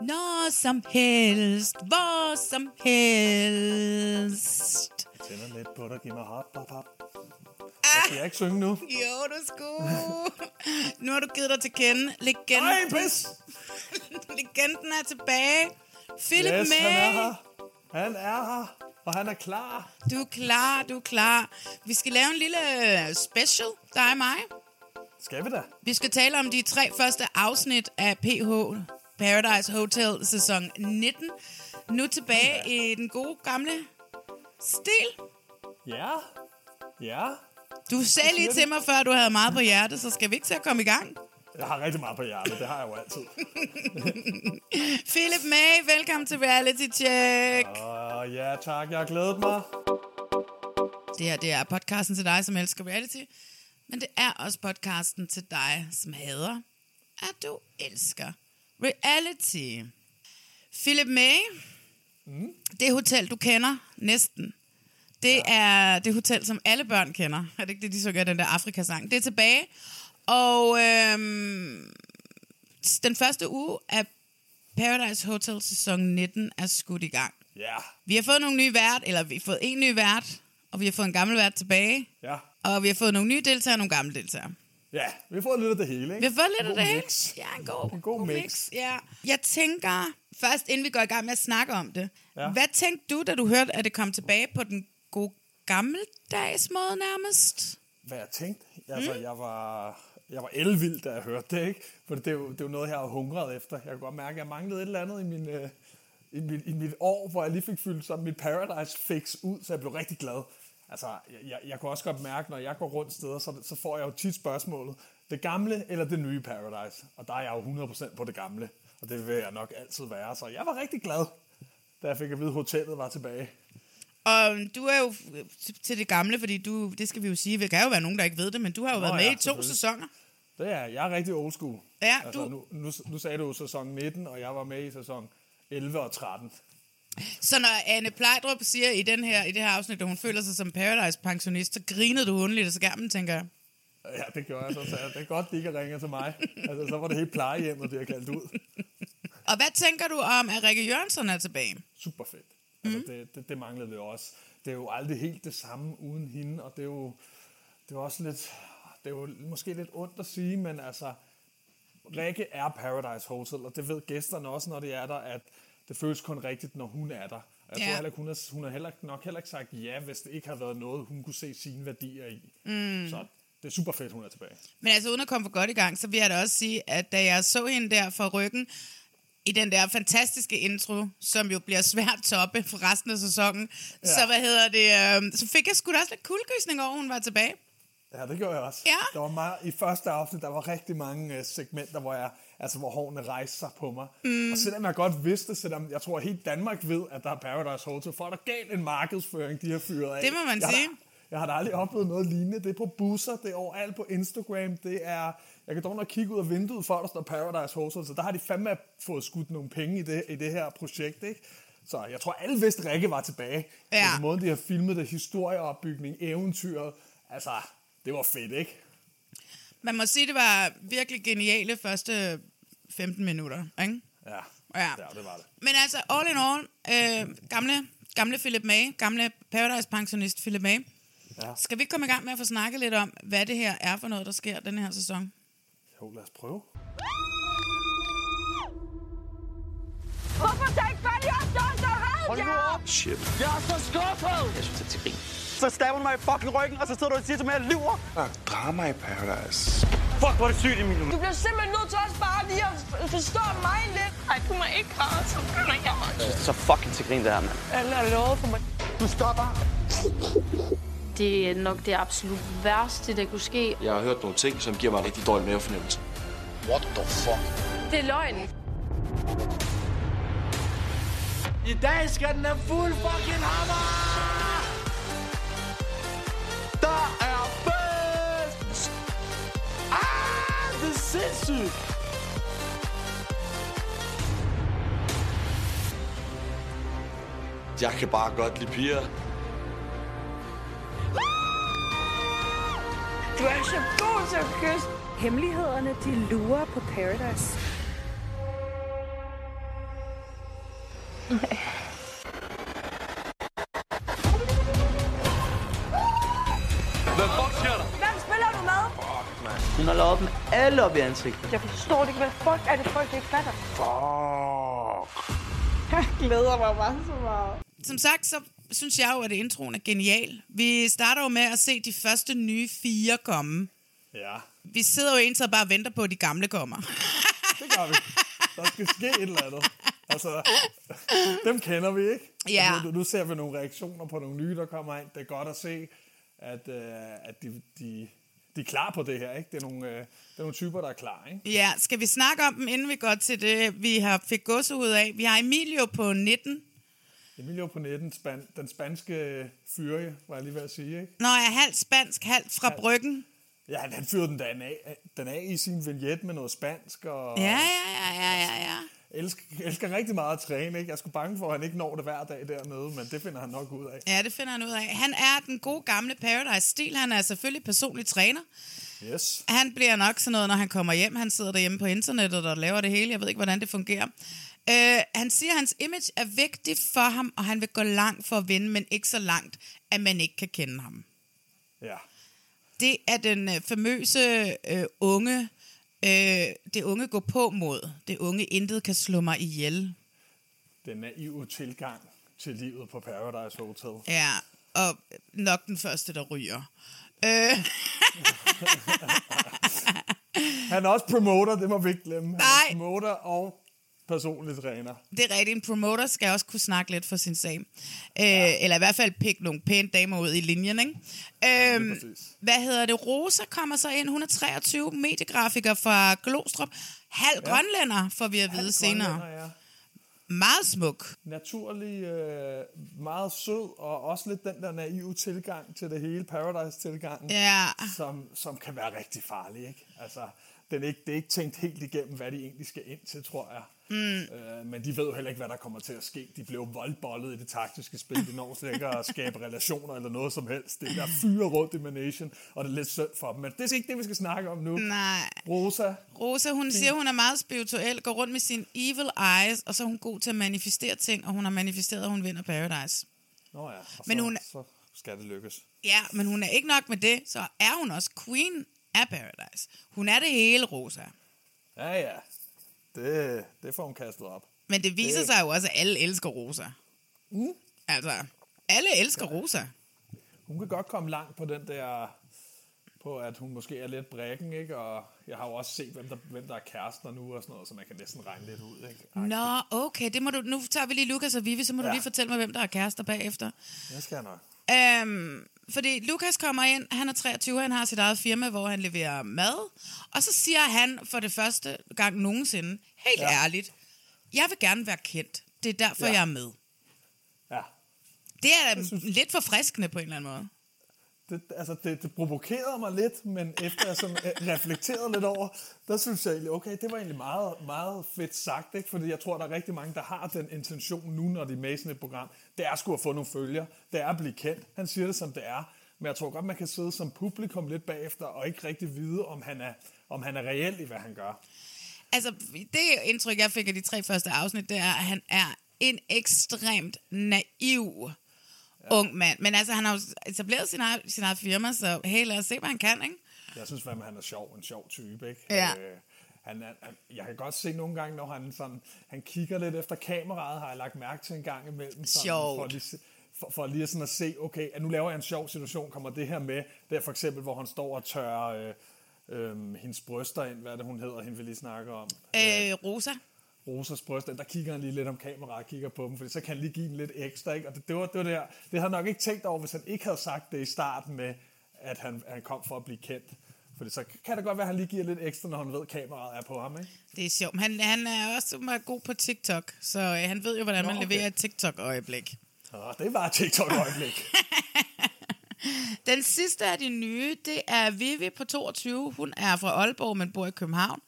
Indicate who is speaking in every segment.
Speaker 1: Når som helst, hvor som helst.
Speaker 2: Jeg tænder lidt på dig, giv mig hop, hop, hop. Jeg skal jeg ikke synge nu.
Speaker 1: Jo, du skulle. nu har du givet dig til kende. Legenden,
Speaker 2: Ej, pis!
Speaker 1: legenden er tilbage. Philip
Speaker 2: Yes, han er
Speaker 1: May,
Speaker 2: her. Han er her, og han er klar.
Speaker 1: du er klar, du er klar. Vi skal lave en lille øh, special, dig og mig.
Speaker 2: Skal vi da?
Speaker 1: Vi skal tale om de tre første afsnit af PH Paradise Hotel sæson 19. Nu tilbage i den gode gamle stil.
Speaker 2: Ja, ja.
Speaker 1: Du sagde lige til mig før, du havde meget på hjertet, så skal vi ikke til at komme i gang?
Speaker 2: Jeg har rigtig meget på hjertet, det har jeg jo altid.
Speaker 1: Philip May, velkommen til Reality Check.
Speaker 2: Og ja, tak, jeg har glædet mig.
Speaker 1: Det her, det er podcasten til dig, som elsker reality. Men det er også podcasten til dig, som hader, at du elsker reality. Philip May, mm. det hotel, du kender næsten, det ja. er det hotel, som alle børn kender. Er det ikke det, de så gør, den der Afrikasang? Det er tilbage. Og øhm, den første uge af Paradise Hotel sæson 19 er skudt i gang.
Speaker 2: Ja,
Speaker 1: Vi har fået nogle nye vært, eller vi har fået en ny vært, og vi har fået en gammel vært tilbage.
Speaker 2: ja.
Speaker 1: Og vi har fået nogle nye deltagere og nogle gamle deltagere.
Speaker 2: Ja, vi har fået lidt af det hele,
Speaker 1: Vi
Speaker 2: ikke?
Speaker 1: har fået lidt af
Speaker 2: God
Speaker 1: det. hele.
Speaker 2: mix.
Speaker 1: Ja, en god,
Speaker 2: En god mix.
Speaker 1: Ja. Jeg tænker, først inden vi går i gang med at snakke om det, ja.
Speaker 2: Ja.
Speaker 1: hvad tænkte du, da du hørte, at det kom tilbage på den gode gammeldags måde nærmest?
Speaker 2: Hvad jeg tænkte? Altså, mm. jeg var... Jeg var elvild, da jeg hørte det, ikke? For det er jo, det er jo noget, jeg har hungret efter. Jeg kunne godt mærke, at jeg manglede et eller andet i, min, øh, i, mit, i mit år, hvor jeg lige fik fyldt sådan mit paradise fix ud, så jeg blev rigtig glad. Altså, jeg, jeg, jeg kunne også godt mærke, når jeg går rundt steder, så, så får jeg jo tit spørgsmålet, det gamle eller det nye paradise? Og der er jeg jo 100% på det gamle, og det vil jeg nok altid være. Så jeg var rigtig glad, da jeg fik at vide, at hotellet var tilbage.
Speaker 1: Og du er jo t- til det gamle, fordi du, det skal vi jo sige, der kan jo være nogen, der ikke ved det, men du har jo Nå, været med
Speaker 2: ja,
Speaker 1: i to
Speaker 2: selvfølgelig.
Speaker 1: sæsoner.
Speaker 2: Det er, jeg er rigtig old school.
Speaker 1: Ja,
Speaker 2: altså,
Speaker 1: du-
Speaker 2: Nu, nu, nu sagde du jo sæson 19, og jeg var med i sæson 11 og 13.
Speaker 1: Så når Anne Plejdrup siger i, den her, i det her afsnit, at hun føler sig som Paradise-pensionist, så grinede du hundligt af skærmen, tænker jeg.
Speaker 2: Og Ja, det gjorde jeg så. så jeg, det er godt, de ikke ringer til mig. Altså, så var det helt plejehjemmet, det har kaldt ud.
Speaker 1: Og hvad tænker du om, at Rikke Jørgensen er tilbage?
Speaker 2: Super fedt. Altså, det, det, det manglede vi også. Det er jo aldrig helt det samme uden hende, og det er jo, det er også lidt, det er jo måske lidt ondt at sige, men altså, Rikke er Paradise Hotel, og det ved gæsterne også, når de er der, at det føles kun rigtigt, når hun er der. Og Jeg
Speaker 1: Ja.
Speaker 2: tror heller ikke, hun har, hun har heller, nok heller ikke sagt ja, hvis det ikke har været noget, hun kunne se sine værdier i. Mm. Så det er super fedt, hun er tilbage.
Speaker 1: Men altså, uden at komme for godt i gang, så vil jeg da også sige, at da jeg så hende der fra ryggen, i den der fantastiske intro, som jo bliver svært toppe for resten af sæsonen, ja. så hvad hedder det, øh, så fik jeg sgu da også lidt kuldegysning over, at hun var tilbage.
Speaker 2: Ja, det gjorde jeg også.
Speaker 1: Ja.
Speaker 2: Der var meget, I første afsnit, der var rigtig mange øh, segmenter, hvor, jeg, altså, hvor hårene rejste sig på mig. Mm. Og selvom jeg godt vidste, selvom jeg tror, at helt Danmark ved, at der er Paradise Hotel, for der galt en markedsføring, de har fyret af.
Speaker 1: Det må man
Speaker 2: jeg, har
Speaker 1: sige.
Speaker 2: da- Jeg har da aldrig oplevet noget lignende. Det er på busser, det er overalt på Instagram, det er... Jeg kan dog nok kigge ud af vinduet, for der står Paradise Hotel, så der har de fandme fået skudt nogle penge i det, i det her projekt, ikke? Så jeg tror, alle vidste, at Rikke var tilbage.
Speaker 1: Ja.
Speaker 2: Men den måden, de har filmet det, historieopbygning, eventyret, altså, det var fedt, ikke?
Speaker 1: Man må sige, det var virkelig geniale første 15 minutter, ikke?
Speaker 2: Ja,
Speaker 1: Ja.
Speaker 2: ja det var det.
Speaker 1: Men altså, all in all, øh, gamle, gamle Philip May, gamle Paradise-pensionist Philip May, ja. skal vi ikke komme i gang med at få snakket lidt om, hvad det her er for noget, der sker den her sæson?
Speaker 2: Jo, lad os prøve.
Speaker 3: Woo! op! Shit. Jeg er så skuffet! Jeg synes, det er til grin. Så stabber du mig i fucking ryggen, og så sidder du og siger til mig, at jeg lyver!
Speaker 4: Der er drama i Paradise.
Speaker 3: Fuck, hvor er det sygt, Emilio.
Speaker 5: Du bliver simpelthen nødt til også bare lige at f- forstå mig lidt. Nej, du må ikke græde, så begynder jeg mig.
Speaker 3: Jeg synes, det er så fucking til grin, det her, mand.
Speaker 5: Alle har lovet for mig.
Speaker 4: Du stopper.
Speaker 6: Det er nok det absolut værste, der kunne ske.
Speaker 7: Jeg har hørt nogle ting, som giver mig en rigtig dårlig mavefornemmelse.
Speaker 4: What the fuck?
Speaker 6: Det er løgn.
Speaker 3: I dag skal den have fuld fucking hammer! Der er fest! Ah, det er sindssygt!
Speaker 7: Jeg kan bare godt lide piger.
Speaker 5: Du er så god til at kysse.
Speaker 8: Hemmelighederne, de lurer på Paradise.
Speaker 3: Hvad fuck sker der?
Speaker 5: Hvem spiller du med?
Speaker 3: Hun har lavet dem alle op i ansigtet.
Speaker 5: Jeg forstår det ikke, hvad folk er det, folk ikke fatter.
Speaker 3: Fuck.
Speaker 5: Jeg glæder mig bare så meget.
Speaker 1: Som sagt, så synes jeg jo, at introen er genial. Vi starter jo med at se de første nye fire komme.
Speaker 2: Ja,
Speaker 1: Vi sidder jo egentlig og bare venter på, at de gamle kommer.
Speaker 2: det gør vi. Der skal ske et eller andet. Altså, dem kender vi, ikke?
Speaker 1: Ja.
Speaker 2: Og Nu, nu ser vi nogle reaktioner på nogle nye, der kommer ind. Det er godt at se, at, øh, at de, de, de er klar på det her, ikke? Det er nogle, øh, det er nogle typer, der er klar, ikke?
Speaker 1: Ja, skal vi snakke om dem, inden vi går til det, vi har fik gosse ud af? Vi har Emilio på 19.
Speaker 2: Emilio på netten, span, den spanske fyre, var jeg lige ved at sige, ikke?
Speaker 1: Nå, jeg er halvt spansk, halvt fra Bryggen.
Speaker 2: Ja, han- han fyrede den den af, den af i sin vignette med noget spansk, og
Speaker 1: Ja, ja, ja, ja, ja, ja.
Speaker 2: elsker, elsker rigtig meget at træne, ikke? Jeg er sgu bange for, at han ikke når det hver dag dernede, men det finder han nok ud af.
Speaker 1: Ja, det finder han ud af. Han er den gode gamle Paradise-stil. Han er selvfølgelig personlig træner.
Speaker 2: Yes.
Speaker 1: Han bliver nok sådan noget, når han kommer hjem. Han sidder derhjemme på internettet og laver det hele. Jeg ved ikke, hvordan det fungerer. Øh, han siger, at hans image er vigtig for ham, og han vil gå langt for at vinde, men ikke så langt, at man ikke kan kende ham.
Speaker 2: Ja.
Speaker 1: Det er den øh, famøse øh, unge, øh, det unge gå på mod. Det unge intet kan slå mig ihjel.
Speaker 2: den naive tilgang til livet på Paradise Hotel.
Speaker 1: Ja, og nok den første, der ryger. Øh,
Speaker 2: Han er også promoter, det må vi ikke glemme. Han
Speaker 1: Nej.
Speaker 2: er promoter og personlig træner.
Speaker 1: det er rigtigt, en promoter skal også kunne snakke lidt for sin sag. Øh, ja. Eller i hvert fald pikke nogle pæne damer ud i linjen, ikke? Øhm,
Speaker 2: præcis.
Speaker 1: hvad hedder det? Rosa kommer så ind, hun er 23, mediegrafiker fra Glostrup. Halv ja. grønlænder, får vi at vide senere.
Speaker 2: Grønlænder, ja.
Speaker 1: Meget smuk.
Speaker 2: Naturlig, øh, meget sød, og også lidt den der naive tilgang til det hele, Paradise-tilgangen,
Speaker 1: Ja.
Speaker 2: som, som kan være rigtig farlig. Ikke? Altså, den er ikke, det er ikke tænkt helt igennem, hvad de egentlig skal ind til, tror jeg. Mm. Øh, men de ved jo heller ikke, hvad der kommer til at ske. De blev voldbollet i det taktiske spil. De når slet ikke at skabe relationer eller noget som helst. Det er der fyre rundt i Manation, og det er lidt synd for dem. Men det er ikke det, vi skal snakke om nu.
Speaker 1: Nej.
Speaker 2: Rosa,
Speaker 1: Rosa, hun siger, hun er meget spirituel, går rundt med sine evil eyes, og så er hun god til at manifestere ting, og hun har manifesteret, at hun vinder Paradise.
Speaker 2: Nå ja, og
Speaker 1: Men
Speaker 2: så,
Speaker 1: hun-
Speaker 2: så skal det lykkes.
Speaker 1: Ja, men hun er ikke nok med det, så er hun også queen af Paradise. Hun er det hele, Rosa.
Speaker 2: Ja, ja. Det, det får hun kastet op.
Speaker 1: Men det viser sig jo også, at alle elsker Rosa.
Speaker 2: Mm.
Speaker 1: Altså, alle elsker Rosa.
Speaker 2: Hun kan godt komme langt på den der på at hun måske er lidt brækken, ikke? Og jeg har jo også set, hvem der, hvem der er kærester nu og sådan noget, så man kan næsten regne lidt ud, ikke? Ej,
Speaker 1: Nå, okay, det må du, nu tager vi lige Lukas og Vivi, så må ja. du
Speaker 2: Ja.
Speaker 1: lige fortælle mig, hvem der er kærester bagefter.
Speaker 2: det skal jeg nok.
Speaker 1: Øhm, fordi Lukas kommer ind, han er 23, han har sit eget firma, hvor han leverer mad. Og så siger han for det første gang nogensinde, helt ja. ærligt, jeg vil gerne være kendt. Det er derfor, ja.
Speaker 2: Ja.
Speaker 1: jeg er med.
Speaker 2: Ja.
Speaker 1: Det er
Speaker 2: synes-
Speaker 1: lidt forfriskende på en eller anden måde.
Speaker 2: Det, altså, det, det provokerede mig lidt, men efter jeg sådan, øh, reflekterede lidt over, der synes jeg egentlig, okay, det var egentlig meget, meget fedt sagt, ikke? Fordi jeg tror, der er rigtig mange, der har den intention nu, når de er med i sådan et program. Det er sgu at få nogle følger. Det er at blive kendt. Han siger det, som det er. Men jeg tror godt, man kan sidde som publikum lidt bagefter, og ikke rigtig vide, om han er, om han er reelt i, hvad han gør.
Speaker 1: Altså, det indtryk, jeg fik af de tre første afsnit, det er, at han er en ekstremt naiv ja. ung mand. Men altså, han har jo etableret sin eget, sin eget firma, så hey, lad os se, hvad han kan, ikke?
Speaker 2: Jeg synes, at han er sjov, en sjov type, ikke?
Speaker 1: Ja.
Speaker 2: Øh, Han, han, han, jeg kan godt se nogle gange, når han, sådan, han kigger lidt efter kameraet, har jeg lagt mærke til en gang imellem. Sådan,
Speaker 1: Sjovt.
Speaker 2: For, lige, se- for, for lige sådan at se, okay, at nu laver jeg en sjov situation, kommer det her med. Det er for eksempel, hvor han står og tørrer øh, øh, hendes bryster ind, hvad er det, hun hedder, hende vi lige snakker om.
Speaker 1: Øh, Rosa?
Speaker 2: Rosas bryster, der kigger han lige lidt om kameraet og kigger på dem, fordi så kan han lige give dem lidt ekstra, ikke? Og det, det var det, var det her. Det havde han nok ikke tænkt over, hvis han ikke havde sagt det i starten med, at han, han kom for at blive kendt. Fordi så kan det godt være, at han lige giver lidt ekstra, når han ved, at kameraet er på ham, ikke?
Speaker 1: Det er sjovt. Han, han er også meget god på TikTok, så øh, han ved jo, hvordan
Speaker 2: Nå,
Speaker 1: man
Speaker 2: okay.
Speaker 1: leverer et TikTok-øjeblik.
Speaker 2: Åh, det var et TikTok-øjeblik.
Speaker 1: Den sidste af de nye, det er Vivi på 22. Hun er fra Aalborg, men bor i København.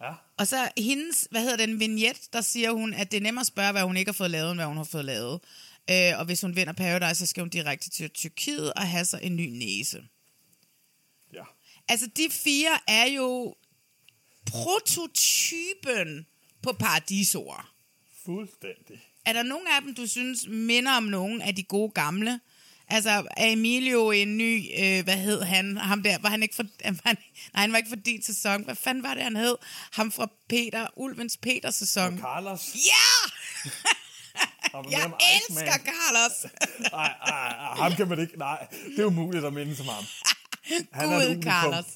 Speaker 2: Ja.
Speaker 1: Og så hendes, hvad hedder den, vignet, der siger hun, at det er nemmere at spørge, hvad hun ikke har fået lavet, end hvad hun har fået lavet. Øh, og hvis hun vinder Paradise, så skal hun direkte til Tyrkiet og have sig en ny næse.
Speaker 2: ja.
Speaker 1: Altså, de fire er jo prototypen på paradisord.
Speaker 2: Fuldstændig.
Speaker 1: Er der nogen af dem, du synes minder om nogen af de gode gamle? Altså, er Emilio en ny, øh, hvad hed han, ham der, var han ikke for, var han, nej, han var ikke for din sæson, hvad fanden var det, han hed? Ham fra Peter, Ulvens Peters sæson.
Speaker 2: Carlos.
Speaker 1: Ja!
Speaker 2: Og hvad med
Speaker 1: Jeg
Speaker 2: ham, Iceman?
Speaker 1: elsker Carlos!
Speaker 2: Ej, ej, ej, ham kan man ikke. Nej, det er umuligt at minde som ham. Han er et
Speaker 1: Gud,
Speaker 2: unikum.
Speaker 1: Carlos.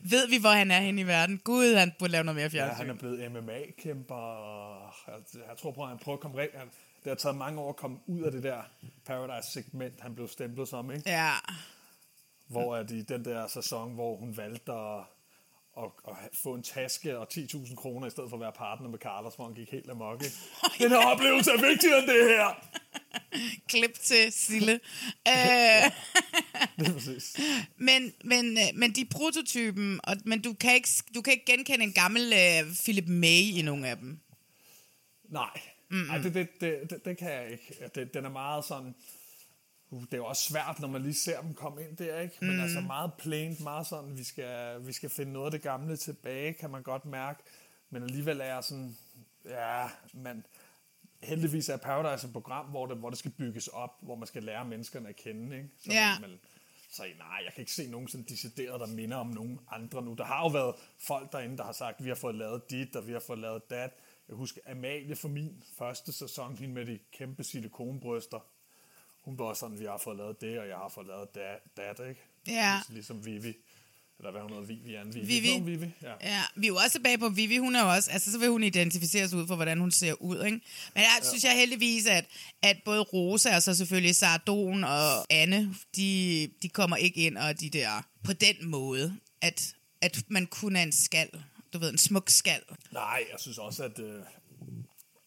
Speaker 1: Ved vi, hvor han er henne i verden? Gud, han burde lave noget mere
Speaker 2: Ja,
Speaker 1: fjernsyn.
Speaker 2: han er blevet MMA-kæmper. og Jeg, jeg tror på, at han prøver at komme rent. Han, det har taget mange år at komme ud af det der Paradise-segment, han blev stemplet som, ikke?
Speaker 1: Ja,
Speaker 2: Hvor at i den der sæson, hvor hun valgte at, at, at få en taske og 10.000 kroner, i stedet for at være partner med Carlos, hvor han gik helt amok, ikke? Den her oplevelse er vigtigere end det her!
Speaker 1: klip til Sille. Øh,
Speaker 2: Det er præcis.
Speaker 1: men, men, øh, men de er prototypen, og, men du kan, ikke, du kan ikke genkende en gammel øh, Philip May i nogle af dem.
Speaker 2: Nej, Ej, det, det, det, det, det kan jeg ikke. Det, den er meget sådan... Uh, det er jo også svært, når man lige ser dem komme ind der, ikke? Men altså meget plant, meget sådan, vi skal, vi skal finde noget af det gamle tilbage, kan man godt mærke. Men alligevel er jeg sådan, ja, man, heldigvis er Paradise et program, hvor det, hvor det skal bygges op, hvor man skal lære menneskerne at kende, ikke? Så,
Speaker 1: Ja.
Speaker 2: man, så nej, jeg kan ikke se nogen sådan decideret, der minder om nogen andre nu. Der har jo været folk derinde, der har sagt, vi har fået lavet dit, og vi har fået lavet dat. Jeg husker Amalie for min første sæson, hende med de kæmpe silikonbryster. Hun var også sådan, vi har fået lavet det, og jeg har fået lavet dat, dat ikke?
Speaker 1: Ja.
Speaker 2: Ligesom, ligesom Vivi. Eller hvad hun hedder, Vivian. Vivi.
Speaker 1: Vivi.
Speaker 2: Nå, Vivi. Ja.
Speaker 1: Ja, vi er jo også tilbage på Vivi, hun er jo også, altså så vil hun identificere sig ud for, hvordan hun ser ud, ikke? Men der synes jeg heldigvis, at, at både Rosa og så selvfølgelig Sardon og Anne, de, de kommer ikke ind, og de der, på den måde, at, at man kun er en skal, du ved, en smuk skal.
Speaker 2: Nej, jeg synes også, at, øh,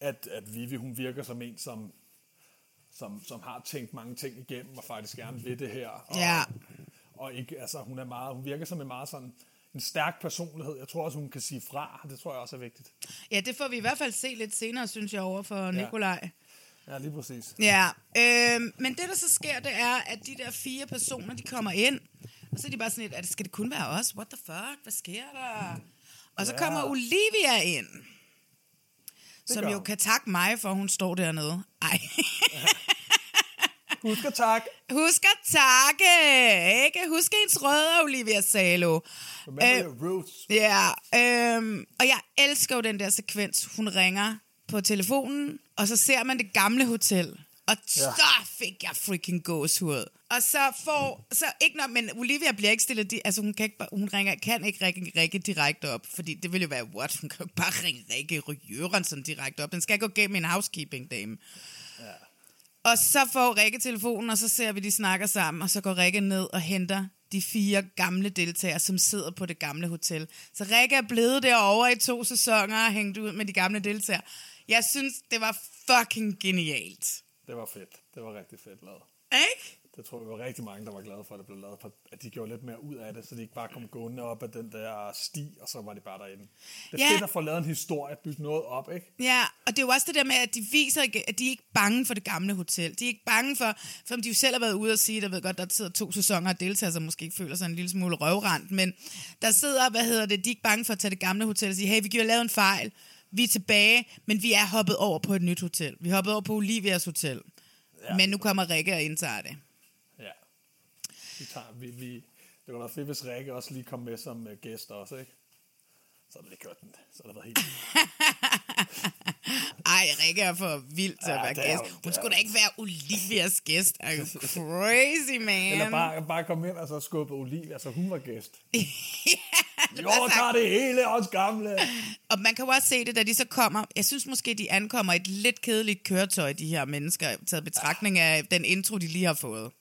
Speaker 2: at, at Vivi, hun virker som en, som, som, som har tænkt mange ting igennem, og faktisk gerne vil det her. Og,
Speaker 1: Ja.
Speaker 2: og ikke, altså, hun, er meget, hun virker som en meget sådan, en stærk personlighed. Jeg tror også, hun kan sige fra. Det tror jeg også er vigtigt.
Speaker 1: Ja, det får vi i hvert fald se lidt senere, synes jeg, over for ja. Nikolaj.
Speaker 2: Ja, lige præcis.
Speaker 1: Ja, øh, men det der så sker, det er, at de der fire personer, de kommer ind, og så er de bare sådan lidt, "Er det- skal det kun være os? What the fuck? Hvad sker der? Og så
Speaker 2: Ja.
Speaker 1: kommer Olivia ind, som
Speaker 2: gør
Speaker 1: jo
Speaker 2: hun.
Speaker 1: kan takke mig for, at hun står dernede. Ej,
Speaker 2: Husk at tak.
Speaker 1: husk at takke, ikke? Husk ens rødder, Olivia Salo.
Speaker 2: Remember
Speaker 1: Øh.
Speaker 2: your roots.
Speaker 1: Ja, øhm, og jeg elsker jo den der sekvens, hun ringer på telefonen, og så ser man det gamle hotel. Og så fik jeg freaking gåshud. Og så får, så ikke nok, men Olivia bliver ikke stillet, di- altså hun kan ikke, bare- hun ringer, kan ikke ringe Rikke direkte op, fordi det ville jo være, what, hun kan jo ikke bare ringe Rikke Jørgensen direkte op, den skal gå gennem en housekeeping dame. Og så får Rikke telefonen, og så ser vi, de snakker sammen, og så går Rikke ned og henter de fire gamle deltagere, som sidder på det gamle hotel. Så Rikke er blevet derovre i to sæsoner og hængt ud med de gamle deltagere. Jeg synes, det var fucking genialt.
Speaker 2: Det var fedt. Det var rigtig fedt lavet.
Speaker 1: Ikke?
Speaker 2: Det tror jeg var rigtig mange, der var glade for, at det blev lavet, for at de gjorde lidt mere ud af det, så de ikke bare kom gående op ad den der sti, og så var de bare derinde. Det er
Speaker 1: Ja.
Speaker 2: fedt at få lavet en historie, at bygge noget op, ikke?
Speaker 1: Ja, og det er jo også det der med, at de viser, ikke- at de er ikke bange for det gamle hotel. De er ikke bange for, for de jo selv har været ude og sige, der ved godt, der sidder to sæsoner og deltager, som måske føler sig en lille smule røvrendt, men der sidder, hvad hedder det, de er ikke bange for at tage det gamle hotel og sige, hey, vi har lavet en fejl, vi er tilbage, men vi er hoppet over på et nyt hotel. Vi er hoppet over på Olivias hotel, ja. men nu kommer Rikke og indtager det.
Speaker 2: Ja. Vi tager, vi, vi, det var da fedt, hvis Rikke også lige kom med som uh, gæst også, øh, ikke? så havde man ikke hørt den. Så havde det været helt...
Speaker 1: Ej, Rikke er for vild til at
Speaker 2: Ja,
Speaker 1: være
Speaker 2: det er
Speaker 1: gæst.
Speaker 2: hun.
Speaker 1: Hun skulle da ikke være Olivias gæst. Er you crazy, man?
Speaker 2: Eller bare, bare komme ind og så skubbe Olivia, så hun var gæst. Jo,
Speaker 1: Det var sagt.
Speaker 2: tager det hele, også gamle.
Speaker 1: Og man kan jo også se det, da de så kommer. Jeg synes måske, de ankommer i et lidt kedeligt køretøj, de her mennesker, taget i betragtning af den intro, de lige har fået.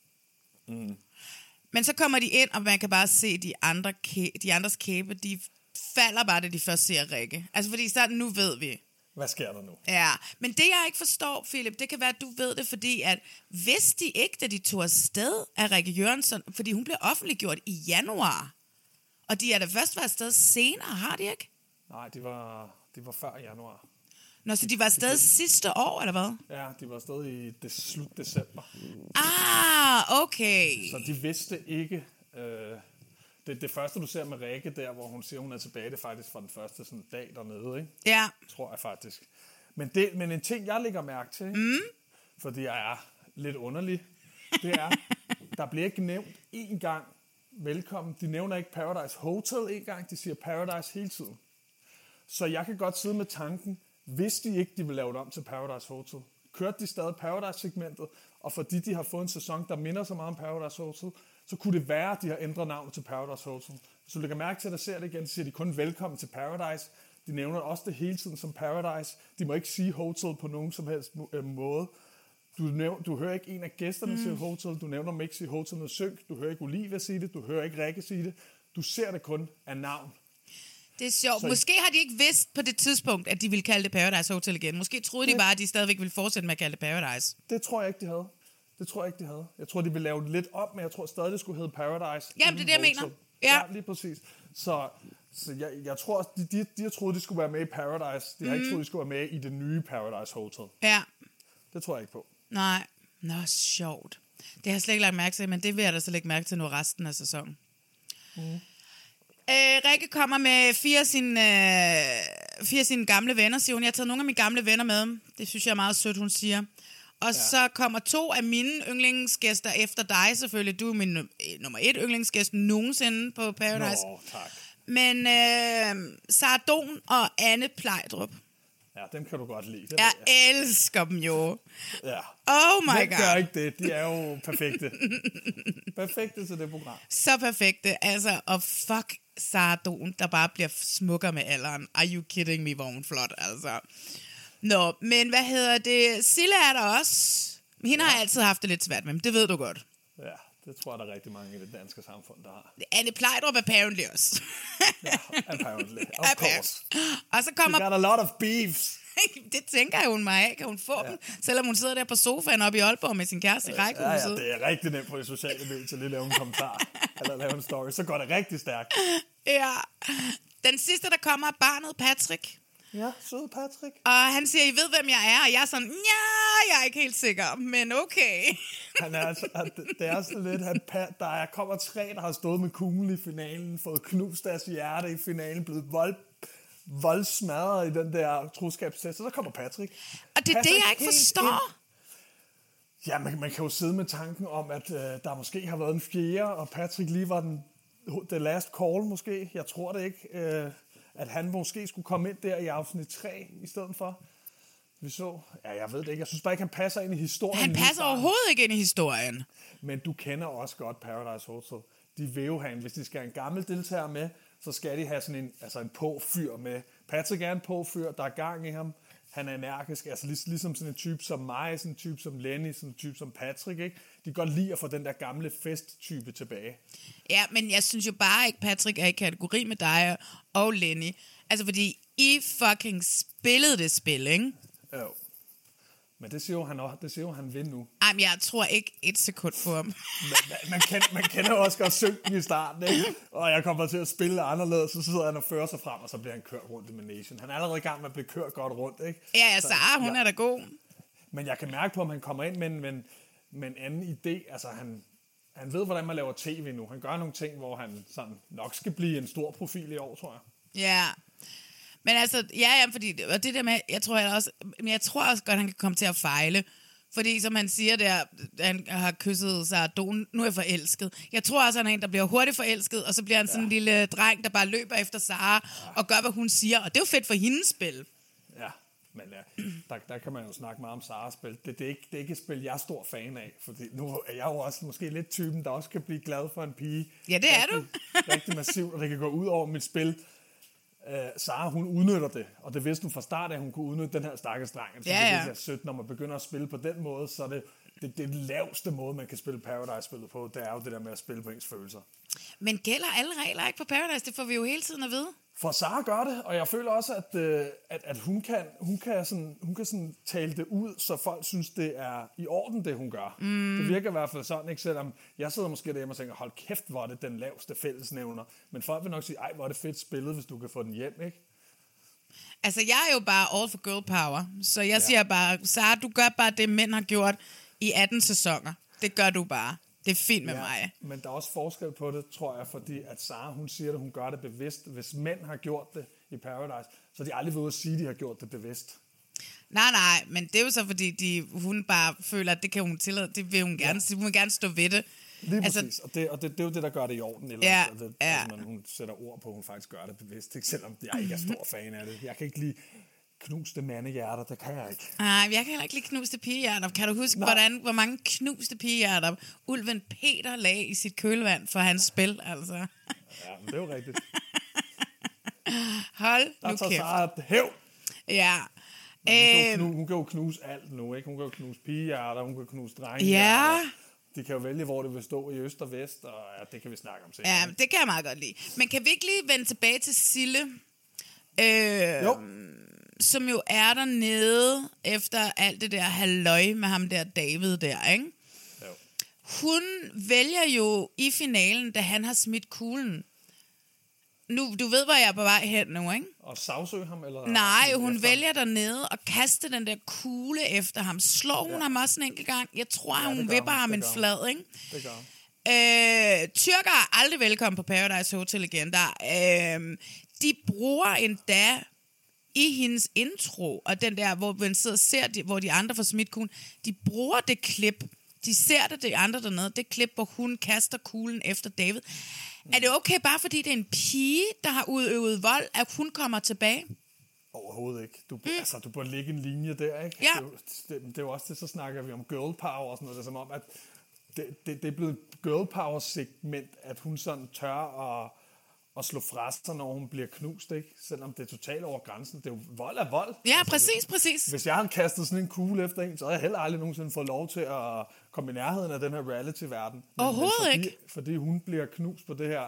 Speaker 2: Mm.
Speaker 1: Men så kommer de ind, og man kan bare se de, andre kæ- de andres kæbe. De falder bare, da de først ser Rikke. Altså, fordi så nu ved vi.
Speaker 2: Hvad sker der nu?
Speaker 1: Ja, men det jeg ikke forstår, Philip, det kan være, at du ved det, fordi at hvis de ikke, da de tog afsted af Rikke Jørgensen, fordi hun blev offentliggjort i januar, og de er da først været afsted senere, har de ikke?
Speaker 2: Nej, det var, det var før januar.
Speaker 1: Nå, så de var afsted sidste år, eller hvad?
Speaker 2: Ja, de var stadig i det slut december.
Speaker 1: Ah, okay.
Speaker 2: Så de vidste ikke... Øh, det, det første, du ser med Rikke der, hvor hun siger, hun er tilbage, det er faktisk fra den første sådan, dag dernede, ikke?
Speaker 1: Ja.
Speaker 2: Tror jeg faktisk. Men, det, men en ting, jeg lægger mærke til, mm. fordi jeg er lidt underlig, det er, der bliver ikke nævnt én gang velkommen. De nævner ikke Paradise Hotel én gang, de siger Paradise hele tiden. Så jeg kan godt sidde med tanken, hvis de ikke de vil lave det om til Paradise Hotel, kørte de stadig Paradise-segmentet, og fordi de har fået en sæson, der minder så meget om Paradise Hotel, så kunne det være, at de har ændret navnet til Paradise Hotel. Hvis du lægger mærke til, at der ser det igen, så siger de kun velkommen til Paradise. De nævner også det hele tiden som Paradise. De må ikke sige hotel på nogen som helst mu- øh, måde. Du, nævn, du hører ikke en af gæsterne mm. sige hotel, du nævner dem ikke sige hotel med synk, du hører ikke Olivia sige det, du hører ikke Rikke sige det. Du ser det kun af navn.
Speaker 1: Det er sjovt.
Speaker 2: Så-
Speaker 1: Måske har de ikke vidst på det tidspunkt, at de ville kalde det Paradise Hotel igen. Måske troede de bare, at de stadigvæk ville fortsætte med at kalde det Paradise.
Speaker 2: Det tror jeg ikke, de havde. Det tror jeg ikke, de havde. Jeg tror, de ville lave det lidt op, men jeg tror stadig, det skulle hedde Paradise.
Speaker 1: Jamen, det er det, jeg
Speaker 2: Uden
Speaker 1: mener.
Speaker 2: Hotel.
Speaker 1: Ja.
Speaker 2: ja lige præcis. Så, så jeg, jeg tror, også, de, de, de har troet, de skulle være med i Paradise. De har mm.
Speaker 1: Mm.
Speaker 2: ikke troet, de skulle være med i det nye Paradise Hotel.
Speaker 1: Ja,
Speaker 2: Det tror jeg ikke på.
Speaker 1: nej. Nå, sjovt. Det har jeg slet ikke lagt mærke til, men det vil jeg da så lægge mærke til nu resten af sæsonen.
Speaker 2: Mm.
Speaker 1: Øh, Rikke kommer med fire af sine, øh, fire af sine gamle venner, siger hun. Jeg har taget nogle af mine gamle venner med. Det synes jeg er meget sødt, hun siger. Og ja. så kommer to af mine yndlingsgæster efter dig selvfølgelig. Du er min num- øh, nummer et yndlingsgæst nogensinde på Paradise.
Speaker 2: Nå, tak.
Speaker 1: Men øh, Sardon og Anne Plejdrup.
Speaker 2: Ja, dem kan du godt lide. Det
Speaker 1: Jeg
Speaker 2: ved
Speaker 1: elsker dem jo.
Speaker 2: Ja.
Speaker 1: Oh my
Speaker 2: Hvem gør
Speaker 1: God.
Speaker 2: ikke det? De er jo perfekte. perfekte til det program.
Speaker 1: Så perfekte. Altså, og fuck Sardon, der bare bliver smukkere med alderen. Are you kidding me, hvor er hun flot, altså. Nå, men hvad hedder det? Silla er der også. Hende ja. har jeg altid haft det lidt svært med, men det ved du godt.
Speaker 2: Ja, det tror jeg, der er rigtig mange i det danske samfund, der har.
Speaker 1: Anne Plejdrup apparently også.
Speaker 2: Apparently. Of course.
Speaker 1: Og så kommer...
Speaker 2: You got a lot of beefs.
Speaker 1: det tænker hun mig af. Kan hun få ja. dem? Selvom hun sidder der på sofaen oppe i Aalborg med sin kæreste i
Speaker 2: Ja, ja,
Speaker 1: rækkehuset.
Speaker 2: det er rigtig nemt på de sociale medier til lige at lave en kommentar eller lave en story. Så går det rigtig stærkt.
Speaker 1: Ja. Den sidste, der kommer, er barnet Patrick.
Speaker 2: Ja, søde Patrick.
Speaker 1: Og han siger, I ved, hvem jeg er. Og jeg er sådan, ja, jeg er ikke helt sikker, men okay.
Speaker 2: Han er altså, at det- det er sådan lidt, han, pa- der er, kommer tre, der har stået med kuglen i finalen, fået knust deres hjerte i finalen, blevet vold, voldsmadret i den der troskabstest, og så kommer Patrick.
Speaker 1: Og det er det,
Speaker 2: Passer
Speaker 1: jeg ikke
Speaker 2: helt
Speaker 1: forstår.
Speaker 2: ind. Ja, man, man kan jo sidde med tanken om, at øh, der måske har været en fjerde, og Patrick lige var den the last call måske. Jeg tror det ikke, øh, at han måske skulle komme ind der i afsnit 3 i stedet for. Vi så, ja, jeg ved det ikke. Jeg synes bare ikke, han passer ind i historien.
Speaker 1: Han
Speaker 2: lige
Speaker 1: passer
Speaker 2: fra.
Speaker 1: overhovedet ikke ind i historien.
Speaker 2: Men du kender også godt Paradise Hotel. De vil jo have en, hvis de skal have en gammel deltager med, så skal de have sådan en, altså en påfyr med. Patrick er en påfyr, der er gang i ham. Han er energisk, altså lig- ligesom sådan en type som mig, sådan en type som Lenny, sådan en type som Patrick, ikke? De kan godt lide at få den der gamle festtype tilbage.
Speaker 1: Ja, men jeg synes jo bare ikke, Patrick er i kategori med dig og Lenny. Altså, fordi I fucking spillede det spil, ikke?
Speaker 2: Jo. Men det siger jo han, også, det siger jo, han vil nu.
Speaker 1: Ej, men jeg tror ikke et sekund på ham.
Speaker 2: Man, man, kender, man kender jo også godt synken i starten, ikke? Og jeg kommer til at spille anderledes, så sidder han og fører sig frem, og så bliver han kørt rundt i Manation. Han er allerede i gang med at blive kørt godt rundt, ikke?
Speaker 1: Ja, ja, Sara, hun
Speaker 2: ja.
Speaker 1: er da god.
Speaker 2: Men jeg kan mærke på, om han kommer ind med en, med en, med en anden idé. Altså, han, han ved, hvordan man laver tv nu. Han gør nogle ting, hvor han sådan nok skal blive en stor profil i år, tror jeg.
Speaker 1: Ja. Men altså, ja, ja, fordi og det der med, jeg tror jeg også, men jeg tror også godt, han kan komme til at fejle, Fordi som han siger der, han har kysset sig Don, nu er jeg forelsket. Jeg tror også, han er en, der bliver hurtigt forelsket, og så bliver han sådan en lille dreng, der bare løber efter Sara og gør, hvad hun siger. Og det er jo fedt for hendes spil.
Speaker 2: Ja, men ja, der, der kan man jo snakke meget om Saras spil. Det, det, er ikke, det er ikke et spil, jeg er stor fan af, fordi nu er jeg jo også måske lidt typen, der også kan blive glad for en pige.
Speaker 1: Ja, det er du.
Speaker 2: Rigtig, rigtig massivt, og det kan gå ud over mit spil. Uh, Sara, hun udnytter det, og det vidste hun fra start af, at hun kunne udnytte den her stakkels dreng. Så
Speaker 1: Ja,
Speaker 2: ja, ja.
Speaker 1: ja.
Speaker 2: Det er 17, når man begynder at spille på den måde, så er det, det, det laveste måde, man kan spille Paradise-spillet på, det er jo det der med at spille på ens følelser.
Speaker 1: Men gælder alle regler ikke på Paradise? Det får vi jo hele tiden at vide.
Speaker 2: For Sara gør det, og jeg føler også, at, øh, at, at hun kan, hun kan, sådan, hun kan sådan tale det ud, så folk synes, det er i orden, det hun gør. Mm. Det virker i hvert fald sådan, ikke? selvom jeg sidder måske derhjemme og tænker, hold kæft, hvor er det den laveste fællesnævner. Men folk vil nok sige, ej, hvor er det fedt spillet, hvis du kan få den hjem, ikke?
Speaker 1: Altså, jeg er jo bare all for girl power, så jeg ja. siger bare, Sara, du gør bare det, mænd har gjort i 18 sæsoner. Det gør du bare. Det er fint med ja. mig.
Speaker 2: Men der er også forskel på det, tror jeg, fordi at Sara, hun siger det, hun gør det bevidst. Hvis mænd har gjort det i Paradise, så er de aldrig ved at sige, at de har gjort det bevidst.
Speaker 1: Nej, nej, men det er jo så, fordi de, hun bare føler, at det kan hun tillade. Det vil hun gerne. Ja. Hun vil gerne stå ved det.
Speaker 2: Lige altså, præcis, og, det, og det, det er jo det, der gør det i orden. Eller
Speaker 1: Ja,
Speaker 2: ja, det,
Speaker 1: ja.
Speaker 2: Altså, man, hun sætter ord på, at hun faktisk gør det bevidst, ikke? selvom jeg ikke er stor fan af det. Jeg kan ikke lide knuste mandehjerter, det kan jeg ikke.
Speaker 1: Nej, jeg kan heller ikke lide knuste pigehjerter. Kan du huske,
Speaker 2: Nej.
Speaker 1: hvordan, hvor mange knuste pigehjerter Ulven Peter lagde i sit kølvand for hans spil, altså?
Speaker 2: Ja, men det er jo rigtigt.
Speaker 1: Hold
Speaker 2: Der
Speaker 1: nu
Speaker 2: tager
Speaker 1: kæft.
Speaker 2: Sara et hæv.
Speaker 1: Ja.
Speaker 2: Hun kan, jo
Speaker 1: Øhm,
Speaker 2: knuse, hun kan jo knuse alt nu, ikke? Hun kan jo knuse pigehjerter, hun kan knuse
Speaker 1: Ja.
Speaker 2: drengehjerter. De kan jo vælge, hvor det vil stå i øst og vest, og ja, det kan vi snakke om senere.
Speaker 1: ja, det kan jeg meget godt lide. Men kan vi ikke lige vende tilbage til Sille? Øh,
Speaker 2: Jo,
Speaker 1: som jo er dernede efter alt det der halløj med ham der David der, ikke?
Speaker 2: Jo.
Speaker 1: Hun vælger jo i finalen, da han har smidt kuglen. Nu, du ved, hvor jeg er på vej hen nu, ikke?
Speaker 2: og sagsøge ham? Eller
Speaker 1: Nej,
Speaker 2: sådan
Speaker 1: hun
Speaker 2: efter ham?
Speaker 1: vælger dernede og kaste den der kugle efter ham. Slår hun ja. ham også en enkelt gang? Jeg tror, ja,
Speaker 2: det
Speaker 1: hun
Speaker 2: gør
Speaker 1: vipper
Speaker 2: hun,
Speaker 1: ham
Speaker 2: det
Speaker 1: en
Speaker 2: gør hun.
Speaker 1: flad, ikke?
Speaker 2: Det gør hun.
Speaker 1: Øh, tyrker er aldrig velkommen på Paradise Hotel igen. Der, øh, de bruger endda i hendes intro, og den der, hvor man sidder og ser, de, hvor de andre får smidt kuglen, de bruger det klip, de ser det, de andre dernede, det klip, hvor hun kaster kuglen efter David. Er det okay, bare fordi det er en pige, der har udøvet vold, at hun kommer tilbage?
Speaker 2: Overhovedet ikke. Du, mm. altså, du burde ligge en linje der, ikke? Det,
Speaker 1: Ja.
Speaker 2: er jo- det, det er jo også det, så snakker vi om girl power og sådan noget. Det er som om, at det, det, det er blevet et girl power segment, at hun sådan tør at, at slå fra sig, når hun bliver knust, ikke? Selvom det er totalt over grænsen. Det er jo vold af vold.
Speaker 1: Ja,
Speaker 2: Altså,
Speaker 1: præcis,
Speaker 2: hvis-
Speaker 1: præcis.
Speaker 2: Hvis jeg har kastet sådan en kugle efter en, så har jeg heller aldrig nogensinde fået lov til at komme i nærheden af den her reality-verden. Men- men
Speaker 1: Overhovedet
Speaker 2: fordi,
Speaker 1: ikke.
Speaker 2: Fordi hun bliver knust på det her,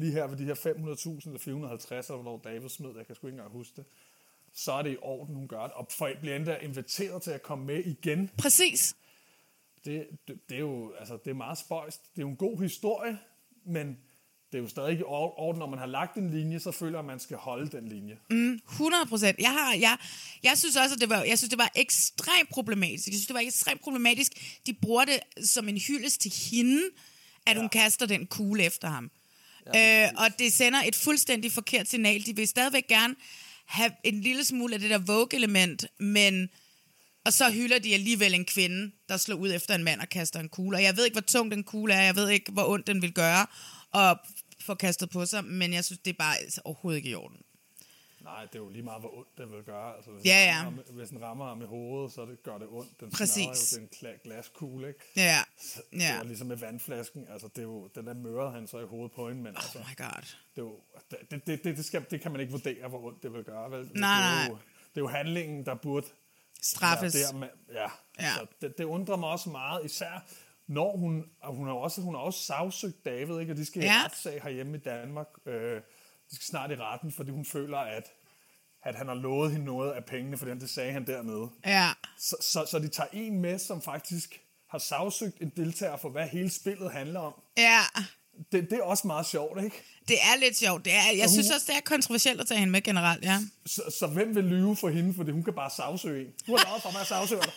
Speaker 2: lige her ved de her 500.000 eller 450, eller hvornår David smed det, jeg kan sgu ikke engang huske det så er det i orden, hun gør det. Og folk bliver endda inviteret til at komme med igen.
Speaker 1: Præcis.
Speaker 2: Det, det, det er jo altså, det er meget spøjst. Det er jo en god historie, men det er jo stadig ikke i or- orden. Når man har lagt en linje, så føler man, at man skal holde den linje. Mm.
Speaker 1: 100 procent. Jeg, har, jeg, jeg synes også, at det var, jeg synes, det var ekstremt problematisk. Jeg synes, det var ekstremt problematisk. De bruger det som en hyldest til hende, at ja. hun kaster den kugle efter ham. Ja, øh, og det sender et fuldstændig forkert signal. De vil stadigvæk gerne have en lille smule af det der vogue-element, men... Og så hylder de alligevel en kvinde, der slår ud efter en mand og kaster en kugle. Og jeg ved ikke, hvor tung den kugle er. Jeg ved ikke, hvor ondt den vil gøre og få kastet på sig. Men jeg synes, det er bare altså, overhovedet ikke i orden.
Speaker 2: Nej, det er jo lige meget, hvor ondt det vil gøre. Altså, hvis,
Speaker 1: Ja,
Speaker 2: den
Speaker 1: ja.
Speaker 2: Rammer, hvis den rammer ham i hovedet, så det, gør det ondt. Den
Speaker 1: Præcis.
Speaker 2: smadrer jo den kla- glaskugle, ikke?
Speaker 1: Ja,
Speaker 2: Så Det
Speaker 1: ja.
Speaker 2: var ligesom med vandflasken. Altså, det er jo, den der mørede han så i hovedet på hende, men altså,
Speaker 1: Oh my god.
Speaker 2: det, er jo, det, det, det, det, skal, det kan man ikke vurdere, hvor ondt det vil gøre. Vel? Det,
Speaker 1: Nej,
Speaker 2: er jo, det er jo handlingen, der burde
Speaker 1: Straffes.
Speaker 2: Ja, der, man, ja.
Speaker 1: Ja.
Speaker 2: ja. Så det, det undrer mig også meget, især når hun, og hun har også, hun har også sagsøgt David, ikke? og de skal ja.
Speaker 1: Ja.
Speaker 2: i retssag herhjemme i Danmark. Øh, de skal snart i retten, fordi hun føler, at, at han har lovet hende noget af pengene, for det sagde han dernede.
Speaker 1: Ja,
Speaker 2: Så, så, så de tager en med, som faktisk har sagsøgt en deltager for, hvad hele spillet handler om.
Speaker 1: ja.
Speaker 2: Det, det er også meget sjovt, ikke?
Speaker 1: Det er lidt sjovt. Det er, jeg synes også, det er kontroversielt at tage hende med generelt, ja.
Speaker 2: Så, så hvem vil lyve for hende, fordi hun kan bare sagsøge en. Du har lavet for mig at sagsøge dig.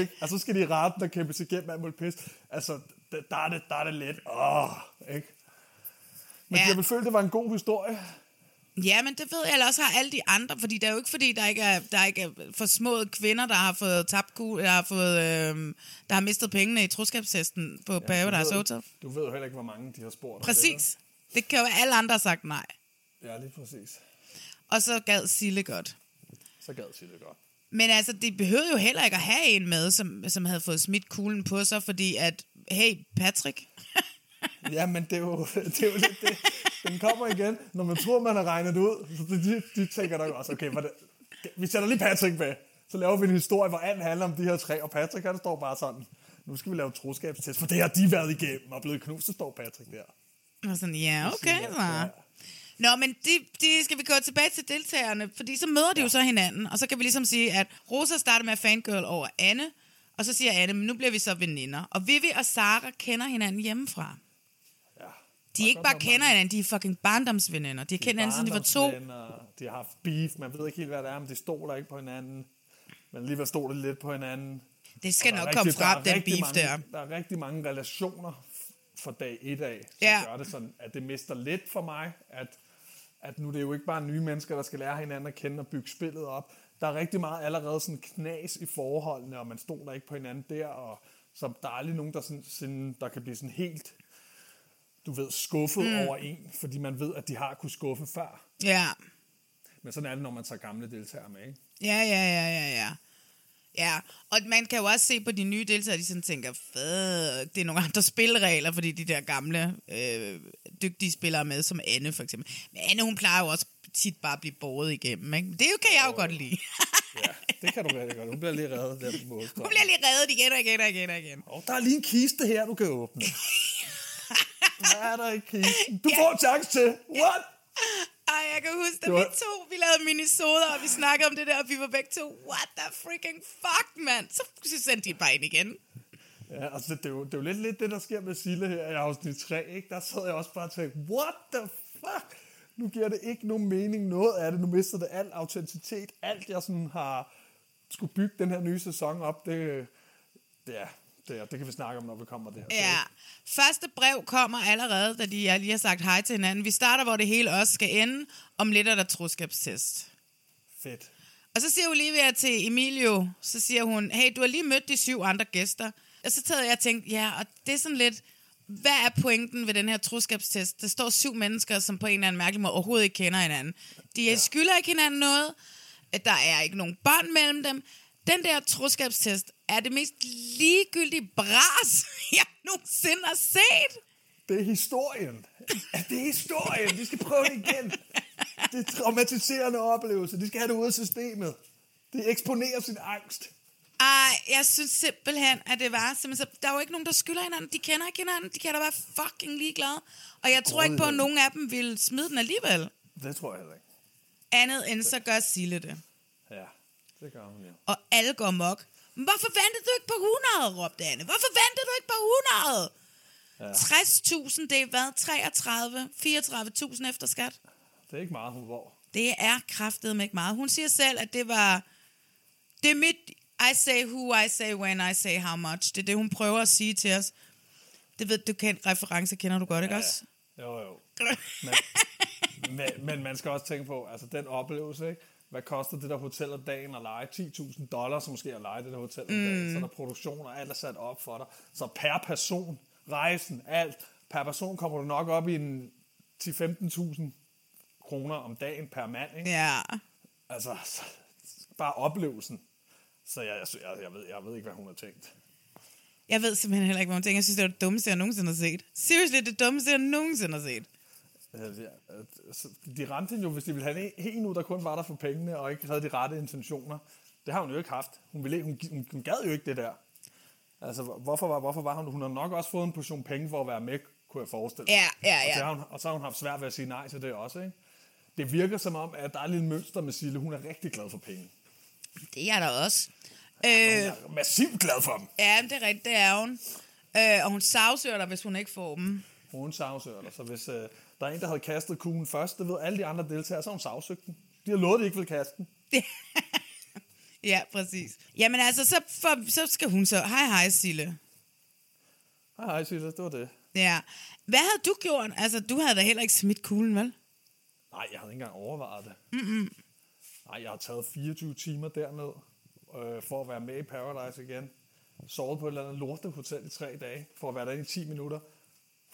Speaker 2: Ikke? Og så skal de i retten og kæmpe sig igennem alt muligt pis. Altså, der, der, er det, der er det let. Åh, ikke? Men
Speaker 1: Ja.
Speaker 2: ja. jeg vil føle, det var en god historie.
Speaker 1: Ja, men det ved jeg, eller også har alle de andre, fordi det er jo ikke fordi, der ikke er, der ikke er for små kvinder, der har fået tabt ku, der har, fået, øh, der har mistet pengene i troskabstesten på ja, Paradise
Speaker 2: ved-
Speaker 1: Hotel.
Speaker 2: Du ved jo heller ikke, hvor mange de har spurgt. om
Speaker 1: Præcis. Det kan jo være, alle andre har sagt nej.
Speaker 2: det, vel? Ja, lige præcis.
Speaker 1: Og så gad Sille godt.
Speaker 2: Så gad sig det godt.
Speaker 1: Men altså, det behøvede jo heller ikke at have en med, som, som havde fået smidt kuglen på sig, fordi at, hey, Patrick,
Speaker 2: Ja, men det er jo, det er jo lidt det. Den kommer igen, når man tror, man har regnet det ud. Så de, de tænker nok også, okay, hvordan, vi sætter lige Patrick med. Så laver vi en historie, hvor alt handler om de her tre, og Patrick han står bare sådan, nu skal vi lave troskabstest, for det har de været igennem og blevet knust, så står Patrick der.
Speaker 1: Og sådan, ja, okay.
Speaker 2: siger,
Speaker 1: Ja. Nå, men det, det skal vi gå tilbage til deltagerne, fordi så møder de jo så hinanden, og så kan vi ligesom sige, at Rosa starter med at fangirl over Anne, og så siger Anne, men nu bliver vi så veninder. Og Vivi og Sara kender hinanden hjemmefra. De er ikke bare kender hinanden, de er fucking barndomsveninder. De har kendt hinanden, siden altså, de var to.
Speaker 2: Barndomsvenner, De har haft beef, man ved ikke helt, hvad det er, men de stoler ikke på hinanden. Men alligevel stoler de lidt på hinanden.
Speaker 1: Det skal
Speaker 2: Og der er
Speaker 1: nok komme
Speaker 2: rigtig- der er
Speaker 1: frem, den
Speaker 2: rigtig
Speaker 1: beef
Speaker 2: mange,
Speaker 1: der.
Speaker 2: Der er rigtig mange relationer fra dag et af, som
Speaker 1: Ja.
Speaker 2: ja. gør det sådan, at det mister lidt for mig, at, at nu er det jo ikke bare nye mennesker, der skal lære hinanden at kende og bygge spillet op. Der er rigtig meget allerede sådan knas i forholdene, og man stoler ikke på hinanden der, og så der er aldrig nogen, der, sådan, sådan, der kan blive sådan helt du ved, skuffet
Speaker 1: Mm.
Speaker 2: mm. over en, fordi man ved, at de har kunnet skuffe før.
Speaker 1: Ja.
Speaker 2: Men sådan er det, når man tager gamle deltagere med, ikke?
Speaker 1: Ja, ja, ja, ja, ja. Ja, og man kan jo også se på de nye deltagere, de sådan tænker, fuck, det er nogle andre spilleregler, fordi de der gamle, øh, dygtige spillere er med, som Anne for eksempel. Men Anne, hun plejer jo også tit bare at blive båret igennem, ikke? Men Det kan jeg jo godt lide.
Speaker 2: Det kan du rigtig godt. Hun bliver lige reddet der på målstregen.
Speaker 1: Hun bliver lige reddet igen og igen og igen og igen.
Speaker 2: Og der er lige en kiste her, du kan åbne. Hvad er der i kisten? Du får en chance til. What?
Speaker 1: Ej, jeg kan huske, da
Speaker 2: Det var-
Speaker 1: vi to, vi lavede minisoder, og vi snakkede om det der, og vi var begge to, what the freaking fuck, mand? Så sendte de bare ind igen.
Speaker 2: Ja, altså, det er, jo, det er jo lidt, lidt det, der sker med Sille her i afsnit 3, ikke? Der sad jeg også bare og tænkte, what the fuck? Nu giver det ikke nogen mening, noget af det. Nu mister det al autenticitet. Alt, jeg sådan har skulle bygge den her nye sæson op, det, det, er, det, er, det kan vi snakke om, når vi kommer der.
Speaker 1: Ja. Første brev kommer allerede, da de lige har sagt hej til hinanden. Vi starter, hvor det hele også skal ende. Om lidt er der troskabstest.
Speaker 2: Fedt.
Speaker 1: Og så siger Olivia til Emilio, så siger hun, hey, du har lige mødt de syv andre gæster. Og så tager jeg og tænkte, ja, og det er sådan lidt, hvad er pointen ved den her troskabstest? Der står syv mennesker, som på en eller anden mærkelig måde overhovedet ikke kender hinanden. De ja. skylder ikke hinanden noget. At Der er ikke nogen bånd mellem dem. Den der troskabstest er det mest ligegyldige bras, jeg nogensinde har set.
Speaker 2: Det er historien. Ja, Det er historien. De skal prøve det igen. Det er traumatiserende oplevelse. De skal have det ud af systemet. De eksponerer sin angst.
Speaker 1: Ej, jeg synes simpelthen, at det var simpelthen så... Der er jo ikke nogen, der skylder hinanden. De kender ikke hinanden. De kan da være fucking ligeglade. Og jeg tror ikke på, at nogen af dem ville smide den alligevel.
Speaker 2: Det tror jeg heller ikke.
Speaker 1: Andet end så gør Sille det.
Speaker 2: Ja, det gør hun, ja.
Speaker 1: Og alle går mok. Men hvorfor ventede du ikke på 100, råbte Anne. Hvorfor ventede du ikke på 100? Ja. 60.000, det er hvad? 33? 34.000 efter skat?
Speaker 2: Det er ikke meget, hun var.
Speaker 1: Det er kraftet med ikke meget. Hun siger selv, at det var... Det er mit... I say who, I say when, I say how much. Det er det, hun prøver at sige til os. Det ved du, kendt reference kender du godt, ikke ja, også?
Speaker 2: Jo, jo. Men, men, men man skal også tænke på, altså den oplevelse, ikke? Hvad koster det der hotel om dagen at lege? 10.000 dollars måske at lege det der hotel om dagen. Så er der produktion og alt er sat op for dig. Så per person, rejsen, alt. Per person kommer du nok op i en 10-15.000 kroner om dagen per mand, ikke?
Speaker 1: Ja.
Speaker 2: Altså, så, bare oplevelsen. Så jeg, jeg, jeg, jeg, ved, jeg ved ikke, hvad hun har tænkt.
Speaker 1: Jeg ved simpelthen heller ikke, hvad hun tænker. Jeg synes, det var det dummeste, jeg nogensinde har set. Seriously, det dummeste, jeg nogensinde har set.
Speaker 2: Altså, jeg- altså, De ramte hende jo, hvis de ville have en- en ud, der kun var der for pengene, og ikke havde de rette intentioner. Det har hun jo ikke haft. Hun, ville, ikke- hun, hun, hun gad jo ikke det der. Altså, hvor- hvorfor var, hvorfor var hun? Hun har nok også fået en portion penge for at være med, kunne jeg forestille mig.
Speaker 1: Ja, ja,
Speaker 2: Og,
Speaker 1: ja.
Speaker 2: det har hun, og så har hun haft svært ved at sige nej til det også, ikke? Det virker som om, at der er lidt mønster med Sille. Hun er rigtig glad for penge.
Speaker 1: Det er jeg da også. Øh,
Speaker 2: Hun er massivt glad for dem.
Speaker 1: ja, men det er rigtigt, det er hun. Øh, og hun sagsøger dig, hvis hun ikke får dem.
Speaker 2: Hun sagsøger dig. Så hvis øh, der er en, der havde kastet kuglen først, det ved alle de andre deltagere, så har hun sagsøgt den. De har lovet, at de ikke vil kaste den.
Speaker 1: Ja, præcis. Jamen altså, så, for, så skal hun så... Hej, hej, Sille.
Speaker 2: Hej, hej, Sille. Det var det.
Speaker 1: Ja. Hvad havde du gjort? Altså, du havde da heller ikke smidt kuglen, vel?
Speaker 2: Nej, jeg havde ikke engang overvejet det.
Speaker 1: Mm-mm.
Speaker 2: Nej, jeg har taget 24 timer derned øh, for at være med i Paradise igen. Sovet på et eller andet lortehotel i tre dage for at være derinde i 10 minutter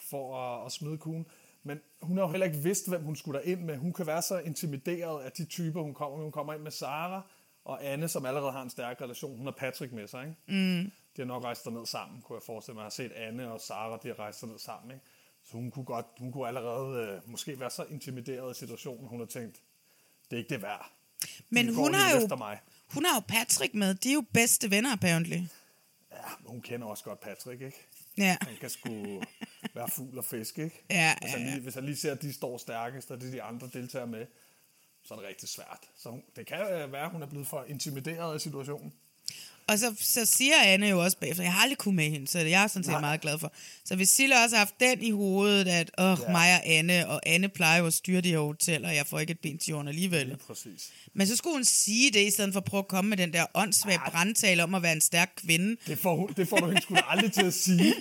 Speaker 2: for at, at smide kuglen. Men hun har jo heller ikke vidst, hvem hun skulle ind med. Hun kan være så intimideret af de typer, hun kommer med. Hun kommer ind med Sara og Anne, som allerede har en stærk relation. Hun har Patrick med sig, ikke?
Speaker 1: Mm.
Speaker 2: De har nok rejst derned sammen, kunne jeg forestille mig. Jeg har set Anne og Sara, de har rejst derned sammen. Ikke? Så hun kunne, godt, hun kunne allerede øh, måske være så intimideret i situationen, hun har tænkt, det er ikke det værd.
Speaker 1: Men
Speaker 2: De går
Speaker 1: hun
Speaker 2: lige
Speaker 1: har jo-
Speaker 2: efter mig.
Speaker 1: Hun har jo Patrick med. De er jo bedste venner, apparently.
Speaker 2: Ja, men hun kender også godt Patrick, ikke?
Speaker 1: Ja.
Speaker 2: Han kan sgu være fugl og fisk, ikke?
Speaker 1: Ja,
Speaker 2: hvis, han
Speaker 1: ja, ja.
Speaker 2: lige, hvis han lige ser, at de står stærkest, og det er de andre deltager med, så er det rigtig svært. Så hun, det kan øh, være, at hun er blevet for intimideret af situationen.
Speaker 1: Og så, så siger Anne jo også bagefter, jeg har aldrig kunnet med hende, så det er jeg sådan set
Speaker 2: Nej.
Speaker 1: meget glad for. Så hvis Silla også har haft den i hovedet, at åh,
Speaker 2: Ja.
Speaker 1: ja. mig og Anne, og Anne plejer jo at styre det her hotel, og jeg får ikke et ben til jorden alligevel.
Speaker 2: Præcis.
Speaker 1: Men så skulle hun sige det, i stedet for at prøve at komme med den der åndssvage
Speaker 2: Ah.
Speaker 1: brandtale om at være en stærk kvinde.
Speaker 2: Det får, hun, det får du hende sgu da aldrig til at sige.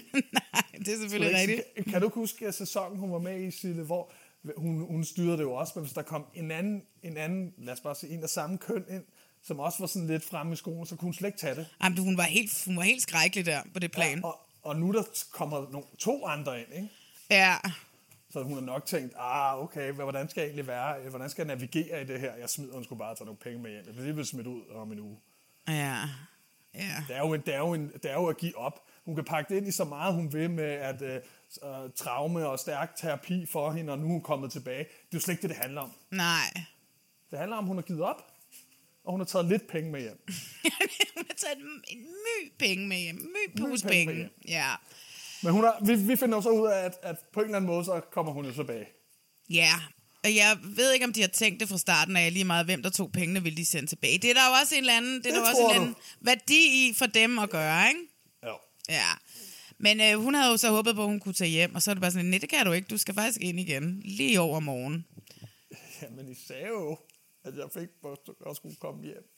Speaker 1: det er selvfølgelig rigtigt.
Speaker 2: Kan, kan du ikke huske at sæsonen, hun var med i, Sille, hvor hun, hun styrede det jo også, men hvis der kom en anden, en anden, lad os bare sige, en af samme køn ind, som også var sådan lidt fremme i skolen, så kunne hun slet ikke tage det.
Speaker 1: Jamen, du, hun var helt, hun var helt skrækkelig der på det plan.
Speaker 2: Ja, og, og nu er der kommer nogle, to andre ind, ikke?
Speaker 1: Ja.
Speaker 2: Så hun har nok tænkt, ah, okay, hvad- hvordan skal jeg egentlig være? Hvordan skal jeg navigere i det her? Jeg smider hun skulle bare tage nogle penge med hjem. Jeg bliver alligevel smidt ud om en uge.
Speaker 1: Ja. Ja.
Speaker 2: Det er, jo, en- det, er jo en, det er jo at give op. Hun kan pakke det ind i så meget, hun vil med at øh, s- øh, traume og stærk terapi for hende, og nu er hun kommet tilbage. Det er jo slet ikke det, det handler om.
Speaker 1: Nej.
Speaker 2: Det handler om, at hun har givet op, og hun har taget lidt penge med hjem.
Speaker 1: hun har taget en, en my penge med hjem. My pose
Speaker 2: penge med
Speaker 1: penge.
Speaker 2: hjem.
Speaker 1: Ja.
Speaker 2: Men hun har, vi, vi finder jo så ud af, at, at på en eller anden måde, så kommer hun jo tilbage.
Speaker 1: Ja, og jeg ved ikke, om de har tænkt det fra starten af lige meget, hvem der tog pengene, vil de sende tilbage. Det er der jo også en eller anden, det er
Speaker 2: Det
Speaker 1: der jo også
Speaker 2: tror
Speaker 1: en eller
Speaker 2: du.
Speaker 1: anden værdi i for dem at gøre, ikke?
Speaker 2: Ja.
Speaker 1: Ja. Men øh, hun havde jo så håbet på, at hun kunne tage hjem, og så er det bare sådan, nej, det kan du ikke, du skal faktisk ind igen, lige over morgen.
Speaker 2: Jamen, I sagde jo, at jeg fik at skulle komme hjem.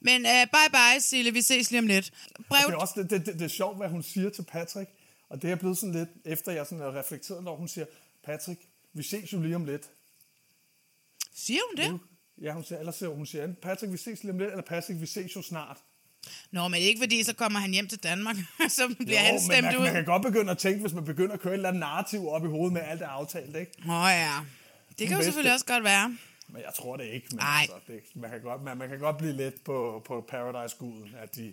Speaker 1: Men øh, bye bye, Sille, vi ses lige om lidt. Brev...
Speaker 2: Og det er også det, det, det, det er sjovt, hvad hun siger til Patrick. Og det er blevet sådan lidt, efter jeg sådan har reflekteret, når hun siger, Patrick, vi ses jo lige om lidt.
Speaker 1: Siger hun det?
Speaker 2: Ja, hun siger, ellers siger hun siger, enten, Patrick, vi ses lige om lidt, eller Patrick, vi ses jo snart.
Speaker 1: Nå, men ikke fordi, så kommer han hjem til Danmark, og så bliver han
Speaker 2: men
Speaker 1: stemt
Speaker 2: man,
Speaker 1: ud.
Speaker 2: man kan godt begynde at tænke, hvis man begynder at køre et eller andet narrativ op i hovedet med alt er aftalt, ikke?
Speaker 1: Nå ja, det kan jo
Speaker 2: vidste
Speaker 1: selvfølgelig
Speaker 2: det.
Speaker 1: også godt være.
Speaker 2: Men jeg tror det ikke, men
Speaker 1: Ej.
Speaker 2: altså, det, man, kan godt, man, man kan godt blive lidt på, på Paradise-guden, at de...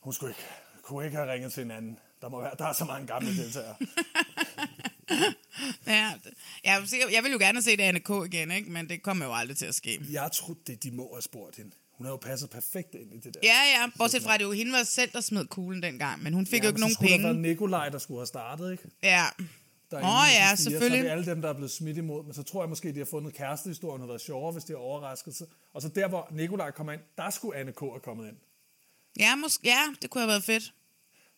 Speaker 2: Hun skulle ikke, kunne ikke have ringet til hinanden. Der, må være, der er så mange gamle deltagere.
Speaker 1: Ja, jeg, er sikker- jeg vil jo gerne se det Anne K. igen, ikke? men det kommer jo aldrig til at ske.
Speaker 2: Jeg tror, det de må have spurgt hende. Hun har jo passet perfekt ind i det der.
Speaker 1: Ja, ja, bortset fra, at det jo hende var selv, der smed kuglen dengang, men hun fik ja, jo ikke nogen
Speaker 2: Det var
Speaker 1: penge.
Speaker 2: Nikolaj, der skulle have startet, ikke?
Speaker 1: Ja.
Speaker 2: Der er en
Speaker 1: Nå
Speaker 2: af de fire, Så
Speaker 1: ja,
Speaker 2: er det
Speaker 1: selvfølgelig.
Speaker 2: alle dem, der er blevet smidt imod, men så tror jeg måske, de har fundet kærestehistorien og været sjovere, hvis de har overrasket sig. Og så der, hvor Nikolaj kommer ind, der skulle Anne K. have kommet ind.
Speaker 1: Ja, måske, ja, det kunne have været fedt.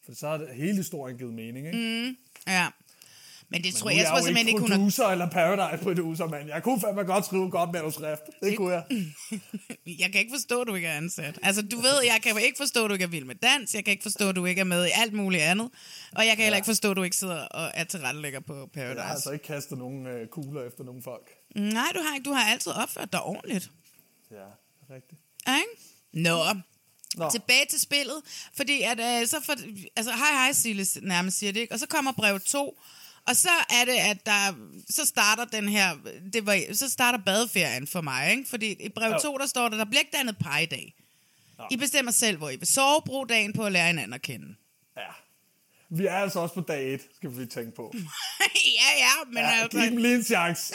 Speaker 2: For så har det- hele historien givet mening, ikke?
Speaker 1: Mm, ja. Men det
Speaker 2: Men nu
Speaker 1: tror jeg,
Speaker 2: er
Speaker 1: jeg tror
Speaker 2: jo
Speaker 1: simpelthen ikke, hun har...
Speaker 2: producer eller Paradise producer, mand. Jeg kunne fandme godt skrive godt manuskript. Det kunne jeg.
Speaker 1: Mm. Jeg kan ikke forstå, at du ikke er ansat. Altså, du ved, jeg kan jo ikke forstå, at du ikke er vild med dans. Jeg kan ikke forstå, at du ikke er med i alt muligt andet. Og jeg kan heller ikke forstå, at du ikke sidder og er tilrettelægger på
Speaker 2: Jeg har altså
Speaker 1: Paradise.
Speaker 2: ikke kastet nogen øh, kugler efter nogen folk.
Speaker 1: Nej, du har ikke. Du har altid opført dig ordentligt.
Speaker 2: Ja, rigtigt.
Speaker 1: Ja, Ikke? Nå.
Speaker 2: Nå.
Speaker 1: Nå. Tilbage til spillet, fordi at, øh, så for, altså, hej hej Sille nærmest siger det, ikke? og så kommer brev 2, og så er det, at der, så starter den her, det var, så starter badeferien for mig, ikke? fordi i brev
Speaker 9: Jo.
Speaker 1: 2, der står der, der bliver ikke dannet par i dag.
Speaker 2: Nå.
Speaker 1: I bestemmer selv, hvor I vil sove, brug dagen på at lære hinanden at kende.
Speaker 2: Ja. Vi er altså også på dag 1, skal vi lige tænke
Speaker 1: Mm.
Speaker 2: på.
Speaker 1: ja, ja, men, ja,
Speaker 2: Ja, giv dem
Speaker 1: altså,
Speaker 2: lige en chance.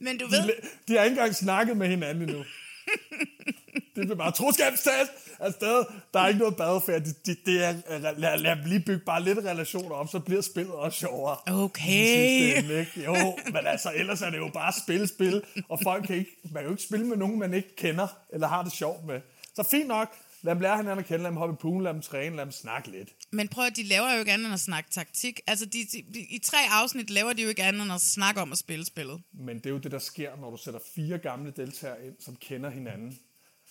Speaker 1: men du ved,
Speaker 2: De, de har ikke engang snakket med hinanden endnu. det bliver bare troskabstest afsted. Der er ikke noget badefærd. Det, det, det er, lad, lad, lad dem lige bygge bare lidt relationer op, så bliver spillet også sjovere.
Speaker 1: Okay.
Speaker 2: I sidste ende, ikke? Jo, men altså, ellers er det jo bare spil, spil. Og folk kan ikke, man kan jo ikke spille med nogen, man ikke kender, eller har det sjovt med. Så fint nok, lad dem lære hinanden at kende, lad dem hoppe i poolen, lad dem træne, lad dem snakke lidt.
Speaker 1: Men prøv at de laver jo ikke andet end at snakke taktik. Altså, de, de, i tre afsnit laver de jo ikke andet end at snakke om at spille spillet.
Speaker 2: Men det er jo det, der sker, når du sætter fire gamle deltagere ind, som kender hinanden.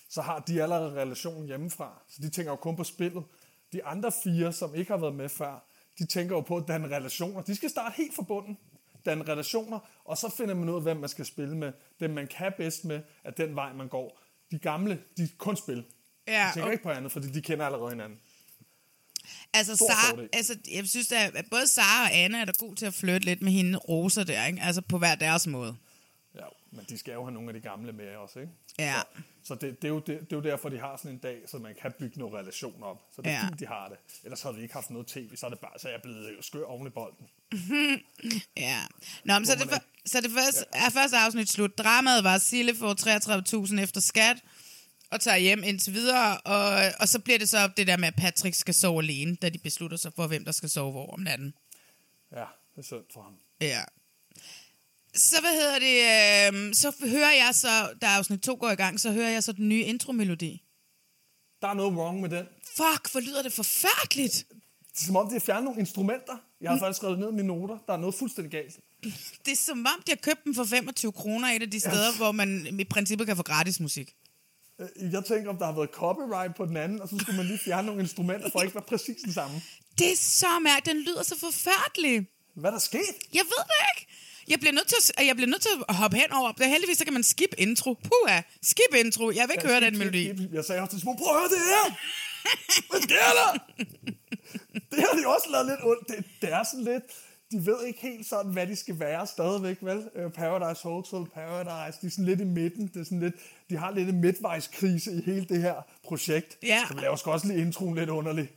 Speaker 2: Så har de allerede relationen hjemmefra, så de tænker jo kun på spillet. De andre fire, som ikke har været med før, de tænker jo på at danne relationer. De skal starte helt fra bunden. danne relationer, og så finder man ud af, hvem man skal spille med, dem man kan bedst med, at den vej man går. De gamle, de kan kun spille.
Speaker 1: Ja,
Speaker 2: de tænker
Speaker 1: og-
Speaker 2: ikke på andet, fordi de kender allerede hinanden.
Speaker 1: Altså,
Speaker 2: Stor
Speaker 1: Sara,
Speaker 2: fordel.
Speaker 1: altså, jeg synes, at at både Sara og Anna er da god til at flytte lidt med hende Rosa der, ikke? Altså, på hver deres måde.
Speaker 2: Ja, men de skal jo have nogle af de gamle med også, ikke?
Speaker 1: Ja.
Speaker 2: Så det, det, er jo, det, det er jo derfor, de har sådan en dag, så man kan bygge nogle relationer op. Så det er
Speaker 1: Ja.
Speaker 2: ja. fint, de har det. Ellers havde vi ikke haft noget tv, så er, det bare, så er jeg blevet skør oven i bolden.
Speaker 1: ja. Nå, men så det, for, så det første, ja. er første afsnit slut. Dramaet var, at Sille får 33.000 efter skat, og tager hjem indtil videre, og, og så bliver det så det der med, at Patrick skal sove alene, da de beslutter sig for, hvem der skal sove hvor om natten.
Speaker 2: Ja, det er synd for ham.
Speaker 1: Ja. Så hvad hedder det, øh, så hører jeg så, da afsnit 2 går i gang, så hører jeg så den nye intromelodi.
Speaker 2: Der er noget wrong med den.
Speaker 1: Fuck, hvor lyder det forfærdeligt.
Speaker 2: Det er som om, de har fjernet nogle instrumenter. Jeg har faktisk skrevet ned i mine noter. Der er noget fuldstændig galt.
Speaker 1: Det er som om, de har købt dem for 25 kroner et af de steder, ja. hvor man i princippet kan få gratis musik.
Speaker 2: Øh, Jeg tænker, om der har været copyright på den anden, og så skulle man lige fjerne nogle instrumenter, for at ikke være præcis den samme.
Speaker 1: Det er så mærkeligt, den lyder så forfærdelig.
Speaker 2: Hvad er der sket?
Speaker 1: Jeg ved det ikke. Jeg bliver nødt til at, jeg bliver nødt til at hoppe hen over. Heldigvis så kan man skip intro. Puha, skip intro. Jeg vil ikke ja, høre den melodi.
Speaker 2: Jeg sagde også til Simon, prøv at høre det her! Hvad sker der? Det har de også lavet lidt ondt. Det, det er sådan lidt, de ved ikke helt sådan, hvad de skal være stadigvæk, vel? Øh, Paradise Hotel, Paradise, de er sådan lidt i midten. Det er sådan lidt, de har lidt en midtvejskrise i hele det her projekt.
Speaker 1: Ja.
Speaker 2: Så man laver sgu også lige introen lidt underlig.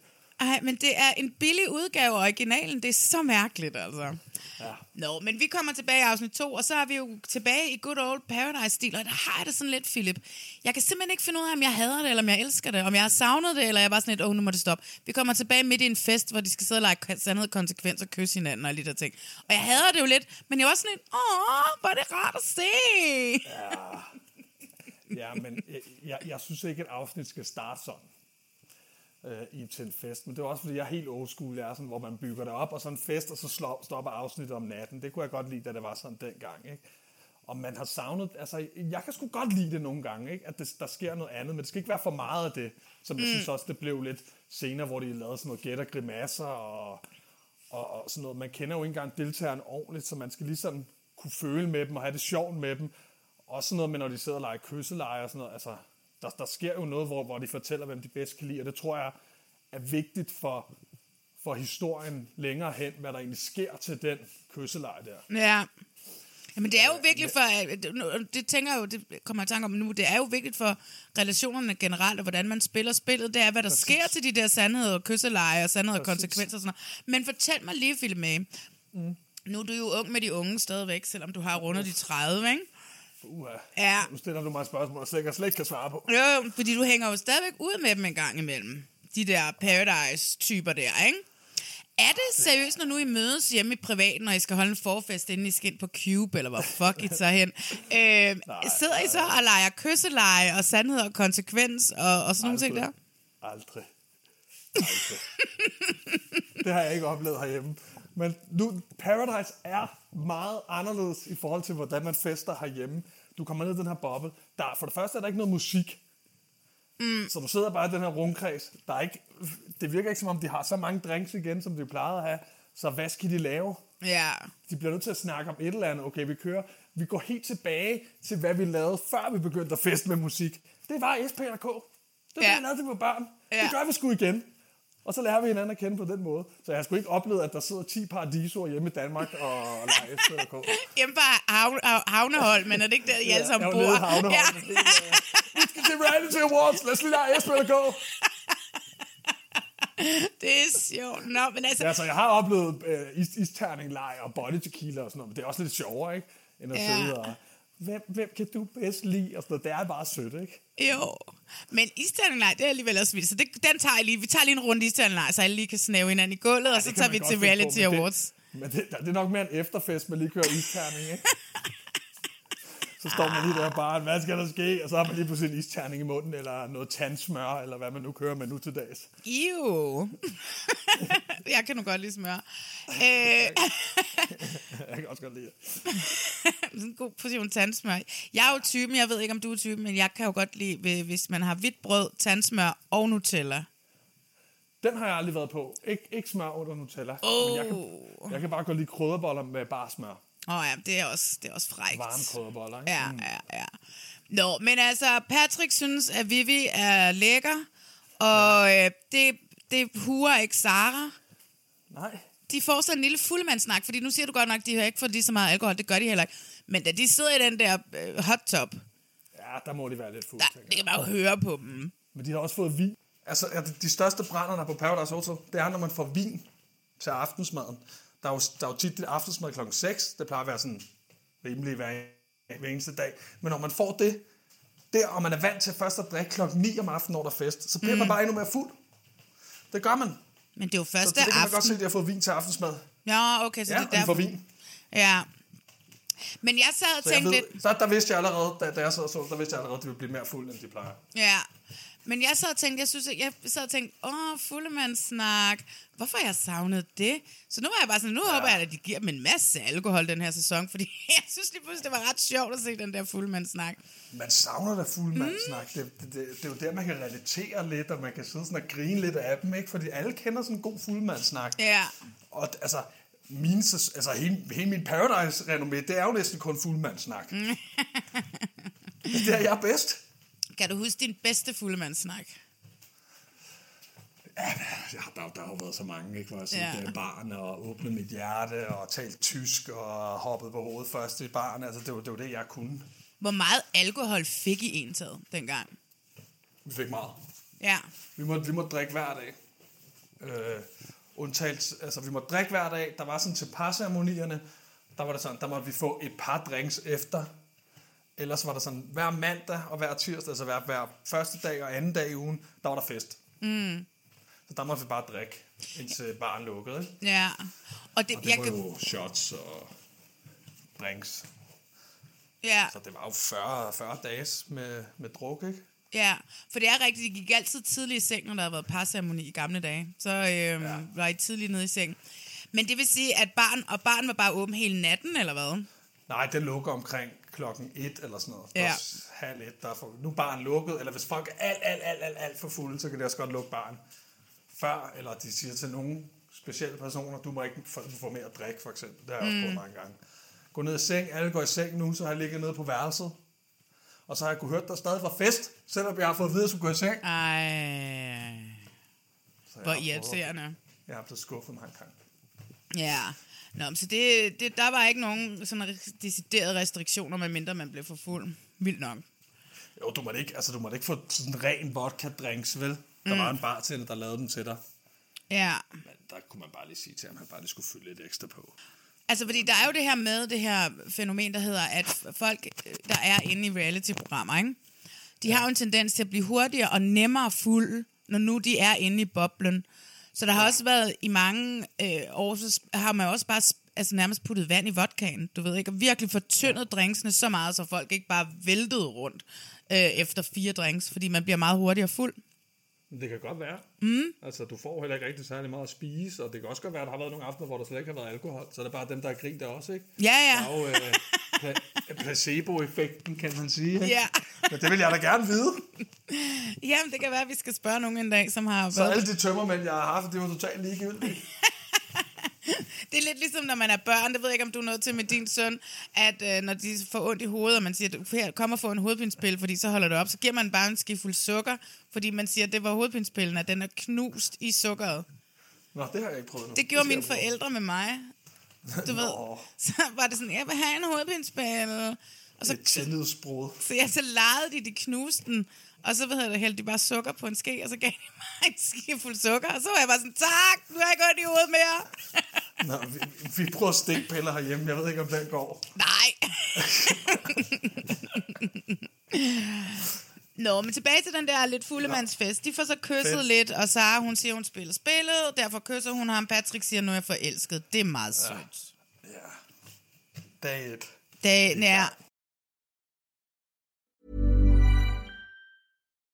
Speaker 1: Ej, men det er en billig udgave af originalen. Det er så mærkeligt, altså. Ja. Nå, men vi kommer tilbage i afsnit 2, og så er vi jo tilbage i good old Paradise-stil, og der har jeg det sådan lidt, Philip. Jeg kan simpelthen ikke finde ud af, om jeg hader det, eller om jeg elsker det, om jeg har savnet det, eller jeg er bare sådan lidt, åh, oh, nu må det stoppe. Vi kommer tilbage midt i en fest, hvor de skal sidde og lege sandhed, konsekvenser, kysse hinanden og alle de der ting. Og jeg hader det jo lidt, men jeg var sådan lidt, åh, hvor er det rart at se.
Speaker 2: Ja, men jeg, jeg, jeg synes ikke, at afsnit skal starte sådan øh, i til en fest. Men det er også, fordi jeg er helt old school. Jeg er sådan, hvor man bygger det op, og så en fest, og så slå- stopper afsnittet om natten. Det kunne jeg godt lide, da det var sådan dengang. Ikke? Og man har savnet... Altså, jeg kan sgu godt lide det nogle gange, ikke? at det, der sker noget andet, men det skal ikke være for meget af det, som jeg
Speaker 1: Mm.
Speaker 2: synes også, det blev lidt senere, hvor de lavede sådan noget gæt og grimasser og, og, og sådan noget. Man kender jo ikke engang deltagerne ordentligt, så man skal ligesom kunne føle med dem og have det sjovt med dem. Også sådan noget med, når de sidder og leger kysseleje og sådan noget. Altså, der, der sker jo noget, hvor, hvor de fortæller, hvem de bedst kan lide, og det tror jeg er vigtigt for, for historien længere hen, hvad der egentlig sker til den kysseleje der.
Speaker 1: Ja. Jamen, det er jo virkelig for, at- nu- det tænker jeg jo, det kommer jeg i tanke om nu, det er jo vigtigt for relationerne generelt, og hvordan man spiller spillet, det er, hvad der Præcis. sker til de der sandheder og kysseleje og sandheder og
Speaker 9: Præcis.
Speaker 1: konsekvenser og sådan noget. Men fortæl mig lige, Philip May, mm. nu er du jo ung med de unge stadigvæk, selvom du har rundet de 30, ikke?
Speaker 2: Uha.
Speaker 1: Ja.
Speaker 2: Nu stiller du mig et spørgsmål, som jeg slet ikke kan svare på.
Speaker 1: Jo, fordi du hænger jo stadigvæk ud med dem en gang imellem. De der Paradise-typer der, ikke? Er det seriøst, når nu I mødes hjemme i privaten, og I skal holde en forfest, inden I skal ind på Cube, eller hvor fuck I tager hen? Øh, sidder I så og leger kysseleje og sandhed og konsekvens og, og sådan nogle ting der?
Speaker 2: Aldrig. Aldrig. Aldrig. det har jeg ikke oplevet herhjemme. Men nu, Paradise er meget anderledes i forhold til, hvordan man fester herhjemme. Du kommer ned i den her boble. Der, er- for det første er der ikke noget musik. Mm. Så du sidder bare i den her rundkreds. Der er ikke, det virker ikke, som om de har så mange drinks igen, som de plejede at have. Så hvad skal de lave?
Speaker 1: Ja.
Speaker 2: De bliver nødt til at snakke om et eller andet. Okay, vi kører. Vi går helt tilbage til, hvad vi lavede, før vi begyndte at feste med musik. Det var SP og K. Det var ja. det, vi lavede, da vi var børn. Ja. Det gør vi sgu igen. Og så lærer vi hinanden at kende på den måde. Så jeg har sgu ikke oplevet, at der sidder 10 paradisoer hjemme i Danmark og leger SP og K.
Speaker 1: Hjemme på havne, Havnehold, men er det ikke der, I alle sammen
Speaker 2: jeg
Speaker 1: bor?
Speaker 2: var nede i Havnehold. øh, Vi skal til reality awards. Lad os lige lege SP og K.
Speaker 1: Det er sjovt. Nå, men altså...
Speaker 2: Ja, altså, jeg har oplevet øh, is- isterninglej og body tequila og sådan noget, men det er også lidt sjovere, ikke? End at
Speaker 1: Ja.
Speaker 2: ja. sidde og... Hvem, hvem kan du bedst lide? Og sådan noget. Det er bare sødt, ikke?
Speaker 1: Jo, men isterninglej, det er alligevel også vildt. Så det, den tager jeg lige. Vi tager lige en runde isterninglej, så alle lige kan snæve hinanden i gulvet, ja, og så
Speaker 2: Det kan
Speaker 1: tager
Speaker 2: man
Speaker 1: vi
Speaker 2: godt
Speaker 1: til
Speaker 2: finde på,
Speaker 1: Reality
Speaker 2: men
Speaker 1: Awards.
Speaker 2: Det, men det, det, er nok mere en efterfest, man lige kører isterning, ikke? Så står man lige der bare, hvad skal der ske? Og så har man lige pludselig en isterning i munden, eller noget tandsmør, eller hvad man nu kører med nu til dags.
Speaker 1: Jo. jeg kan nu godt lide smør. Øh,
Speaker 2: jeg kan også godt lide det.
Speaker 1: sådan en god portion tandsmør. Jeg er jo typen, jeg ved ikke, om du er typen, men jeg kan jo godt lide, hvi- hvis man har hvidt brød, tandsmør og Nutella.
Speaker 2: Den har jeg
Speaker 1: Oh.
Speaker 2: aldrig været på. Ik- ikke smør under Nutella. Men jeg, kan, jeg kan bare godt lide krydderboller med bare smør.
Speaker 1: Åh oh, ja, det er også, det er også frækt.
Speaker 2: Varmprøvede boller, ikke?
Speaker 1: Ja, ja, ja. Nå, men altså, Patrick synes, at Vivi er lækker, og øh, det, det huer ikke Sara.
Speaker 2: Nej.
Speaker 1: De får sådan en lille fuldmandsnak, fordi nu siger du godt nok, at de har ikke fået lige så meget alkohol, det gør de heller ikke. Men da de sidder i den der øh, hot tub,
Speaker 2: Ja, der må de være lidt fulde.
Speaker 1: der, det kan man jo høre på dem.
Speaker 2: Men de har også fået vin. Altså, er det de største brænderne på Paradise Hotel, det er, når man får vin til aftensmaden. Der er jo, der er jo tit det aftensmad klokken 6. Det plejer at være sådan rimelig hver, hver eneste dag. Men når man får det, der, og man er vant til først at drikke klokken 9 om aftenen, når der er fest, så bliver mm. man bare endnu mere fuld. Det gør man.
Speaker 1: Men Altså, det er jo
Speaker 2: Så det
Speaker 1: første
Speaker 2: kan man godt se,
Speaker 1: aften.
Speaker 2: at de har fået vin til aftensmad.
Speaker 1: Ja, okay, så
Speaker 2: Ja,
Speaker 1: det er
Speaker 2: og de får
Speaker 1: derfor.
Speaker 2: vin.
Speaker 1: Ja. Men jeg sad og
Speaker 2: Så, jeg
Speaker 1: tænkte lidt...
Speaker 2: ved, så der vidste jeg allerede, da, da jeg sad og så, der vidste jeg allerede, at de ville blive mere fulde, end de plejer.
Speaker 1: Ja. Men jeg sad og tænkte, jeg, synes, at jeg sad og tænkte, åh, fuldemandssnak, hvorfor har jeg savnet det? Så nu var jeg bare sådan, nu ja. håber jeg, at de giver dem en masse alkohol den her sæson, fordi jeg synes lige pludselig, det var ret sjovt at se den der fuldemandssnak.
Speaker 2: Man savner da fuldmandssnak. Mm. Det, det, det, det er jo der, man kan relatere lidt, og man kan sidde sådan og grine lidt af dem, ikke? Fordi alle kender sådan en god fuldmandssnak.
Speaker 1: Ja.
Speaker 2: Og d- altså, min, sæs- altså hele, hele min Paradise-renommé, det er jo næsten kun fuldmandssnak. Mm. det er jeg bedst.
Speaker 1: Kan du huske din bedste fuldemandssnak?
Speaker 2: Ja, der, der har jo været så mange, ikke? Hvor jeg
Speaker 1: Ja.
Speaker 2: ja. barn og åbnet mit hjerte og talt tysk og hoppet på hovedet først i barn. Altså, det var det, var det jeg kunne.
Speaker 1: Hvor meget alkohol fik I indtaget dengang?
Speaker 2: Vi fik meget.
Speaker 1: Ja.
Speaker 2: Vi måtte, vi måtte drikke hver dag. Øh, undtagelse, altså vi måtte drikke hver dag. Der var sådan til parceremonierne, der var det sådan, der måtte vi få et par drinks efter. Ellers var der sådan, hver mandag og hver tirsdag, altså hver, hver første dag og anden dag i ugen, der var der fest. Mm. Så der måtte vi bare drikke, indtil baren lukkede. ikke?
Speaker 1: Ja. Og det,
Speaker 2: Og
Speaker 1: jeg
Speaker 2: det var
Speaker 1: kan,
Speaker 2: jo shots og drinks.
Speaker 1: ja,
Speaker 2: Så det var jo 40, 40 dages med, med druk, ikke?
Speaker 1: ja, for det er rigtigt, de gik altid tidligt i seng, når der havde været parceremoni i gamle dage. Så øhm, ja. var I tidligt nede i seng. Men det vil sige, at barn og barn var bare åben hele natten, eller hvad?
Speaker 2: Nej, det lukker omkring klokken 1 eller sådan noget.
Speaker 1: Ja.
Speaker 2: Ja. Halv et, der er for, nu er baren lukket, eller hvis folk er alt, alt, alt, alt, alt for fulde, så kan de også godt lukke baren. Før, eller de siger til nogle specielle personer, du må ikke få, få mere at drikke, for eksempel. Det har jeg også
Speaker 1: Mm.
Speaker 2: prøvet mange gange. Gå ned i seng, alle går i seng nu, så har jeg ligget nede på værelset. Og så har jeg kunne hørt, der stadig var fest, selvom jeg har fået at vide, at jeg skulle gå i seng.
Speaker 1: Ej,
Speaker 2: Så jeg
Speaker 1: hvor
Speaker 2: har prøvet-
Speaker 1: irriterende.
Speaker 2: Jeg er blevet skuffet mange gange.
Speaker 1: Ja. Nå, men så det, det, der var ikke nogen sådan deciderede restriktioner, medmindre man blev for fuld. Vildt nok.
Speaker 2: Jo, du måtte ikke, altså, du måtte ikke få sådan ren vodka-drinks, vel?
Speaker 1: Mm.
Speaker 2: Der var en bartender, der lavede dem til dig.
Speaker 1: Ja.
Speaker 2: Men der kunne man bare lige sige til ham, at han bare lige skulle fylde lidt ekstra på.
Speaker 1: Altså, fordi der er jo det her med, det her fænomen, der hedder, at folk, øh, der er inde i reality-programmer, ikke? de har jo en tendens til at blive hurtigere og nemmere fuld, når nu de er inde i boblen. Så der har også været i mange øh, år, så sp- har man jo også bare sp- altså nærmest puttet vand i vodkaen, du ved ikke, og virkelig fortyndet drinksene så meget, så folk ikke bare væltede rundt øh, efter fire drinks, fordi man bliver meget hurtigere fuld.
Speaker 2: Det kan godt være. Mm. Altså, du får heller ikke rigtig særlig meget at spise, og det kan også godt være, at der har været nogle aftener, hvor der slet ikke har været alkohol, så er det bare dem, der har grint der også, ikke?
Speaker 1: Ja, ja.
Speaker 2: Der er jo øh, pla- placebo-effekten, kan man sige. ikke?
Speaker 1: Ja.
Speaker 2: Men det vil jeg da gerne vide.
Speaker 1: Jamen, det kan være, at vi skal spørge nogen en dag, som har været...
Speaker 2: Så alle de tømmermænd, jeg har haft, det var totalt ligegyldigt.
Speaker 1: Det er lidt ligesom, når man er børn, det ved jeg ikke, om du er nået til med din søn, at øh, når de får ondt i hovedet, og man siger, "Du, her, kom og få en hovedpinspille, fordi så holder det op, så giver man bare en skifuld sukker, fordi man siger, det var hovedpinspillen, at den er knust i sukkeret.
Speaker 2: Nå, det har jeg ikke prøvet nu.
Speaker 1: Det gjorde
Speaker 2: skal
Speaker 1: mine
Speaker 2: jeg prøve.
Speaker 1: forældre med mig. Du ved,
Speaker 2: Nå.
Speaker 1: så var det sådan, jeg vil have en hovedpinspille. Og så,
Speaker 2: Et tillidsbrud.
Speaker 1: så, ja, så legede de, de knuste den, og så hvad hedder det, hældte de bare sukker på en ske, og så gav de mig en skifuld sukker, og så var jeg bare sådan, tak, nu har jeg ikke ondt i hovedet mere.
Speaker 2: Nå, vi, vi bruger stikpiller herhjemme, jeg ved ikke, om den går.
Speaker 1: Nej. Nå, men tilbage til den der lidt fuldemandsfest. De får så kysset
Speaker 2: Fedt.
Speaker 1: lidt, og Sara, hun siger, hun spiller spillet, derfor kysser hun ham. Patrick siger, nu er jeg forelsket. Det er meget sødt.
Speaker 2: Ja. Dag et.
Speaker 1: Dagen er...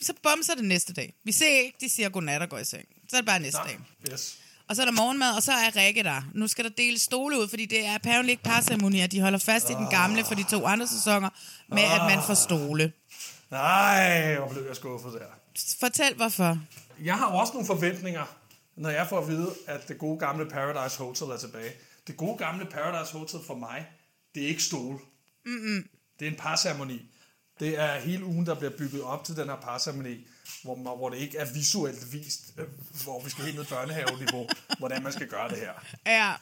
Speaker 1: Så bomser det næste dag. Vi ser ikke, de siger godnat og går i seng. Så er det bare næste dag.
Speaker 2: Yes.
Speaker 1: Og så er der morgenmad, og så er Rikke der. Nu skal der deles stole ud, fordi det er apparently ikke parceremonier. De holder fast i den gamle for de to andre sæsoner, med at man får stole.
Speaker 2: Nej, hvor blev jeg skuffet der.
Speaker 1: Fortæl hvorfor.
Speaker 2: Jeg har jo også nogle forventninger, når jeg får at vide, at det gode gamle Paradise Hotel er tilbage. Det gode gamle Paradise Hotel for mig, det er ikke stol.
Speaker 1: Mm-mm.
Speaker 2: Det er en parceremoni. Det er hele ugen, der bliver bygget op til den her parceremoni, hvor, man- hvor det ikke er visuelt vist, øh, hvor vi skal helt ned i børnehaveniveau, hvordan man skal gøre det her.
Speaker 1: Ja.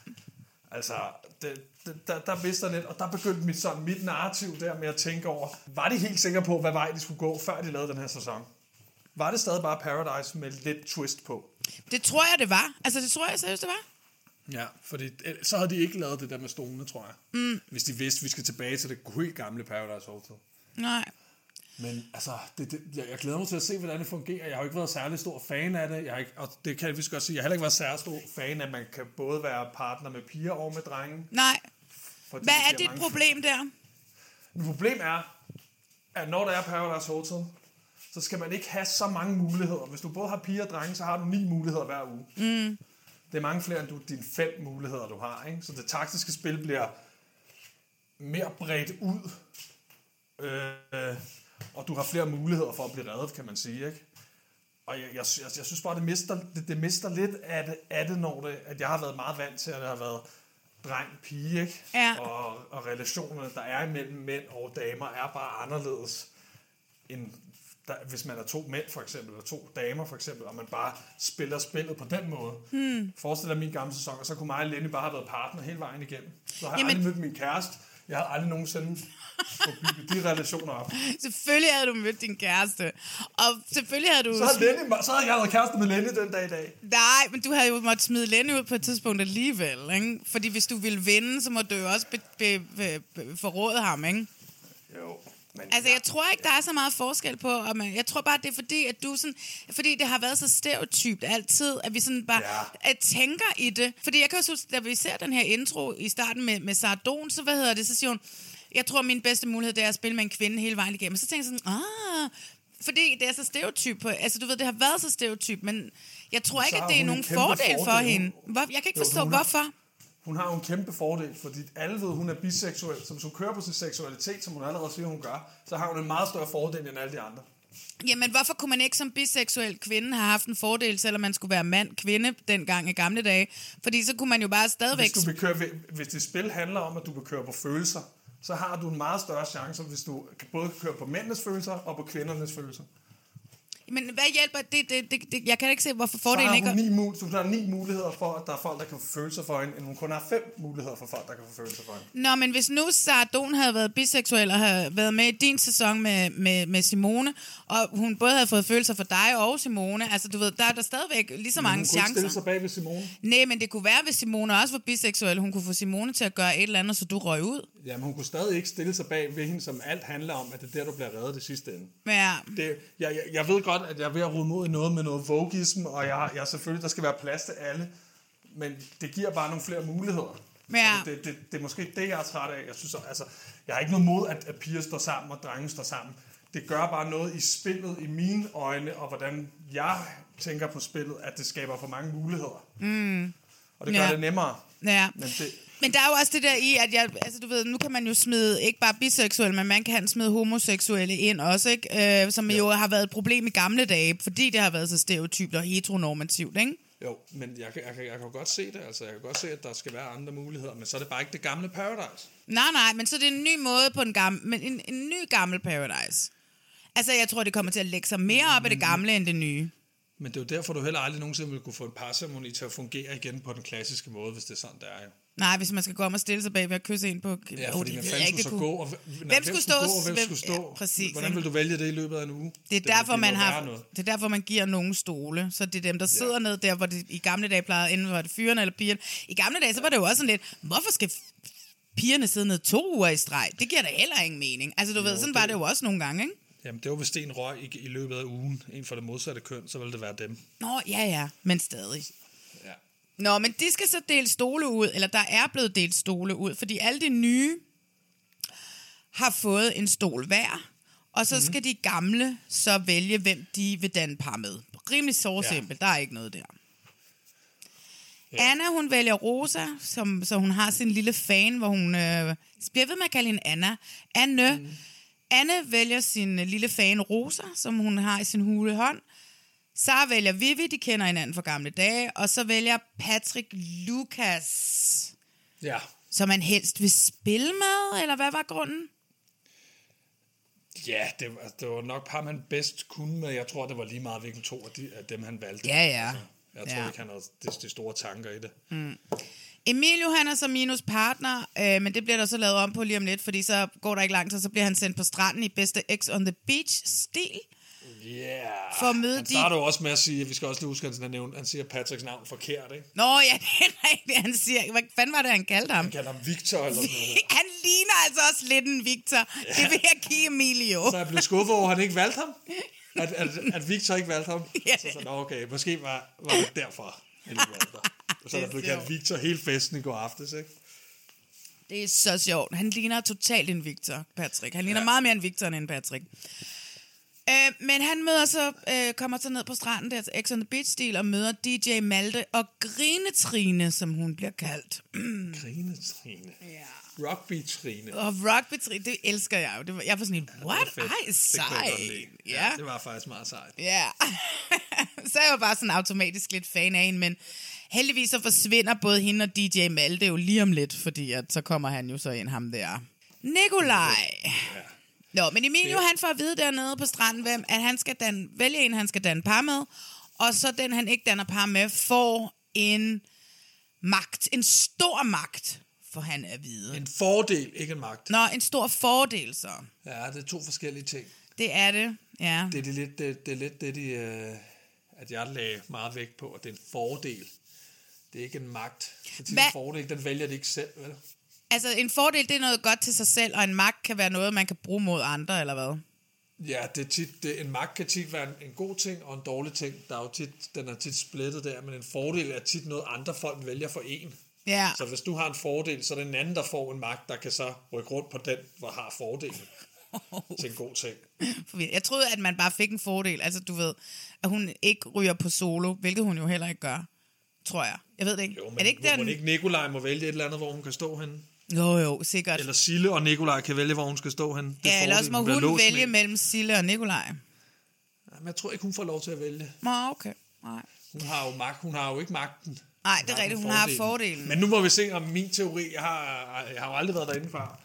Speaker 2: Altså, det, det, der, der vidste jeg lidt, og der begyndte mit, sådan, mit narrativ der med at tænke over, var de helt sikre på, hvad vej de skulle gå, før de lavede den her sæson? Var det stadig bare Paradise med lidt twist på?
Speaker 1: Det tror jeg, det var. Altså, det tror jeg seriøst, det var.
Speaker 2: Ja, fordi el- så havde de ikke lavet det der med stolene, tror jeg.
Speaker 1: Mm.
Speaker 2: Hvis de vidste, at vi skal tilbage til det helt gamle Paradise Hotel.
Speaker 1: Nej.
Speaker 2: Men altså, det, det, jeg, jeg glæder mig til at se, hvordan det fungerer. Jeg har jo ikke været særlig stor fan af det, jeg har ikke, og det kan jeg vist godt sige. Jeg har heller ikke været særlig stor fan af, at man kan både være partner med piger og med drenge.
Speaker 1: Nej.
Speaker 2: Fordi
Speaker 1: Hvad
Speaker 2: det giver
Speaker 1: er dit
Speaker 2: mange-
Speaker 1: problem der?
Speaker 2: Mit problem er, at når der er Paradise Hotel, så skal man ikke have så mange muligheder. Hvis du både har piger og drenge, så har du ni muligheder hver uge.
Speaker 1: Mm.
Speaker 2: Det er mange flere end du, dine fem muligheder, du har. Ikke? Så det taktiske spil bliver mere bredt ud, øh, og du har flere muligheder for at blive reddet, kan man sige. Ikke? Og jeg, jeg, jeg, jeg synes bare, det mister, det, det mister lidt af det, af det, når det, at jeg har været meget vant til, at det har været dreng-pige, ikke?
Speaker 1: Ja.
Speaker 2: Og, og relationerne, der er imellem mænd og damer, er bare anderledes end der, hvis man er to mænd for eksempel, eller to damer for eksempel, og man bare spiller spillet på den måde.
Speaker 1: Hmm.
Speaker 2: Forestil dig min gamle sæson, og så kunne mig og Lenny bare have været partner hele vejen igennem. Så har jeg
Speaker 1: Jamen-
Speaker 2: aldrig mødt min kæreste. Jeg havde aldrig nogensinde fået bygget de relationer op.
Speaker 1: Selvfølgelig havde du mødt din kæreste. Og selvfølgelig havde du...
Speaker 2: Så havde, Lenny, så havde jeg været kæreste med Lenny den dag i dag.
Speaker 1: Nej, men du havde jo måttet smide Lenny ud på et tidspunkt alligevel, ikke? Fordi hvis du ville vinde, så må du jo også be- be- be- be- forråde ham, ikke?
Speaker 2: Jo. Men,
Speaker 1: Altså, jeg tror ikke, der er så meget forskel på, og man, jeg tror bare, det er fordi, at du sådan, fordi det har været så stereotypt altid, at vi sådan bare ja. at tænker i det. Fordi jeg kan også huske, da vi ser den her intro i starten med, med Sardon, så hvad hedder det, så siger hun, jeg tror, min bedste mulighed, det er at spille med en kvinde hele vejen igennem. Og så tænker jeg sådan, ah, fordi det er så stereotyp på, altså du ved, det har været så stereotyp, men jeg tror
Speaker 2: Men
Speaker 1: ikke,
Speaker 2: så
Speaker 1: at
Speaker 2: har
Speaker 1: det er
Speaker 2: hun en
Speaker 1: nogen
Speaker 2: kæmpe
Speaker 1: fordel for
Speaker 2: fordel.
Speaker 1: hende. Hvor, jeg kan ikke
Speaker 2: Jo,
Speaker 1: forstå,
Speaker 2: hun har-
Speaker 1: hvorfor.
Speaker 2: Hun har jo en kæmpe fordel, fordi alle ved, hun er biseksuel. Så hvis hun kører på sin seksualitet, som hun allerede siger, hun gør, så har hun en meget større fordel end alle de andre.
Speaker 1: Jamen, hvorfor kunne man ikke som biseksuel kvinde have haft en fordel, selvom man skulle være mand-kvinde dengang i gamle dage? Fordi så kunne man jo bare stadigvæk...
Speaker 2: Hvis, du vil køre, hvis dit spil handler om, at du vil køre på følelser, så har du en meget større chance, hvis du kan- både kan køre på mændenes følelser og på kvindernes følelser.
Speaker 1: Men hvad hjælper det? det, det, det jeg kan ikke se, hvorfor
Speaker 2: så
Speaker 1: fordelen
Speaker 2: har
Speaker 1: ikke...
Speaker 2: hun ni, mul- så hun har ni muligheder for, at der er folk, der kan få følelser for hende, end hun kun har fem muligheder for folk, der kan få følelser for hende.
Speaker 1: Nå, men hvis nu Sardon havde været biseksuel og havde været med i din sæson med, med, med Simone, og hun både havde fået følelser for dig og Simone, altså du ved, der er der stadigvæk lige så
Speaker 2: Men hun
Speaker 1: mange
Speaker 2: kunne ikke stille
Speaker 1: chancer.
Speaker 2: sig bag ved Simone.
Speaker 1: Nej, men det kunne være, hvis Simone også var biseksuel, hun kunne få Simone til at gøre et eller andet, så du røg ud.
Speaker 2: Jamen, hun kunne stadig ikke stille sig bag ved hende, som alt handler om, at det er der, du bliver reddet det sidste ende.
Speaker 1: Ja.
Speaker 2: Det, jeg, jeg, jeg ved godt, at jeg er ved at rode mod i noget med noget vogism, og jeg, jeg selvfølgelig, der skal være plads til alle, men det giver bare nogle flere muligheder.
Speaker 1: Ja.
Speaker 2: Og Det, det, det er måske det, jeg er træt af. Jeg, synes, altså, jeg har ikke noget mod, at, at piger står sammen og drenge står sammen. Det gør bare noget i spillet, i mine øjne, og hvordan jeg tænker på spillet, at det skaber for mange muligheder.
Speaker 1: Mm.
Speaker 2: Og det gør
Speaker 1: Ja.
Speaker 2: det nemmere.
Speaker 1: Ja.
Speaker 2: Men det,
Speaker 1: Men der er jo også det der i, at jeg, altså du ved, nu kan man jo smide ikke bare biseksuelle, men man kan smide homoseksuelle ind også, ikke? Øh, som jo har været et problem i gamle dage, fordi det har været så stereotypt og heteronormativt, ikke?
Speaker 2: Jo, men jeg, kan- jeg, kan- jeg kan jo godt se det. Altså, jeg kan godt se, at der skal være andre muligheder, men så er det bare ikke det gamle Paradise.
Speaker 1: Nej, nej, men så er det en ny måde på en, gammel, men en, en
Speaker 2: Mm.
Speaker 1: ny gammel paradise. Altså, jeg tror, det kommer til at lægge sig mere op af det gamle end det nye.
Speaker 2: Men det er jo derfor, du heller aldrig nogensinde vil kunne få en parceremoni til at fungere igen på den klassiske måde, hvis det er sådan, det er jo.
Speaker 1: Nej, hvis man skal gå om og stille sig bag ved at kysse en på...
Speaker 2: Ja,
Speaker 1: Jo,
Speaker 2: fordi
Speaker 1: det
Speaker 2: man fanden
Speaker 1: ved jeg
Speaker 2: skulle
Speaker 1: ikke,
Speaker 2: så gå,
Speaker 1: det kunne-
Speaker 2: og hvem,
Speaker 1: hvem skulle stå?
Speaker 2: gå, og hvem, skulle stå?
Speaker 1: Ja, præcis,
Speaker 2: Hvordan vil
Speaker 1: ikke?
Speaker 2: du vælge det i løbet af en uge?
Speaker 1: Det er
Speaker 2: ville
Speaker 1: derfor,
Speaker 2: blive
Speaker 1: man
Speaker 2: noget
Speaker 1: har,
Speaker 2: værre noget.
Speaker 1: det er derfor, man giver nogen stole. Så det er dem, der sidder ned der, hvor det i gamle dage plejede, enten var det fyrene eller pigerne. I gamle dage, så var det jo også sådan lidt, hvorfor skal f- pigerne sidde ned to uger i streg? Det giver da heller ingen mening. Altså, du jo, ved, sådan var det jo også nogle gange, ikke?
Speaker 2: Jamen, det var, hvis det en røg i, i løbet af ugen, en for det modsatte køn, så ville det være dem.
Speaker 1: Nå, ja, ja, men stadig.
Speaker 2: Ja.
Speaker 1: Nå, men de skal så dele stole ud, eller der er blevet delt stole ud, fordi alle de nye har fået en stol hver, og så mm. skal de gamle så vælge, hvem de vil danne par med. Rimelig sårsimpelt, ja. der er ikke noget der. Anna, hun vælger Rosa, som, så hun har sin lille fan, hvor hun øh, bliver ved med at kalde hende Anna. Anne, mm. Anne vælger sin øh, lille fan Rosa, som hun har i sin hule hånd. Sara vælger Vivi, de kender hinanden fra gamle dage. Og så vælger Patrick Lucas,
Speaker 2: Ja.
Speaker 1: som man helst vil spille med, eller hvad var grunden?
Speaker 2: Ja, det, var- det var nok ham, han bedst kunne med. Jeg tror, det var lige meget, hvilken to af, de, af dem, han valgte.
Speaker 1: Ja, ja.
Speaker 2: jeg tror
Speaker 1: Ja.
Speaker 2: ikke, han havde de, de store tanker i det.
Speaker 1: Mm. Emilio, han er så minus partner, øh, men det bliver der så lavet om på lige om lidt, fordi så går der ikke lang tid, så bliver han sendt på stranden i bedste X on the Beach-stil.
Speaker 2: Yeah.
Speaker 1: For at møde
Speaker 2: han
Speaker 1: de-
Speaker 2: starter jo også med at sige, at vi skal også lige huske, at han, nævner, han siger Patricks navn forkert, ikke?
Speaker 1: Nå, ja, det er rigtigt, han siger. Hvad fanden var det, han kaldte ham?
Speaker 2: Han kalder ham Victor eller sådan noget.
Speaker 1: Han ligner altså også lidt en Victor. Ja. Det vil jeg give Emilio.
Speaker 2: Så jeg blev skuffet over, at han ikke valgte ham. At, at, at Victor ikke valgte ham.
Speaker 1: Ja.
Speaker 2: Ja. Så sådan, "Nå, okay, måske var, var det derfor, han ikke valgte dig. Og Så er
Speaker 1: Det
Speaker 2: der
Speaker 1: er
Speaker 2: blevet
Speaker 1: sjovt.
Speaker 2: kaldt Victor hele festen i går aftes, ikke?
Speaker 1: Det er så sjovt. Han ligner totalt en Victor, Patrick. Han ligner ja. meget mere en Victor end en Patrick. Øh, men han møder så, øh, kommer så ned på stranden der til X on the Beach-stil og møder DJ Malte og Grinetrine, som hun bliver kaldt.
Speaker 2: Mm. Grinetrine. Ja. Rugby-trine.
Speaker 1: Og rugby det elsker jeg jo. Det var, jeg var sådan en, what?
Speaker 2: Det var fedt.
Speaker 1: Ej,
Speaker 2: Det kunne jeg
Speaker 1: sej.
Speaker 2: godt lide.
Speaker 1: Ja.
Speaker 2: Det var faktisk meget sejt.
Speaker 1: Ja. så er jeg jo bare sådan automatisk lidt fan af hende, men heldigvis så forsvinder både hende og DJ Malte jo lige om lidt, fordi at så kommer han jo så ind, ham der. Nikolaj. Nå, men Emilio, han får at vide dernede på stranden, hvem, at han skal danne, vælge en, han skal danne par med, og så den, han ikke danner par med, får en magt, en stor magt, for han er hvide.
Speaker 2: En fordel, ikke en magt.
Speaker 1: Nå, en stor fordel så.
Speaker 2: Ja, det er to forskellige ting.
Speaker 1: Det er det, ja.
Speaker 2: Det er det lidt det, det, er lidt det de, øh, at jeg lagde meget vægt på, at det er en fordel. Det er ikke en magt. Så tit
Speaker 1: Hvad-
Speaker 2: en fordel, den vælger de ikke selv, vel?
Speaker 1: Altså, en fordel, det er noget godt til sig selv, og en magt kan være noget, man kan bruge mod andre, eller hvad?
Speaker 2: Ja, det er tit, det, en magt kan tit være en, en god ting og en dårlig ting. Der er jo tit, den er tit splittet der, men en fordel er tit noget, andre folk vælger for en.
Speaker 1: Ja.
Speaker 2: Så hvis du har en fordel, så er det en anden, der får en magt, der kan så rykke rundt på den, hvor har fordelen til en god ting.
Speaker 1: Forvirret. Jeg troede, at man bare fik en fordel. Altså, du ved, at hun ikke ryger på solo, hvilket hun jo heller ikke gør, tror jeg. Jeg ved det ikke. Jo,
Speaker 2: Men
Speaker 1: er det ikke
Speaker 2: må
Speaker 1: den?
Speaker 2: ikke Nikolaj må vælge et eller andet, hvor hun kan stå henne?
Speaker 1: Jo, jo, sikkert.
Speaker 2: Eller Sille og Nikolaj kan vælge, hvor hun skal stå henne. Det er
Speaker 1: ja, eller også
Speaker 2: fordelen,
Speaker 1: må
Speaker 2: bliver
Speaker 1: hun
Speaker 2: låst
Speaker 1: vælge
Speaker 2: med.
Speaker 1: mellem Sille og Nikolaj.
Speaker 2: Jamen, jeg tror ikke, hun får lov til at vælge.
Speaker 1: Nå, okay. Nej.
Speaker 2: Hun har jo, magt, hun har jo ikke magten.
Speaker 1: Nej, det er rigtigt, hun har fordelen.
Speaker 2: Men nu må vi se, om min teori... Jeg har, jeg har jo aldrig været derinde før.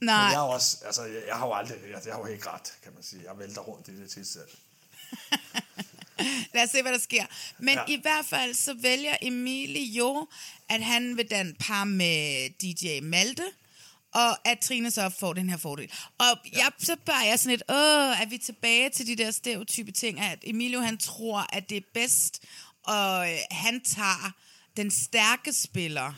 Speaker 2: Men
Speaker 1: Nej,
Speaker 2: jeg har, jo også, altså, jeg, jeg har jo aldrig, jeg, jeg har jo ikke ret, kan man sige. Jeg vælter rundt i det tilstand.
Speaker 1: lad os se, hvad der sker. Men ja.
Speaker 2: Ja.
Speaker 1: i hvert fald, så vælger Emilie jo, at han vil danne par med DJ Malte, og at Trine så får den her fordel. Og ja. jeg, så bare jeg sådan lidt, åh, er vi tilbage til de der stereotype ting, at Emilio han tror, at det er bedst, og øh, han tager den stærke spiller,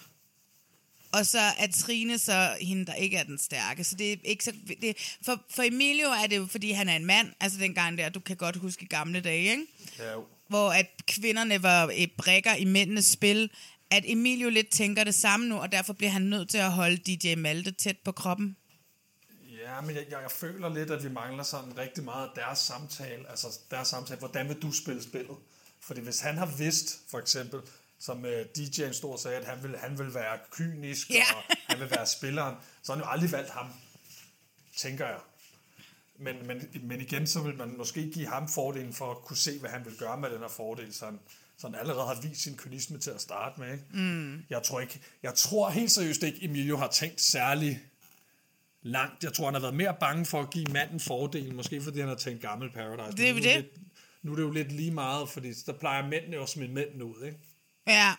Speaker 1: og så er Trine så hende, der ikke er den stærke. Så det er ikke så... Det, for, for Emilio er det jo, fordi han er en mand, altså dengang der, du kan godt huske i gamle dage, ikke?
Speaker 2: Ja, jo.
Speaker 1: hvor at kvinderne var øh, brækker i mændenes spil, at Emilio lidt tænker det samme nu, og derfor bliver han nødt til at holde DJ Malte tæt på kroppen.
Speaker 2: Ja, men jeg, jeg, jeg føler lidt, at vi mangler sådan rigtig meget af deres samtale. Altså deres samtale, hvordan vil du spille spillet? Fordi hvis han har vidst, for eksempel, som øh, DJ'en stort sagde, at han vil, han vil være kynisk,
Speaker 1: Ja.
Speaker 2: og han vil være spilleren, så har han jo aldrig valgt ham, tænker jeg. Men, men, men igen, så vil man måske give ham fordelen for at kunne se, hvad han vil gøre med den her fordel, så han, så han allerede har vist sin kynisme til at starte med. Ikke? Mm. Jeg tror ikke, jeg tror helt seriøst ikke, Emilio har tænkt særlig langt. Jeg tror, han har været mere bange for at give manden fordelen, måske fordi han har tænkt gammel Paradise.
Speaker 1: Det er jo
Speaker 2: nu
Speaker 1: det.
Speaker 2: Lidt, Nu er det jo lidt lige meget, fordi der plejer mændene jo at smide mændene ud, ikke?
Speaker 1: Ja.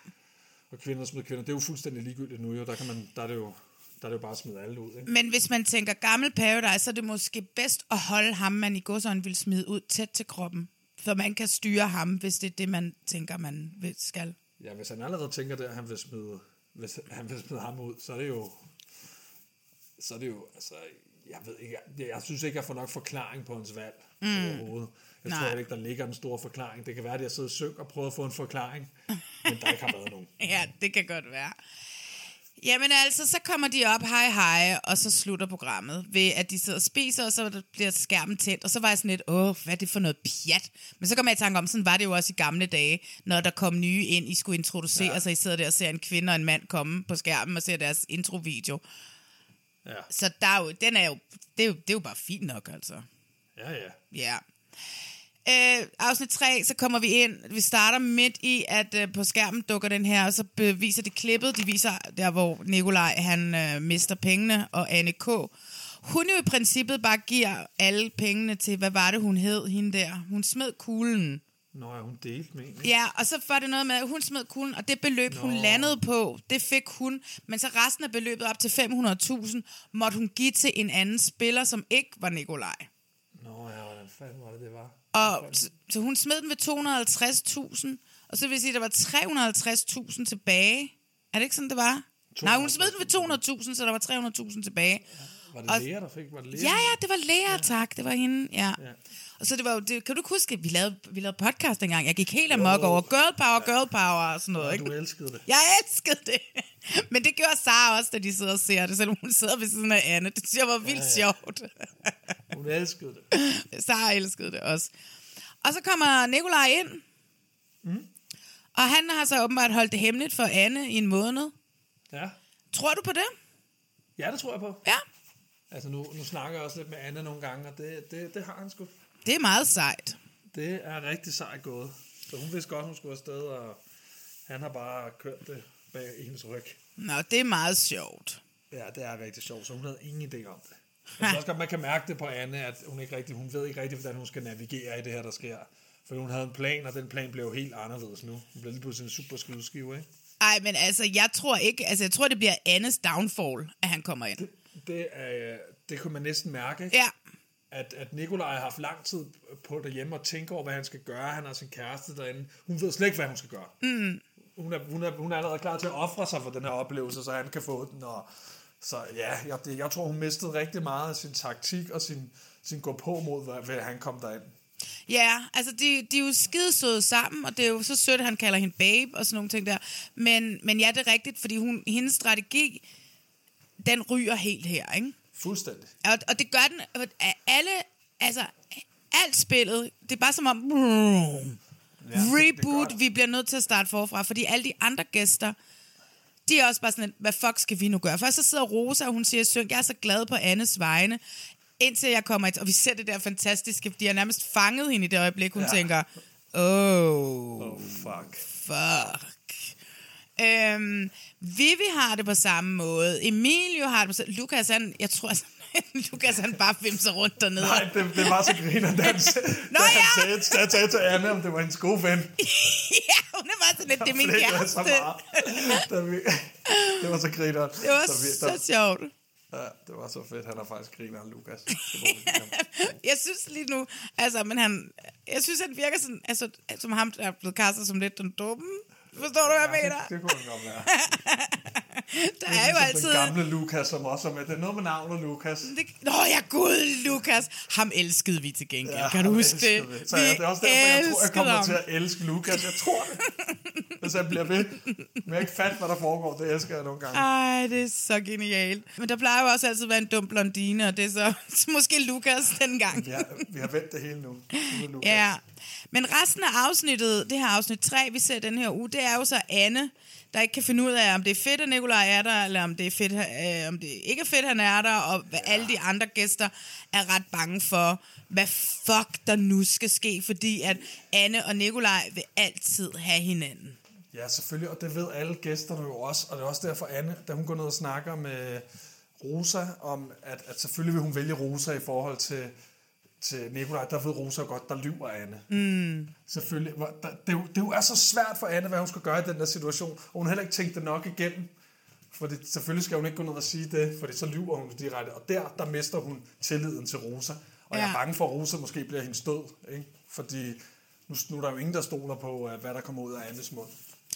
Speaker 2: Og kvinder smider kvinder. Det er jo fuldstændig ligegyldigt nu, jo. Der, kan man, der, er, det jo, der er det jo bare at smide alle ud, ikke?
Speaker 1: Men hvis man tænker gammel paradise, så er det måske bedst at holde ham, man i godsøjne vil smide ud tæt til kroppen. For man kan styre ham, hvis det er det, man tænker, man vil- skal.
Speaker 2: Ja, hvis han allerede tænker det, at han vil smide, hvis han vil smide ham ud, så er det jo... Så er det jo, altså... Jeg ved ikke, jeg, jeg synes ikke, jeg får nok forklaring på hans valg
Speaker 1: Mm.
Speaker 2: mm. overhovedet. Jeg
Speaker 1: Nej.
Speaker 2: tror heller ikke, der ligger en stor forklaring. Det kan være, at jeg sidder og synger og prøver at få en forklaring, men der ikke har været nogen.
Speaker 1: Ja, det kan godt være. Jamen altså, så kommer de op, hej hej, og så slutter programmet ved, at de sidder og spiser, og så bliver skærmen tændt, og så var jeg sådan lidt, åh, hvad er det for noget pjat? Men så kom jeg i tanke om, sådan var det jo også i gamle dage, når der kom nye ind, I skulle introducere, ja. så I sidder der og ser en kvinde og en mand komme på skærmen og ser deres introvideo.
Speaker 2: Ja.
Speaker 1: Så der er jo, den er jo, det er jo, det er jo bare fint nok, altså.
Speaker 2: Ja, ja.
Speaker 1: Ja. Øh, afsnit 3, så kommer vi ind. Vi starter midt i, at øh, på skærmen dukker den her, og så øh, viser det klippet. De viser der, hvor Nikolaj han øh, mister pengene, og Anne K. Hun jo i princippet bare giver alle pengene til, hvad var det, hun hed, hende der. Hun smed kuglen.
Speaker 2: Nå, ja, hun delte med en, ikke?
Speaker 1: Ja, og så var det noget med, at hun smed kuglen, og det beløb, Nå. hun
Speaker 2: Nå.
Speaker 1: landede på, det fik hun. Men så resten af beløbet op til 500.000 måtte hun give til en anden spiller, som ikke var Nikolaj.
Speaker 2: Nå, ja, hvordan fanden var det, det var?
Speaker 1: Og så, så hun smed den ved 250.000, og så vil jeg sige, at der var 350.000 tilbage. Er det ikke sådan, det var? Nej, hun smed den ved 200.000, så der var 300.000 tilbage.
Speaker 2: Var det
Speaker 1: Og-
Speaker 2: og... Lea, der fik? Var det Lea?
Speaker 1: Ja, ja, det var Lea, ja. tak. Det var hende, ja. ja.
Speaker 2: Ja.
Speaker 1: Og så det var jo, det, kan du ikke huske, at vi lavede, vi lavede podcast dengang. Jeg gik helt amok over girl power, girl power og sådan noget. Ikke?
Speaker 2: Du elskede det.
Speaker 1: Jeg elskede det. Men det gjorde Sara også, da de sidder og ser det, selvom hun sidder ved siden af Anne. Det synes jeg var vildt ja, ja. sjovt.
Speaker 2: Hun elskede det.
Speaker 1: Sara elskede det også. Og så kommer Nikolaj ind. Mm. Og han har så åbenbart holdt det hemmeligt for Anne i en måned.
Speaker 2: Ja.
Speaker 1: Tror du på det?
Speaker 2: Ja, det tror jeg på.
Speaker 1: Ja.
Speaker 2: Altså, nu, nu snakker jeg også lidt med Anna nogle gange, og det, det, det har han sgu.
Speaker 1: Det er meget sejt.
Speaker 2: Det er rigtig sejt gået. Så hun vidste godt, hun skulle afsted, og han har bare kørt det bag hendes ryg.
Speaker 1: Nå, det er meget sjovt.
Speaker 2: Ja, det er rigtig sjovt, så hun havde ingen idé om det. Jeg tror også godt, man kan mærke det på Anne, at hun, ikke rigtig, hun ved ikke rigtig, hvordan hun skal navigere i det her, der sker. For hun havde en plan, og den plan blev jo helt anderledes nu. Hun blev lige pludselig en super skydeskive, ikke?
Speaker 1: Ej, men altså, jeg tror ikke, altså, jeg tror, det bliver Annes downfall, at han kommer ind.
Speaker 2: Det, er, øh, det kunne man næsten mærke, ikke?
Speaker 1: Ja,
Speaker 2: at, at Nikolaj har haft lang tid på derhjemme og tænker over, hvad han skal gøre. Han har sin kæreste derinde. Hun ved slet ikke, hvad hun skal gøre.
Speaker 1: Mm.
Speaker 2: Hun, er, hun, er, hun er allerede klar til at ofre sig for den her oplevelse, så han kan få den. Og, så ja, jeg, det, jeg tror, hun mistede rigtig meget af sin taktik og sin, sin gå på mod, hvad- hvad han kom derind.
Speaker 1: ja altså, de, de er jo skidesøde sammen, og det er jo så sødt, at han kalder hende babe og sådan nogle ting der. Men, men ja, det er rigtigt, fordi hun, hendes strategi, den ryger helt her, ikke?
Speaker 2: Fuldstændig.
Speaker 1: Og, og det gør den, og at alle, altså, alt spillet, det er bare som om,
Speaker 2: Ja,
Speaker 1: reboot, vi bliver nødt til at starte forfra, fordi alle de andre gæster, de er også bare sådan, lidt, hvad fuck skal vi nu gøre? Først så sidder Rosa, og hun siger, syng, jeg er så glad på Annes vegne, indtil jeg kommer, et, og vi ser det der fantastiske, fordi jeg nærmest fanget hende i det øjeblik, hun ja.
Speaker 2: Ja.
Speaker 1: tænker, oh,
Speaker 2: Oh, fuck.
Speaker 1: fuck. Øhm, Vivi har det på samme måde. Emilio har det på samme Lukas, han, jeg tror, altså, Lukas, han bare vimser rundt dernede.
Speaker 2: Nej, det, det var så griner, da han, Nå, da han sagde, sagde, sagde til Anne, om det var hendes gode ven.
Speaker 1: ja, hun er bare sådan lidt, det er min
Speaker 2: Flækker så
Speaker 1: kæreste.
Speaker 2: meget. Da vi, det var så griner.
Speaker 1: Det var så sjovt.
Speaker 2: Ja, det var så fedt. Han er faktisk griner, Lukas.
Speaker 1: Jeg synes lige nu, altså, men han, jeg synes, han virker sådan, altså, som ham, der er blevet kastet som lidt den dumme. Forstår du, hvad jeg mener?
Speaker 2: Det kunne han godt være.
Speaker 1: Der er jo altid...
Speaker 2: Den gamle Lukas, som også er med. Det er noget med navnet Lukas.
Speaker 1: Det, Nå ja, gud, Lukas. Ham elskede vi til gengæld. Ja, kan du
Speaker 2: jeg
Speaker 1: huske
Speaker 2: elsker
Speaker 1: det?
Speaker 2: Så ja, det er også derfor, jeg tror, jeg
Speaker 1: elskede
Speaker 2: kommer
Speaker 1: ham.
Speaker 2: til at elske Lukas. Jeg tror det. Hvis han bliver ved. Men jeg ikke fat, hvad der foregår. Det elsker jeg nogle gange.
Speaker 1: Ej, det er så genialt. Men der plejer jo også altid at være en dum blondine, og det er så måske Lukas dengang.
Speaker 2: Vi har, vi har vendt det hele nu. Nu er Lukas.
Speaker 1: Ja, men resten af afsnittet, det her afsnit 3, vi ser den her uge, det er jo så Anne, der ikke kan finde ud af, om det er fedt, at Nikolaj er der, eller om det, er fedt, øh, om det ikke er fedt, han er der, og ja. alle de andre gæster er ret bange for, hvad fuck der nu skal ske, fordi at Anne og Nikolaj vil altid have hinanden.
Speaker 2: Ja, selvfølgelig, og det ved alle gæsterne jo også, og det er også derfor Anne, da hun går ned og snakker med Rosa om, at, at selvfølgelig vil hun vælge Rosa i forhold til, til Nikolaj, der ved Rosa godt, der lyver Anne.
Speaker 1: Mm.
Speaker 2: Selvfølgelig. Hvor, der, det, er jo, det er jo er så svært for Anne, hvad hun skal gøre i den der situation, og hun har heller ikke tænkt det nok igennem. For det, selvfølgelig skal hun ikke gå ned og sige det, for så lyver hun direkte. Og der, der mister hun tilliden til Rosa. Og ja. jeg er
Speaker 1: Ja.
Speaker 2: bange for, at Rosa måske bliver hendes død. Ikke? Fordi nu, nu er der jo ingen, der stoler på, øh, hvad der kommer ud af Annes mund.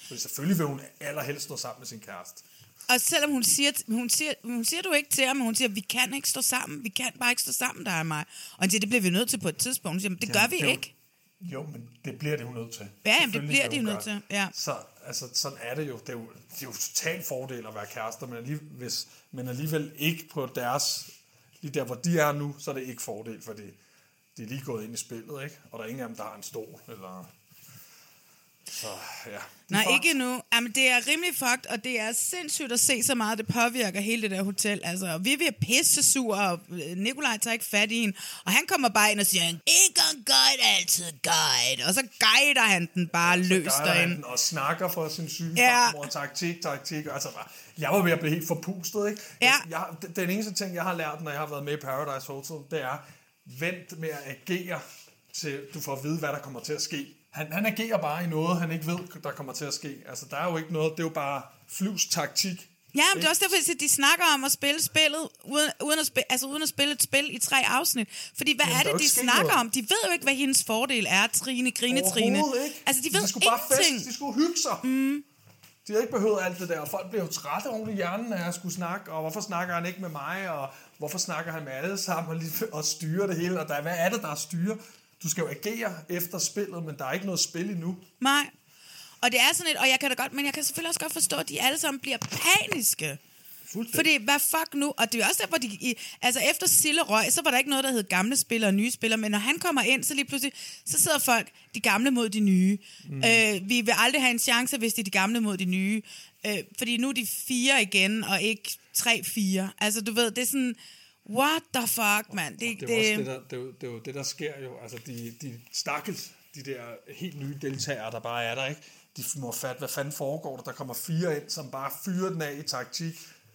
Speaker 2: Fordi selvfølgelig vil hun allerhelst stå sammen med sin kæreste.
Speaker 1: Og selvom hun siger, hun siger, hun siger du ikke til ham, men hun siger, vi kan ikke stå sammen, vi kan bare ikke stå sammen, der og mig. Og han siger, det bliver vi nødt til på et tidspunkt. Hun siger, men det gør
Speaker 2: Jamen,
Speaker 1: vi
Speaker 2: det er jo-
Speaker 1: ikke.
Speaker 2: Jo, men det bliver det jo nødt til.
Speaker 1: Ja, jamen, det
Speaker 2: Selvfølgelig
Speaker 1: bliver
Speaker 2: skal
Speaker 1: de jo
Speaker 2: hun
Speaker 1: nødt
Speaker 2: gøre
Speaker 1: til.
Speaker 2: det.
Speaker 1: Ja.
Speaker 2: Så altså, sådan er det jo. Det er jo, det er jo total fordel at være kærester, men alligevel, hvis, men alligevel ikke på deres... Lige der, hvor de er nu, så er det ikke fordel, fordi de er lige gået ind i spillet, ikke? Og der er ingen af dem, der har en stol, eller... Så, ja. De
Speaker 1: Nej,
Speaker 2: får-
Speaker 1: ikke endnu. Jamen, det er rimelig fucked, og det er sindssygt at se så meget, det påvirker hele det der hotel. Altså, Vivi er pisse sur, og øh, Nikolaj tager ikke fat i hende, og han kommer bare ind og siger, ikke en guide, altid guide. Og så guider han den bare ja, løs
Speaker 2: Der er
Speaker 1: derinde.
Speaker 2: han og snakker for sin syge
Speaker 1: Ja.
Speaker 2: ja. og taktik, taktik. Altså, jeg var ved at blive helt forpustet, ikke?
Speaker 1: Ja.
Speaker 2: Jeg, jeg, den eneste ting, jeg har lært, når jeg har været med i Paradise Hotel, det er, vent med at agere, til du får at vide, hvad der kommer til at ske. Han, han agerer bare i noget, han ikke ved, der kommer til at ske. Altså, der er jo ikke noget, det er jo bare flyvs taktik.
Speaker 1: Ja, men det er også derfor, jeg siger, at de snakker om at spille spillet, uden, uden, at spille, altså uden at spille et spil i tre afsnit. Fordi hvad
Speaker 2: Jamen, der
Speaker 1: Jamen,
Speaker 2: er
Speaker 1: er
Speaker 2: jo
Speaker 1: det, de
Speaker 2: ikke sket
Speaker 1: snakker
Speaker 2: noget.
Speaker 1: om? De ved jo ikke, hvad hendes fordel er. Trine, grine, Trine.
Speaker 2: Overhovedet ikke.
Speaker 1: Altså, de ved
Speaker 2: de skulle bare
Speaker 1: ingenting.
Speaker 2: feste, de skulle hygge sig. Mm. De havde ikke behøvet alt det der, og folk blev jo trætte oven i hjernen, af at jeg skulle snakke, og hvorfor snakker han ikke med mig, og hvorfor snakker han med alle sammen, og, lige, og styrer det hele, og der, hvad er det, der er styre? Du skal jo agere efter spillet, men der er ikke noget spil endnu.
Speaker 1: Nej. Og det er sådan et, og jeg kan da godt, men jeg kan selvfølgelig også godt forstå, at de alle sammen bliver paniske. Fordi, hvad fuck nu? Og det er jo også der, hvor de... I, altså, efter Sille røg, så var der ikke noget, der hed gamle spillere og nye spillere, men når han kommer ind, så lige pludselig, så sidder folk de gamle mod de nye. Mm. Øh, vi vil aldrig have en chance, hvis det er de gamle mod de nye. Øh, fordi nu er de fire igen, og ikke tre-fire. Altså, du ved, det er sådan... What the fuck, mand? Det,
Speaker 2: det, er jo også det, der, det, er jo, det er jo det, der sker jo. Altså, de, de stakkels, de der helt nye deltagere, der bare er der, ikke? De må fatte, hvad fanden foregår der? Der kommer fire ind, som bare fyrer den af i taktik.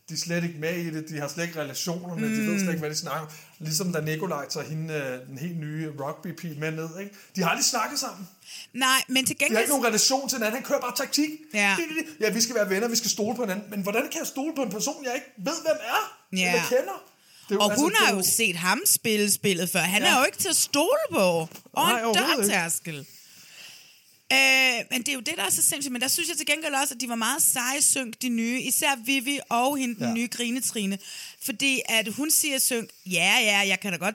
Speaker 2: De er slet ikke med i det, de har slet ikke relationerne, mm. de ved slet ikke, hvad de snakker om. Ligesom da Nikolaj tager hende, øh, den helt nye rugby-pige med ned, ikke? De har aldrig snakket sammen.
Speaker 1: Nej, men til
Speaker 2: De har
Speaker 1: gengæld...
Speaker 2: ikke nogen relation til hinanden, han kører bare taktik.
Speaker 1: Ja.
Speaker 2: Det, det, det. ja, vi skal være venner, vi skal stole på hinanden. Men hvordan kan jeg stole på en person, jeg ikke ved, hvem er?
Speaker 1: Ja.
Speaker 2: Eller kender? Det er jo-
Speaker 1: Og
Speaker 2: altså,
Speaker 1: hun
Speaker 2: det er
Speaker 1: har jo set ham spille spillet før. Han
Speaker 2: Ja.
Speaker 1: er jo ikke til at stole på. Og
Speaker 2: Nej,
Speaker 1: en
Speaker 2: overhovedet ikke.
Speaker 1: dørtærskel. Øh, men det er jo det, der er så sindssygt. Men der synes jeg til gengæld også, at de var meget seje synk, de nye. Især Vivi og hende, den
Speaker 10: Ja.
Speaker 1: ja. nye grinetrine. Fordi at hun siger synk, ja, ja, jeg kan da godt...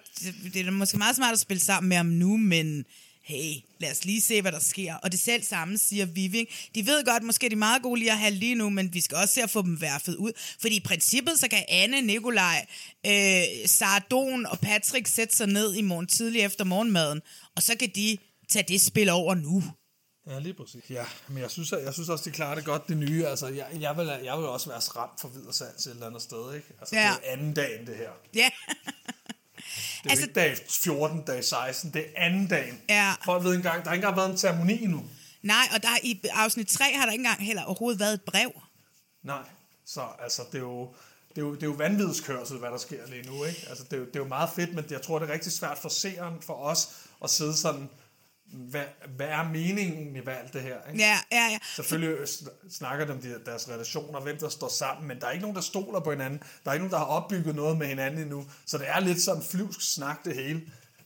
Speaker 1: Det er da måske meget smart at spille sammen med ham nu, men hey, lad os lige se, hvad der sker. Og det selv samme siger Vivi. ikke? De ved godt, måske de er meget gode lige at have lige nu, men vi skal også se at få dem værfet ud. Fordi i princippet, så kan Anne, Nikolaj, øh, Sardon og Patrick sætte sig ned i morgen tidlig efter morgenmaden, og så kan de tage det spil over nu.
Speaker 2: Ja, lige præcis. Ja, men jeg synes, jeg, jeg synes også, de klarer det godt, det nye. Altså, jeg, jeg, vil, jeg vil også være ramt for videre salg til et eller andet sted, ikke? Altså, ja.
Speaker 1: Ja.
Speaker 2: det er jo anden dagen, det her.
Speaker 1: Ja.
Speaker 2: Det er altså, ikke dag 14, dag 16, det er anden dagen.
Speaker 1: Ja.
Speaker 2: Folk ved ikke engang, der har ikke engang været en ceremoni endnu.
Speaker 1: Nej, og der i afsnit 3 har der ikke engang heller overhovedet været et brev.
Speaker 2: Nej, så altså, det er jo... Det er, jo, det er jo vanvidskørsel, hvad der sker lige nu. Ikke? Altså, det, er jo, det er jo meget fedt, men jeg tror, det er rigtig svært for seeren, for os, at sidde sådan, hvad, hvad er meningen i alt det her? Ikke?
Speaker 1: Ja, ja, ja.
Speaker 2: Selvfølgelig sn- snakker de om de- deres relationer, hvem der står sammen, men der er ikke nogen, der stoler på hinanden. Der er ikke nogen, der har opbygget noget med hinanden endnu. Så det er lidt sådan flyvsk snak det hele.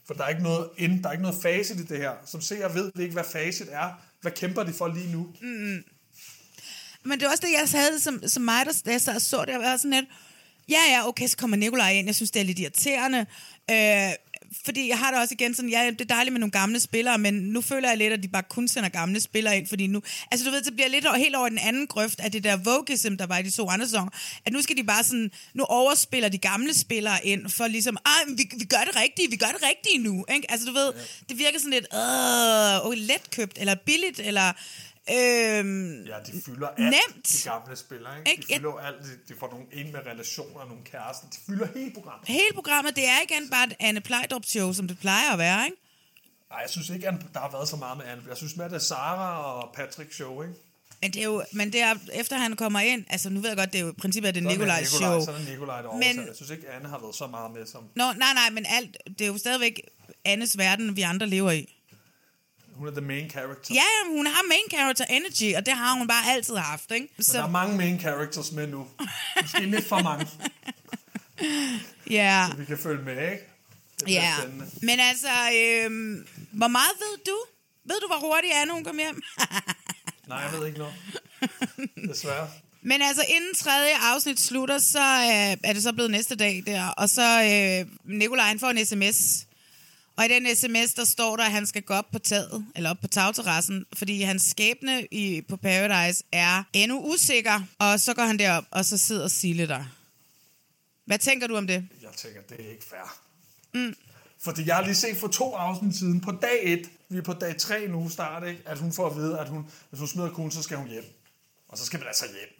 Speaker 2: For der er ikke noget, end, der er ikke noget facit i det her. Som ser ved vi ikke, hvad facit er. Hvad kæmper de for lige nu?
Speaker 1: Mm. Men det var også det, jeg havde som, som mig, der, da jeg sad og så det, jeg var sådan lidt, ja, ja, okay, så kommer Nikolaj ind, jeg synes, det er lidt irriterende. Øh, fordi jeg har det også igen sådan, ja, det er dejligt med nogle gamle spillere, men nu føler jeg lidt, at de bare kun sender gamle spillere ind, fordi nu, altså du ved, det bliver lidt over- helt over i den anden grøft af det der vogism, der var i de to andre sæsoner, at nu skal de bare sådan, nu overspiller de gamle spillere ind, for ligesom, ah, men vi, vi gør det rigtige, vi gør det rigtige nu, ikke? Altså du ved, det virker sådan lidt, øh, okay, letkøbt, eller billigt, eller, øh,
Speaker 2: Ja, de fylder alt,
Speaker 1: Nemt.
Speaker 2: de gamle spillere. Ikke?
Speaker 1: Ikke?
Speaker 2: De fylder jo alt. De, de får nogle ind med relationer, nogle kærester. De fylder hele programmet.
Speaker 1: Hele programmet, det er igen bare et Anne Plejdrup show, som det plejer at være, ikke?
Speaker 2: Ej, jeg synes ikke, at der har været så meget med Anne. Jeg synes mere, det er Sara og Patrick show, ikke?
Speaker 1: Men det er jo, men det er, efter han kommer ind, altså nu ved jeg godt, det er jo i princippet er det
Speaker 2: Så er det
Speaker 1: Nikolajs
Speaker 2: Nikolaj,
Speaker 1: show.
Speaker 2: Så er det Nikolaj, der
Speaker 1: Men-
Speaker 2: men... Jeg synes ikke, Anne har været så meget med som...
Speaker 1: Nå, nej, nej, men alt, det er jo stadigvæk Annes verden, vi andre lever i.
Speaker 2: Hun er the main character.
Speaker 1: Ja, ja, hun har main character energy, og det har hun bare altid haft, ikke?
Speaker 2: Men der er mange main characters med nu. Måske lidt for mange,
Speaker 1: Ja,
Speaker 2: så vi kan følge med, ikke? Det bliver
Speaker 1: ja.
Speaker 2: spændende.
Speaker 1: Men altså, øhm, hvor meget ved du? Ved du, hvor hurtigt Anne hun kom hjem?
Speaker 2: Nej, jeg ved ikke noget. Desværre.
Speaker 1: Men altså, inden tredje afsnit slutter, så øh, er det så blevet næste dag der. Og så øh, Nikolaj, han får en sms. Og i den sms, der står der, at han skal gå op på taget, eller op på tagterrassen, fordi hans skæbne i, på Paradise er endnu usikker. Og så går han derop, og så sidder Sille der. Hvad tænker du om det?
Speaker 2: Jeg tænker, det er ikke fair. Mm. Fordi jeg har lige set for to afsnit siden, på dag 1, vi er på dag 3 nu start, ikke? at hun får at vide, at hun, hvis hun smider kuglen, så skal hun hjem. Og så skal man altså hjem.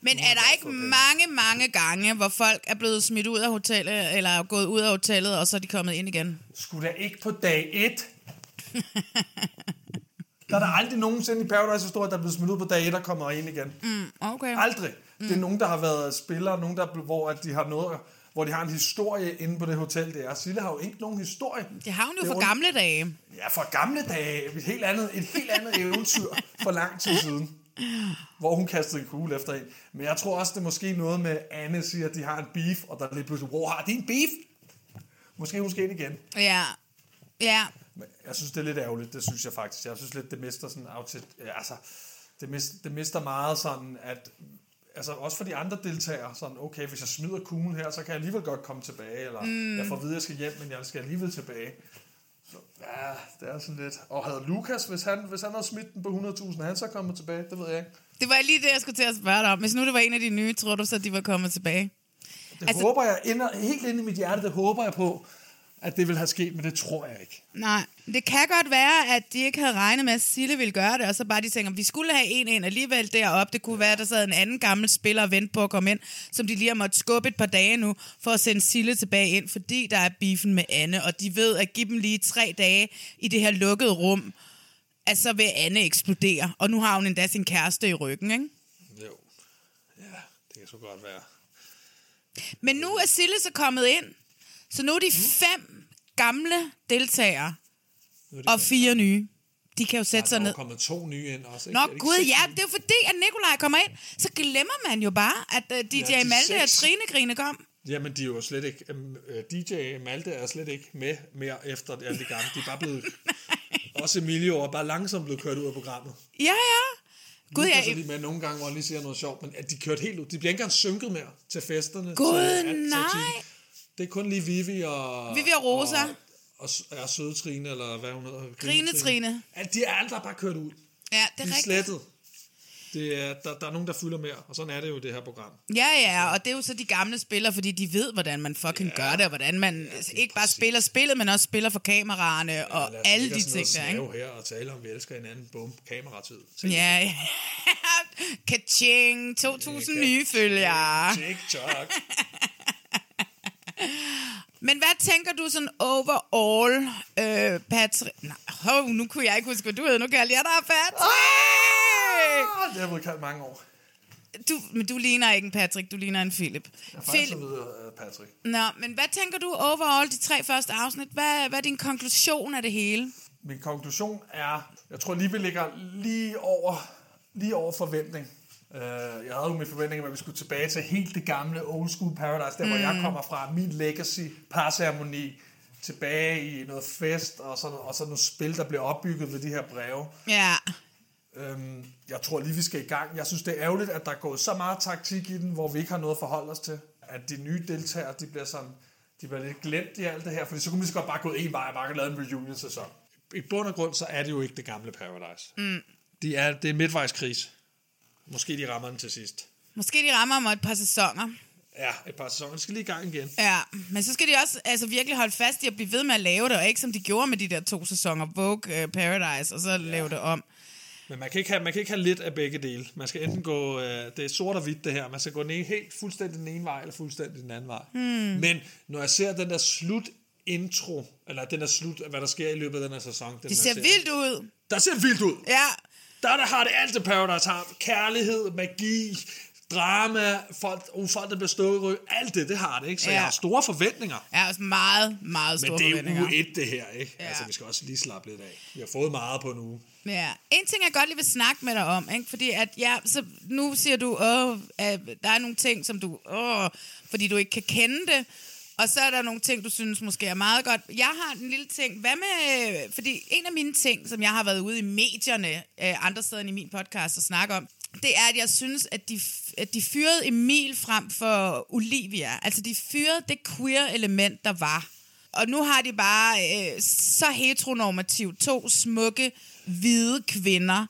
Speaker 1: Men er der ikke mange, mange gange, hvor folk er blevet smidt ud af hotellet, eller er gået ud af hotellet, og så er de kommet ind igen?
Speaker 2: Skulle da ikke på dag 1? Der er der aldrig nogensinde i Paradise Historie, der er blevet smidt ud på dag 1 og kommer ind igen.
Speaker 1: Mm, okay.
Speaker 2: Aldrig. Mm. Det er nogen, der har været spillere, nogen, der, er blevet- hvor, at de har noget, hvor de har en historie inde på det hotel, det er. Sille har jo ikke nogen historie.
Speaker 1: Det har hun
Speaker 2: Det
Speaker 1: jo
Speaker 2: er
Speaker 1: fra
Speaker 2: ondt.
Speaker 1: gamle dage.
Speaker 2: Ja, fra gamle dage. Et helt andet, et helt andet eventyr for lang tid siden. Hvor hun kastede en kugle efter en. Men jeg tror også, det er måske noget med, Anne siger, at de har en beef, og der er lige pludselig, wow, har de en beef? Måske hun skal ind igen.
Speaker 1: Ja. Ja.
Speaker 2: Men jeg synes, det er lidt ærgerligt, det synes jeg faktisk. Jeg synes lidt, det mister sådan outfit, ja, altså, det, mis, det mister meget sådan, at altså også for de andre deltagere, sådan, okay, hvis jeg smider kuglen her, så kan jeg alligevel godt komme tilbage, eller
Speaker 7: Mm.
Speaker 2: mm. jeg får at vide, at jeg skal hjem, men jeg skal alligevel tilbage. Så, ja, det er sådan lidt. Og havde Lukas, hvis han, hvis han havde smidt den på 100.000, er han så kommet tilbage? Det ved jeg ikke.
Speaker 1: Det var lige det, jeg skulle til at spørge dig om. Hvis nu det var en af de nye, tror du så, de var kommet tilbage?
Speaker 2: Det altså, håber jeg, inder, helt inde i mit hjerte, det håber jeg på, at det vil have sket, men det tror jeg ikke.
Speaker 1: Nej, det kan godt være, at de ikke havde regnet med, at Sille ville gøre det, og så bare de tænker, vi skulle have en ind alligevel deroppe. Det kunne være, at der sad en anden gammel spiller og ventede på at komme ind, som de lige har måttet skubbe et par dage nu, for at sende Sille tilbage ind, fordi der er beefen med Anne, og de ved at give dem lige tre dage i det her lukkede rum, at så vil Anne eksplodere. Og nu har hun endda sin kæreste i ryggen, ikke?
Speaker 2: Jo. Ja, det kan så godt være.
Speaker 1: Men nu er Sille så kommet ind, så nu er de fem gamle deltagere og fire nye. De kan jo sætte sig ned.
Speaker 2: kommet to nye ind også.
Speaker 1: Nå gud, ja, det er jo fordi, at Nikolaj kommer ind, så glemmer man jo bare, at uh, DJ
Speaker 2: Ja,
Speaker 1: ja,
Speaker 2: de
Speaker 1: Malte og
Speaker 2: seks.
Speaker 1: Trine Grine kom.
Speaker 2: Jamen, de er jo slet ikke... øhm, øh, DJ Malte er slet ikke med mere efter alt det gamle. De er bare blevet... også Emilio er bare langsomt blevet kørt ud af programmet.
Speaker 1: Ja, ja. Gud,
Speaker 2: Lukas
Speaker 1: jeg,
Speaker 2: er lige med nogle gange, hvor han lige siger noget sjovt, men at de er kørt helt ud. De bliver ikke engang synket mere til festerne.
Speaker 1: Gud,
Speaker 2: til alt, til
Speaker 1: nej.
Speaker 2: Tine. Det er kun lige Vivi og...
Speaker 1: Vivi og Rosa.
Speaker 2: Og, og, s- ja, Søde Trine, eller hvad hun hedder.
Speaker 1: Grine Trine.
Speaker 2: At de er alle, der er bare kørt ud.
Speaker 1: Ja, det
Speaker 2: de er
Speaker 1: er rigtigt.
Speaker 2: slettet. Det er, der, der er nogen, der fylder mere, og sådan er det jo i det her program.
Speaker 1: Ja, ja, og det er jo så de gamle spillere, fordi de ved, hvordan man fucking ja, gør det, og hvordan man ja, ikke bare spiller spillet, men også spiller for kameraerne ja,
Speaker 2: Lad
Speaker 1: og
Speaker 2: os
Speaker 1: alle
Speaker 2: lægge
Speaker 1: de
Speaker 2: os ned og
Speaker 1: ting der, ikke?
Speaker 2: snæve her og tale om, vi elsker hinanden. Bum, kameratid.
Speaker 1: Ja, ja. Kaching, 2000 nye følgere.
Speaker 2: TikTok.
Speaker 1: Men hvad tænker du sådan overall, øh, Patrick? Nej, hov, nu kunne jeg ikke huske, hvad du hed. Nu kan jeg lige dig, Patrick!
Speaker 2: Ah, Det har jeg blevet kaldt mange år.
Speaker 1: Du, men du ligner ikke en Patrick, du ligner en Philip.
Speaker 2: Jeg får
Speaker 1: Philip
Speaker 2: altid videre, øh, Patrick.
Speaker 1: Nå, men hvad tænker du overall, de tre første afsnit? Hvad, hvad er din konklusion af det hele?
Speaker 2: Min konklusion er, jeg tror lige, vi ligger lige over, lige over forventning. Øh, Jeg havde jo min forventning om, at vi skulle tilbage til helt det gamle old school paradise, der mm. hvor jeg kommer fra, min legacy, parceremoni, tilbage i noget fest og sådan, og sådan nogle spil, der bliver opbygget ved de her breve.
Speaker 1: Ja.
Speaker 2: Øhm, jeg tror lige, vi skal i gang. Jeg synes, det er ærgerligt, at der er gået så meget taktik i den, hvor vi ikke har noget at forholde os til. At de nye deltagere, de bliver sådan, de bliver lidt glemt i alt det her, fordi så kunne vi så godt bare gå en vej og bare lave en reunion-sæson. I bund og grund, så er det jo ikke det gamle Paradise.
Speaker 1: Mm.
Speaker 2: De er, det er midtvejskris. Måske de rammer den til sidst.
Speaker 1: Måske de rammer mig et par sæsoner.
Speaker 2: Ja, et par sæsoner. Vi skal lige i gang igen.
Speaker 1: Ja, men så skal de også altså, virkelig holde fast i at blive ved med at lave det, og ikke som de gjorde med de der to sæsoner, Vogue øh, Paradise, og så ja. lave det om.
Speaker 2: Men man kan, ikke have, man kan ikke have lidt af begge dele. Man skal enten gå, øh, det er sort og hvidt det her, man skal gå den ene, helt fuldstændig den ene vej, eller fuldstændig den anden vej.
Speaker 1: Mm.
Speaker 7: Hmm.
Speaker 2: Men når jeg ser den der slut intro, eller den der slut, hvad der sker i løbet af den her sæson. Den
Speaker 1: Det ser vildt ud.
Speaker 2: Der ser vildt ud.
Speaker 1: Ja,
Speaker 2: Der, der har det alt det Paradise har. Kærlighed, magi, drama, folk, uh, folk der bliver stået i ryg. Alt det, det har det, ikke? Så ja.
Speaker 1: Ja.
Speaker 2: jeg har store forventninger.
Speaker 1: Ja, altså meget, meget store
Speaker 2: Men det er
Speaker 1: forventninger.
Speaker 2: jo uge 1, det her, ikke?
Speaker 1: Ja.
Speaker 2: Ja. Altså, vi skal også lige slappe lidt af. Vi har fået meget på en uge.
Speaker 1: Ja, en ting jeg godt lige vil snakke med dig om, ikke? fordi at, ja, så nu siger du, åh, at der er nogle ting, som du, åh, fordi du ikke kan kende det, og så er der nogle ting, du synes måske er meget godt. Jeg har en lille ting, hvad med, øh, fordi en af mine ting, som jeg har været ude i medierne, øh, andre steder end i min podcast, og snakke om, det er, at jeg synes, at de, f- at de fyrede Emil frem for Olivia. Altså, de fyrede det queer-element, der var. Og nu har de bare øh, så heteronormativt to smukke, hvide kvinder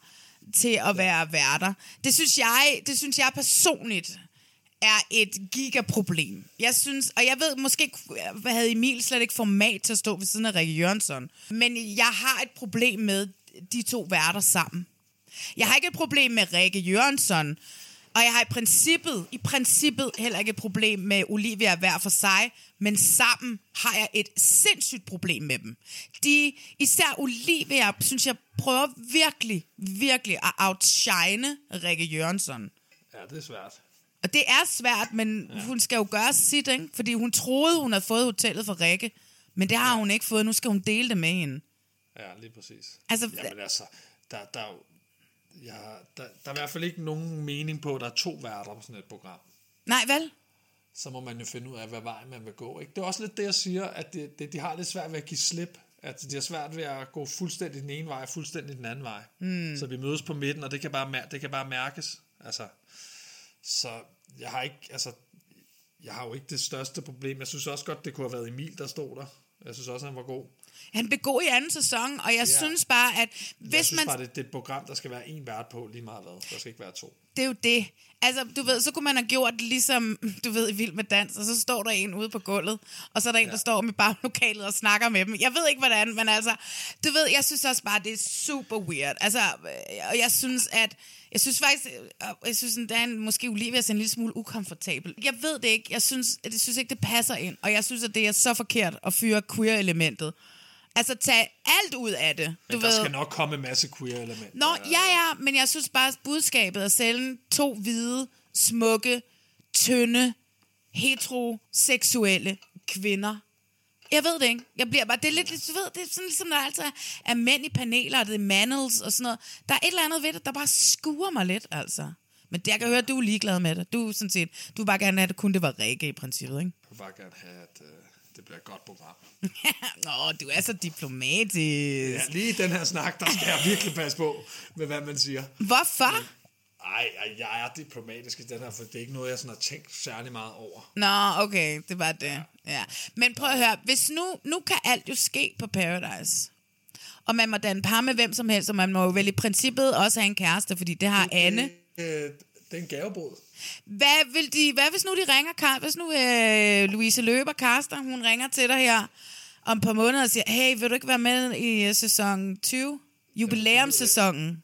Speaker 1: til at være værter. Det synes jeg, det synes jeg personligt er et gigaproblem. Jeg synes, og jeg ved måske, ikke, hvad havde Emil slet ikke format til at stå ved siden af Rikke Jørgensen. Men jeg har et problem med de to værter sammen. Jeg har ikke et problem med Rikke Jørgensen, og jeg har i princippet, i princippet heller ikke et problem med Olivia hver for sig, men sammen har jeg et sindssygt problem med dem. De, især Olivia, synes jeg, prøver virkelig, virkelig at outshine Rikke Jørgensen.
Speaker 2: Ja, det er svært.
Speaker 1: Og det er svært, men ja. hun skal jo gøre sit, ikke? Fordi hun troede, hun havde fået hotellet for Rikke, men det har hun ikke fået. Nu skal hun dele det med hende.
Speaker 2: Ja, lige præcis.
Speaker 1: Altså-
Speaker 2: Jamen altså, der, der, er jo- ja, der, der er i hvert fald ikke nogen mening på, at der er to værter på sådan et program.
Speaker 1: Nej, vel?
Speaker 2: Så må man jo finde ud af, hvad vej man vil gå. Ikke? Det er også lidt det, jeg siger, at det, det, de har lidt svært ved at give slip. At de har svært ved at gå fuldstændig den ene vej og fuldstændig den anden vej.
Speaker 7: Mm.
Speaker 2: Så vi mødes på midten, og det kan bare, mær- det kan bare mærkes. Altså, så jeg har ikke, altså, jeg har jo ikke det største problem. Jeg synes også godt, det kunne have været Emil, der stod der. Jeg synes også, han var god.
Speaker 1: Han blev god i anden sæson, og jeg
Speaker 2: Ja.
Speaker 1: synes bare, at hvis
Speaker 2: jeg synes
Speaker 1: man...
Speaker 2: bare, det, det er et program, der skal være en vært på lige meget hvad. Der skal ikke være to.
Speaker 1: Det er jo det. Altså, du ved, så kunne man have gjort det ligesom, du ved, i Vild med Dans, og så står der en ude på gulvet, og så er der en, ja. der står med baglokalet og snakker med dem. Jeg ved ikke, hvordan, men altså, du ved, jeg synes også bare, det er super weird. Altså, øh, og jeg synes, at, jeg synes faktisk, øh, jeg synes, at Dan, måske Olivia er en lille smule ukomfortabel. Jeg ved det ikke, jeg synes, jeg synes ikke, det passer ind, og jeg synes, at det er så forkert at fyre queer-elementet. Altså, tag alt ud af det.
Speaker 2: Men der skal nok komme en masse queer-elementer.
Speaker 1: Nå, ja, ja, men jeg synes bare, at budskabet er sælge to hvide, smukke, tynde, heteroseksuelle kvinder. Jeg ved det ikke. Jeg bliver bare, det er lidt, du ved, det er sådan ligesom, der altid er- er mænd i paneler, og det er mandels og sådan noget. Der er et eller andet ved det, der bare skuer mig lidt, altså. Men det, jeg kan høre, at du er ligeglad med det. Du er sådan set, du vil bare gerne have, at det kun det var Rikke i princippet, ikke?
Speaker 2: Jeg vil bare gerne have, at øh, det bliver et godt program.
Speaker 1: Nå, du er så diplomatisk.
Speaker 2: Ja, lige i den her snak, der skal jeg virkelig passe på med, hvad man siger.
Speaker 1: Hvorfor?
Speaker 2: Ej, ej, jeg er diplomatisk i den her, for det er ikke noget, jeg sådan har tænkt særlig meget over.
Speaker 1: Nå, okay, det var det. Ja. Men prøv at høre, hvis nu, nu kan alt jo ske på Paradise. Og man må danne par med hvem som helst, og man må jo vel i princippet også have en kæreste, fordi det har Anne.
Speaker 2: Øh, det er en gavebod.
Speaker 1: Hvad, vil de, hvad hvis nu de ringer, Karl? Hvis nu øh, Louise Løber, Karsten, hun ringer til dig her om et par måneder og siger, hey, vil du ikke være med i øh, sæson 20? Jubilæumssæsonen.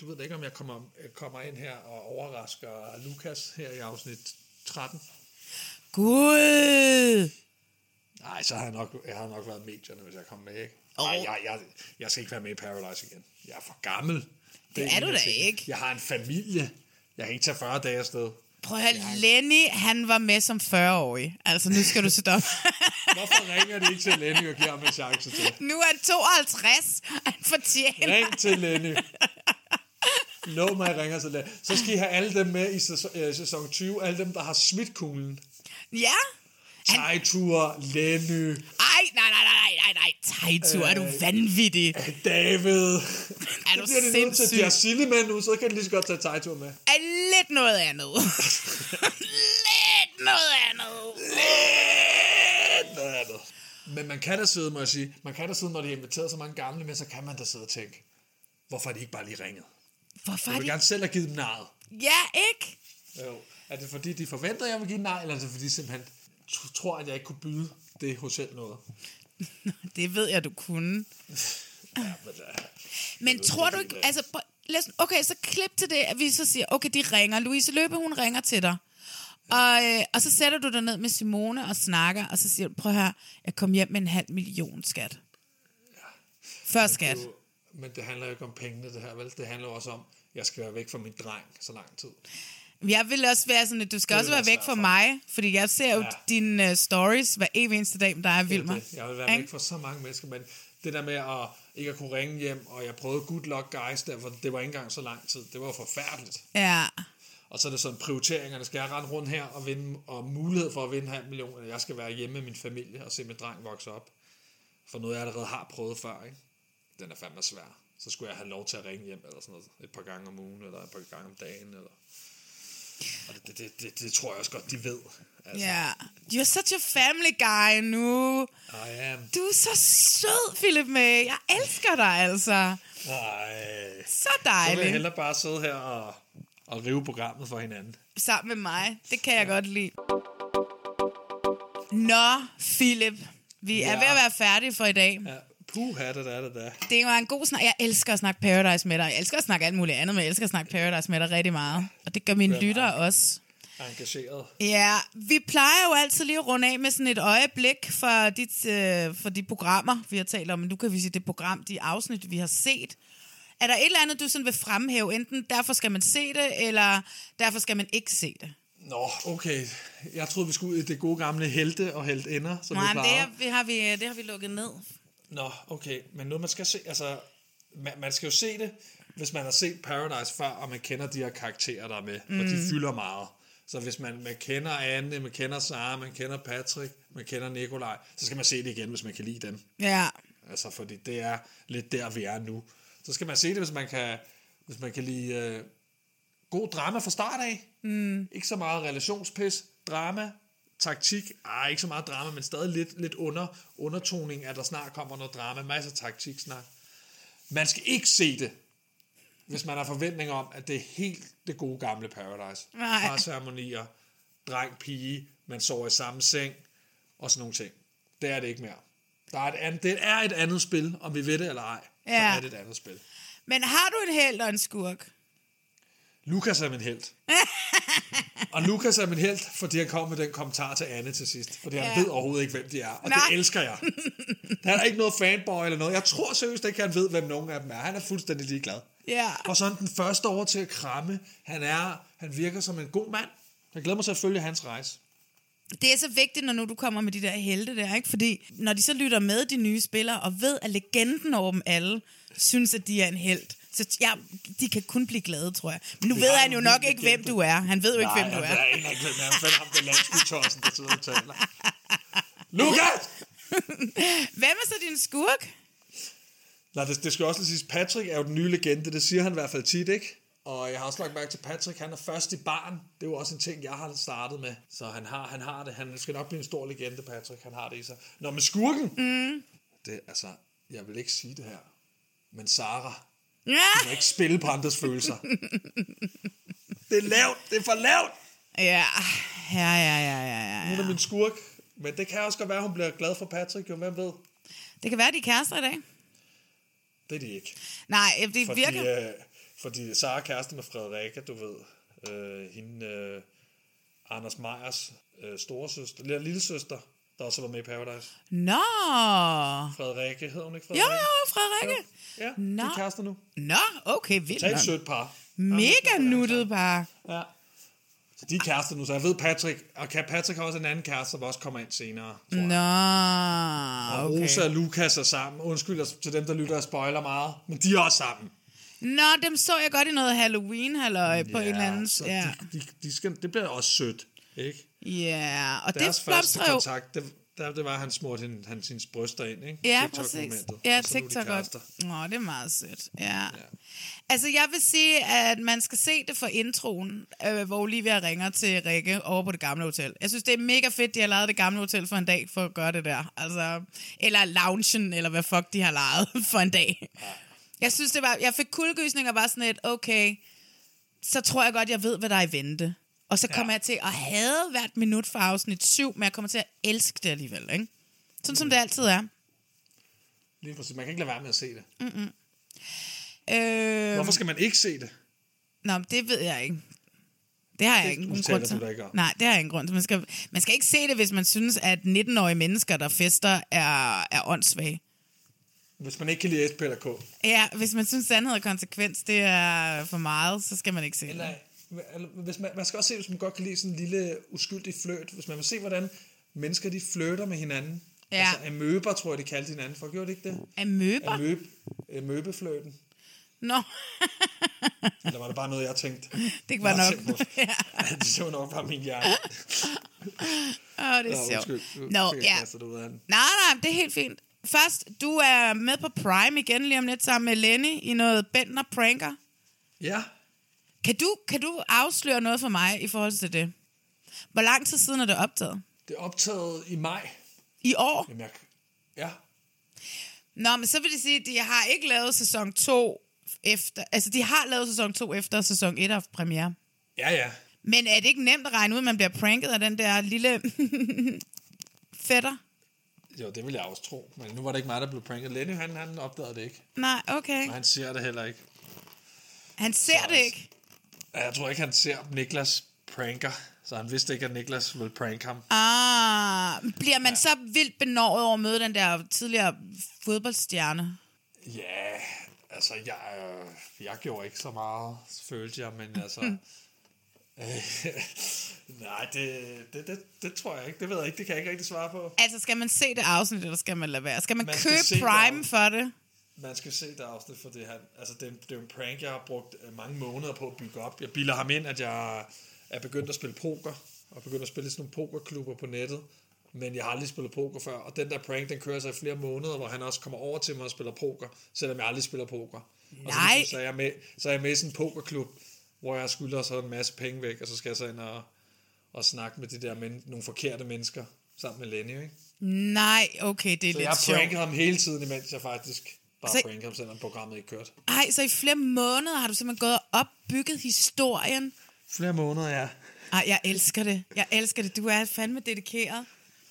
Speaker 2: Du ved da ikke, om jeg kommer, øh, kommer ind her og overrasker Lukas her i afsnit 13.
Speaker 1: Gud!
Speaker 2: Nej, så har jeg nok, jeg har nok været i medierne, hvis jeg kom med, ikke? Nej, jeg, jeg, jeg skal ikke være med i Paradise igen. Jeg er for gammel. Det,
Speaker 1: er
Speaker 2: en
Speaker 1: du
Speaker 2: af
Speaker 1: da
Speaker 2: tingene.
Speaker 1: ikke.
Speaker 2: Jeg har en familie. Jeg kan ikke tage 40 dage afsted.
Speaker 1: Prøv at høre, Lenny, han var med som 40-årig. Altså, nu skal du sætte op.
Speaker 2: Hvorfor ringer de ikke til Lenny og giver ham en chance til?
Speaker 1: Nu er han 52. Han fortjener.
Speaker 2: Ring til Lenny. Lov mig, jeg ringer til Lenny. Så skal I have alle dem med i sæson, øh, sæson 20. Alle dem, der har smidt kuglen.
Speaker 1: Ja?
Speaker 2: Tejtur, Lenny,
Speaker 1: Ej, nej, nej, nej, nej, nej, nej. Tejtur, er du vanvittig?
Speaker 2: David.
Speaker 1: Er du
Speaker 2: Nu Øh. bliver de nødt til,
Speaker 1: sindssyg?
Speaker 2: de har Sille med nu, så kan de lige så godt tage Tejtur med.
Speaker 1: Er lidt noget andet. lidt noget andet.
Speaker 2: noget andet. Men man kan da sidde, må jeg sige, man kan da sidde, når de har inviteret så mange gamle med, så kan man da sidde og tænke, hvorfor har de ikke bare lige ringet?
Speaker 1: Hvorfor
Speaker 2: Jeg
Speaker 1: er
Speaker 2: vil
Speaker 1: de...
Speaker 2: gerne selv have givet dem narret.
Speaker 1: Ja, ikke?
Speaker 2: Jo. Er det fordi, de forventede, at jeg vil give nej, eller er det fordi, de simpelthen t- tror, at jeg ikke kunne byde det hotel noget?
Speaker 1: Det ved jeg, du kunne.
Speaker 2: Ja, men, uh,
Speaker 1: Men tror du ikke... Altså, prøv- lad os, okay, så klip til det, at vi så siger, okay, de ringer. Louise Løbe, hun ringer til dig. Og, øh, og så sætter du dig ned med Simone og snakker, og så siger du, prøv her, jeg kom hjem med en halv million, skat. Før skat.
Speaker 2: Men det handler jo ikke om pengene, det her, vel? Det handler jo også om, at jeg skal være væk fra min dreng så lang tid.
Speaker 1: Jeg vil også være sådan, at du skal
Speaker 2: Det
Speaker 1: også
Speaker 2: vil
Speaker 1: være
Speaker 2: være
Speaker 1: væk
Speaker 2: svært
Speaker 1: fra
Speaker 2: for
Speaker 1: mig, fordi jeg ser jo
Speaker 2: Ja.
Speaker 1: dine øh, stories hver evig eneste dag, men der er vild mig.
Speaker 2: Det. Jeg vil være væk fra så mange mennesker, men det der med at ikke at kunne ringe hjem, og jeg prøvede good luck guys, derfor det var ikke engang så lang tid. Det var jo forfærdeligt.
Speaker 1: Ja.
Speaker 2: Og så er det sådan prioriteringerne, skal jeg rende rundt her og vinde, og mulighed for at vinde en halv million, eller jeg skal være hjemme med min familie og se min dreng vokse op. For noget, jeg allerede har prøvet før, ikke? Den er fandme svær. Så skulle jeg have lov til at ringe hjem, eller sådan noget, et par gange om ugen, eller et par gange om dagen, eller... Og det, det, det, det, det tror jeg også godt, de ved. Altså,
Speaker 1: Ja. You're such a family guy nu.
Speaker 2: I am.
Speaker 1: Du er så sød, Philip May. Jeg elsker dig, altså.
Speaker 2: Nej.
Speaker 1: Så
Speaker 2: Så vil jeg
Speaker 1: dejligt.
Speaker 2: hellere bare sidde her og, og rive programmet for hinanden.
Speaker 1: Sammen med mig. Det kan jeg godt lide. Nå, Philip. Vi er
Speaker 2: Ja.
Speaker 1: ved at være færdige for i dag.
Speaker 2: Ja, puha, det er det der.
Speaker 1: Det var en god snak. Jeg elsker at snakke Paradise med dig. Jeg elsker at snakke alt muligt andet, men jeg elsker at snakke Paradise med dig rigtig meget. Og det gør mine
Speaker 2: Hvem er
Speaker 1: lyttere
Speaker 2: det?
Speaker 1: også.
Speaker 2: Engageret.
Speaker 1: Ja, vi plejer jo altid lige at runde af med sådan et øjeblik for, dit, øh, for de programmer, vi har talt om. Men nu kan vi sige, det program, de afsnit, vi har set. Er der et eller andet, du sådan vil fremhæve? Enten derfor skal man se det, eller derfor skal man ikke se det?
Speaker 2: Nå, okay. Jeg troede, vi skulle ud i det gode gamle helte og heltinder, som
Speaker 1: Nej,
Speaker 2: vi
Speaker 1: men
Speaker 2: plejer.
Speaker 1: det, er, vi har vi, øh, det har vi lukket ned.
Speaker 2: Nå, okay. Men noget, man skal se, altså, man, man skal jo se det, hvis man har set Paradise før, og man kender de her karakterer, der er med, mm. og de
Speaker 7: Mm.
Speaker 2: fylder meget. Så hvis man, man kender Anne, man kender Sara, man kender Patrick, man kender Nikolaj, så skal man se det igen, hvis man kan lide dem.
Speaker 1: Ja.
Speaker 2: Altså, fordi det er lidt der, vi er nu. Så skal man se det, hvis man kan, hvis man kan lide øh, god drama fra start af. Mm. Ikke så meget relationspis, drama, taktik. Ej, ikke så meget drama, men stadig lidt, lidt under, undertoning, at der snart kommer noget drama. Masser af taktik snart. Man skal ikke se det, hvis man har forventning om, at det er helt det gode gamle Paradise.
Speaker 1: Nej.
Speaker 2: Parceremonier, dreng, pige, man sover i samme seng, og sådan nogle ting. Det er det ikke mere. Der er et andet, det er et andet spil, om vi ved det eller ej. Ja. Så
Speaker 1: Ja.
Speaker 2: er det et andet spil.
Speaker 1: Men har du en held og en skurk?
Speaker 2: Lukas er min held. og Lukas er min held, fordi han kom med den kommentar til Anne til sidst. Fordi han
Speaker 1: Ja.
Speaker 2: ved overhovedet ikke, hvem de er. Og Nej.
Speaker 1: Nej.
Speaker 2: det elsker jeg. Der er ikke noget fanboy eller noget. Jeg tror seriøst ikke, han ved, hvem nogen af dem er. Han er fuldstændig ligeglad.
Speaker 1: Ja.
Speaker 2: Og så er han den første over til at kramme. Han, er, han virker som en god mand. Jeg glæder mig til at følge hans rejse.
Speaker 1: Det er så vigtigt, når nu du kommer med de der helte der, ikke? Fordi når de så lytter med de nye spillere og ved, at legenden over dem alle synes, at de er en held, så ja, de kan kun blive glade, tror jeg. Men nu
Speaker 2: Vi
Speaker 1: ved
Speaker 2: har
Speaker 1: han
Speaker 2: en
Speaker 1: jo
Speaker 2: vild
Speaker 1: nok ikke, hvem
Speaker 2: legende.
Speaker 1: du er. Han ved jo ikke,
Speaker 2: Nej,
Speaker 1: hvem du
Speaker 2: han
Speaker 1: er.
Speaker 2: ved ikke, hvem han er. Han er ham, den landsbytossen, der sidder og taler. Lukas!
Speaker 1: Hvem er så din skurk?
Speaker 2: Nej, det, det skal også lige siges, Patrick er jo den nye legende, det siger han i hvert fald tit, ikke? Og jeg har også lagt mærke til Patrick, han er først i barn. Det er jo også en ting, jeg har startet med. Så han har, han har det. Han skal nok blive en stor legende, Patrick. Han har det i sig. Nå, men skurken! Mm. Det, altså, jeg vil ikke sige det her. Men Sara, du må ikke spille på andres følelser. det er lavt. Det er for lavt.
Speaker 1: Ja, ja, ja, ja, ja, ja.
Speaker 2: Hun er min skurk. Men det kan også godt være, at hun bliver glad for Patrick, jo hvem ved.
Speaker 1: Det kan være, de er kærester i dag.
Speaker 2: Det er de ikke.
Speaker 1: Nej, det virker...
Speaker 2: fordi, Øh, fordi Sara er kæreste med Frederikke, du ved. Øh, hende, øh, Anders Meyers øh, storesøster, eller lillesøster, der også har været med i Paradise.
Speaker 1: Nå!
Speaker 2: Frederikke hed hun ikke
Speaker 1: Jo,
Speaker 2: Frederikke?
Speaker 1: jo, Frederikke.
Speaker 2: Ja,
Speaker 1: Nå.
Speaker 2: de er kærester nu.
Speaker 1: Nå, okay, vildt.
Speaker 2: Tag et
Speaker 1: nok.
Speaker 2: sødt par.
Speaker 1: Mega nuttet par.
Speaker 2: Ja. Så de er kærester nu, så jeg ved Patrick, og kan- Patrick har også en anden kæreste, som også kommer ind senere.
Speaker 1: Nå,
Speaker 2: Og
Speaker 1: okay.
Speaker 2: Rosa og Lukas er sammen. Undskyld os- til dem, der lytter og spoiler meget, men de er også sammen.
Speaker 1: Nå, dem så jeg godt i noget halloween halløj på en eller anden.
Speaker 2: så
Speaker 1: Ja,
Speaker 2: de, de, de skal, det bliver også sødt, ikke?
Speaker 1: ja. og
Speaker 2: Deres
Speaker 1: det
Speaker 2: første
Speaker 1: blomstrer jo...
Speaker 2: kontakt, det, der, det var, at han smurte hende, han sine bryster ind, ikke?
Speaker 1: Ja, præcis.
Speaker 2: TikTok-momentet.
Speaker 1: Ja,
Speaker 2: Og så nu er de
Speaker 1: TikTok godt.
Speaker 2: kærester.
Speaker 1: Nå, det er meget sødt. Ja. Altså, jeg vil sige, at man skal se det for introen, øh, hvor Olivia ringer til Rikke over på det gamle hotel. Jeg synes, det er mega fedt, de har lejet det gamle hotel for en dag for at gøre det der. Altså, eller loungen, eller hvad fuck de har lejet for en dag. Jeg synes, det var, jeg fik kuldegysninger bare sådan et, okay, så tror jeg godt, jeg ved, hvad der er i vente. Og så kommer jeg til at have hvert minut for afsnit 7, men jeg kommer til at elske det alligevel, ikke? Sådan
Speaker 2: Mm.
Speaker 1: som det altid er.
Speaker 2: Lige præcis. Man kan ikke lade være med at se det.
Speaker 1: Mm. Øh,
Speaker 2: Hvorfor skal man ikke se det?
Speaker 1: Nå, men det ved jeg ikke. Det har jeg
Speaker 2: Det
Speaker 1: ikke nogen
Speaker 2: udtaler
Speaker 1: grund
Speaker 2: du
Speaker 1: til.
Speaker 2: dig ikke om.
Speaker 1: Nej, det har jeg ingen grund til. Man skal, man skal ikke se det, hvis man synes, at 19-årige mennesker, der fester, er, er åndssvage.
Speaker 2: Hvis man ikke kan lide SP eller K.
Speaker 1: Ja, hvis man synes, sandhed og konsekvens, det er for meget, så skal man ikke se det.
Speaker 2: Eller, eller hvis man, man skal også se, hvis man godt kan lide sådan en lille uskyldig flørt. Hvis man vil se, hvordan mennesker de flirter med hinanden.
Speaker 1: Ja.
Speaker 2: Altså amøber, tror jeg, de kaldte hinanden for. Gjorde de ikke det?
Speaker 1: Amøber?
Speaker 2: Amøb, amøbefløten.
Speaker 1: Nå,
Speaker 2: Eller var det bare noget, jeg tænkte?
Speaker 1: det var
Speaker 2: Jeg
Speaker 1: nok.
Speaker 2: tænkte på- det så nok bare min hjerne.
Speaker 1: Åh, det er
Speaker 2: Nå,
Speaker 1: sjovt.
Speaker 2: undskyld. Nu fik
Speaker 1: Nå,
Speaker 2: jeg
Speaker 1: ja.
Speaker 2: kastet det ud af den.
Speaker 1: Nej, nej, det er helt fint. Først, du er med på Prime igen lige om lidt sammen med Lenny i noget Bentner Pranker.
Speaker 2: Ja.
Speaker 1: Kan du, kan du afsløre noget for mig i forhold til det? Hvor lang tid siden er det optaget?
Speaker 2: Det er optaget i maj.
Speaker 1: I år?
Speaker 2: Jamen, jeg, ja.
Speaker 1: Nå, men så vil det sige, at de har ikke lavet sæson 2 efter... Altså, de har lavet sæson 2 efter sæson 1 af premiere.
Speaker 2: Ja, ja.
Speaker 1: Men er det ikke nemt at regne ud, at man bliver pranket af den der lille fætter?
Speaker 2: Jo, det ville jeg også tro. Men nu var det ikke mig, der blev pranket. Lenny, han, han opdagede det ikke.
Speaker 1: Nej, okay.
Speaker 2: Og han ser det heller ikke.
Speaker 1: Han ser det ikke.
Speaker 2: Ja, Jeg tror ikke, han ser Niklas pranker. Så han vidste ikke, at Niklas ville prank ham.
Speaker 1: Ah, bliver man ja. så vildt benådet over at møde den der tidligere fodboldstjerne?
Speaker 2: Ja, altså, jeg, øh, jeg gjorde ikke så meget, følte jeg, men altså... øh, nej, det, det, det, det, tror jeg ikke. Det ved jeg ikke. Det kan jeg ikke rigtig svare på.
Speaker 1: Altså, skal man se det afsnit, eller skal man lade være? Skal man,
Speaker 2: Man
Speaker 1: man
Speaker 2: skal
Speaker 1: købe
Speaker 2: se det
Speaker 1: Prime
Speaker 2: afsnit.
Speaker 1: for det?
Speaker 2: Man skal se det afsnit, for det, han, altså det, er- det er jo en prank, jeg har brugt øh, mange måneder på at bygge op. Jeg bilder ham ind, at jeg er begyndt at spille poker, og begyndt at spille i sådan nogle pokerklubber på nettet, men jeg har aldrig spillet poker før, og den der prank, den kører sig i flere måneder, hvor han også kommer over til mig og spiller poker, selvom jeg aldrig spiller poker. Og så,
Speaker 1: Nej.
Speaker 2: lige pludselig er jeg med, så er jeg med i sådan en pokerklub, hvor jeg skylder så en masse penge væk, og så skal jeg så ind og, og snakke med de der men, nogle forkerte mennesker, sammen med Lenny, ikke?
Speaker 1: Nej, okay, det er
Speaker 2: Så jeg
Speaker 1: lidt
Speaker 2: har pranket
Speaker 1: sjovt. Altså-
Speaker 2: ham hele tiden, imens jeg faktisk bare
Speaker 1: Så-
Speaker 2: så... prankede ham, selvom programmet ikke kørte.
Speaker 1: Ej, så i flere måneder har du simpelthen gået og opbygget historien.
Speaker 2: Flere måneder, ja.
Speaker 1: Ej, jeg elsker det. Jeg elsker det. Du er fandme dedikeret.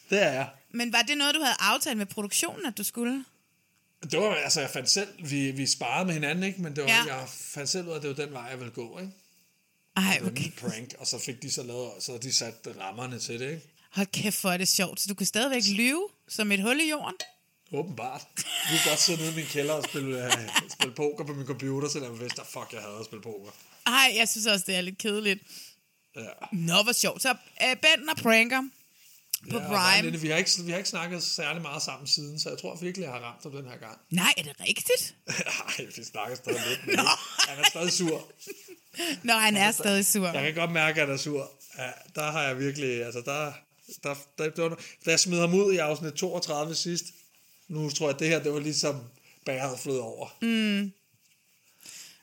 Speaker 2: Det er jeg.
Speaker 1: Men var det noget, du havde aftalt med produktionen, at du skulle?
Speaker 2: Det var, altså, jeg fandt selv, vi, vi sparede med hinanden, ikke? Men det var,
Speaker 1: Ja.
Speaker 2: ja. jeg fandt selv ud af, at det var den vej, jeg ville gå, ikke?
Speaker 1: Ej,
Speaker 2: Det var
Speaker 1: okay.
Speaker 2: min prank, og så fik de så lavet, så havde de sat rammerne til det, ikke?
Speaker 1: Hold kæft, hvor er det sjovt. Så du kunne stadigvæk lyve som et hul i jorden?
Speaker 2: Åbenbart. Vi kunne godt sidde nede i min kælder og spille, øh, spille poker på min computer, selvom jeg vidste, at fuck, jeg havde at spille poker.
Speaker 1: Ej, jeg synes også, det er lidt kedeligt.
Speaker 2: Ja.
Speaker 1: Nå, hvor sjovt. Så øh, Bentner pranker på
Speaker 2: og mig og
Speaker 1: Prime.
Speaker 2: Lene, vi, har ikke, vi har ikke snakket særlig meget sammen siden, så jeg tror virkelig, jeg har ramt dig den her gang.
Speaker 1: Nej, er det rigtigt?
Speaker 2: Nej, vi snakker stadig lidt. Men ikke. han er stadig sur.
Speaker 1: Nå, han er stadig sur.
Speaker 2: Jeg kan godt mærke, at han er sur. Ja, der har jeg virkelig, altså der, der, der, der, der da jeg smed ham ud i afsnit 32 sidst, nu tror jeg, at det her, det var ligesom bæret flød over.
Speaker 1: Mm.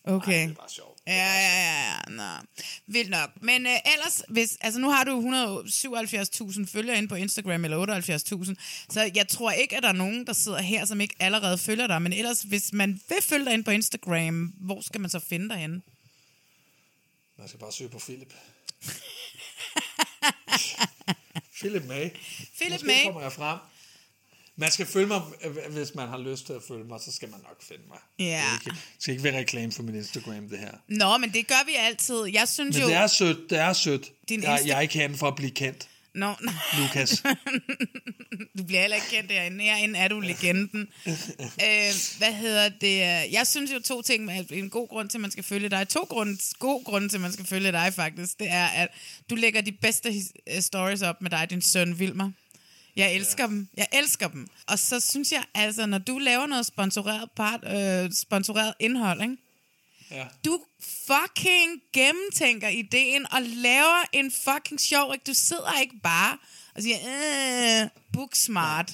Speaker 1: Okay. Ej, det
Speaker 2: var sjovt.
Speaker 1: Ja, ja, ja, ja. Nå. Vildt nok. Men øh, ellers, hvis, altså nu har du 177.000 følgere inde på Instagram, eller 78.000, så jeg tror ikke, at der er nogen, der sidder her, som ikke allerede følger dig. Men ellers, hvis man vil følge dig inde på Instagram, hvor skal man så finde dig henne?
Speaker 2: Man skal bare søge på Philip. Philip May.
Speaker 1: Philip
Speaker 2: Måske
Speaker 1: May.
Speaker 2: kommer jeg frem. Man skal følge mig, øh, hvis man har lyst til at følge mig, så skal man nok finde mig.
Speaker 1: Ja.
Speaker 2: Det er ikke, det skal ikke være reklame for min Instagram, det her.
Speaker 1: Nå, men det gør vi altid. Jeg
Speaker 2: Men
Speaker 1: synes jo...
Speaker 2: det er sødt, det er sødt.
Speaker 1: Din
Speaker 2: Jeg,
Speaker 1: Insta-
Speaker 2: jeg er ikke herinde for at blive kendt,
Speaker 1: Nå, nej.
Speaker 2: Lukas.
Speaker 1: Du bliver heller ikke kendt derinde. Herinde er du legenden. øh, hvad hedder det? Jeg synes jo to ting. med- En god grund til, at man skal følge dig. To grunde, gode grunde til, at man skal følge dig faktisk. Det er, at du lægger de bedste his- øh, stories op med dig og din søn Vilmer. Jeg elsker ja. dem. Jeg elsker dem. Og så synes jeg, altså, når du laver noget sponsoreret, part, øh, sponsoreret indhold, ikke?
Speaker 2: ja.
Speaker 1: du fucking gennemtænker ideen og laver en fucking sjov, ikke? Du sidder ikke bare og siger, øh, book smart.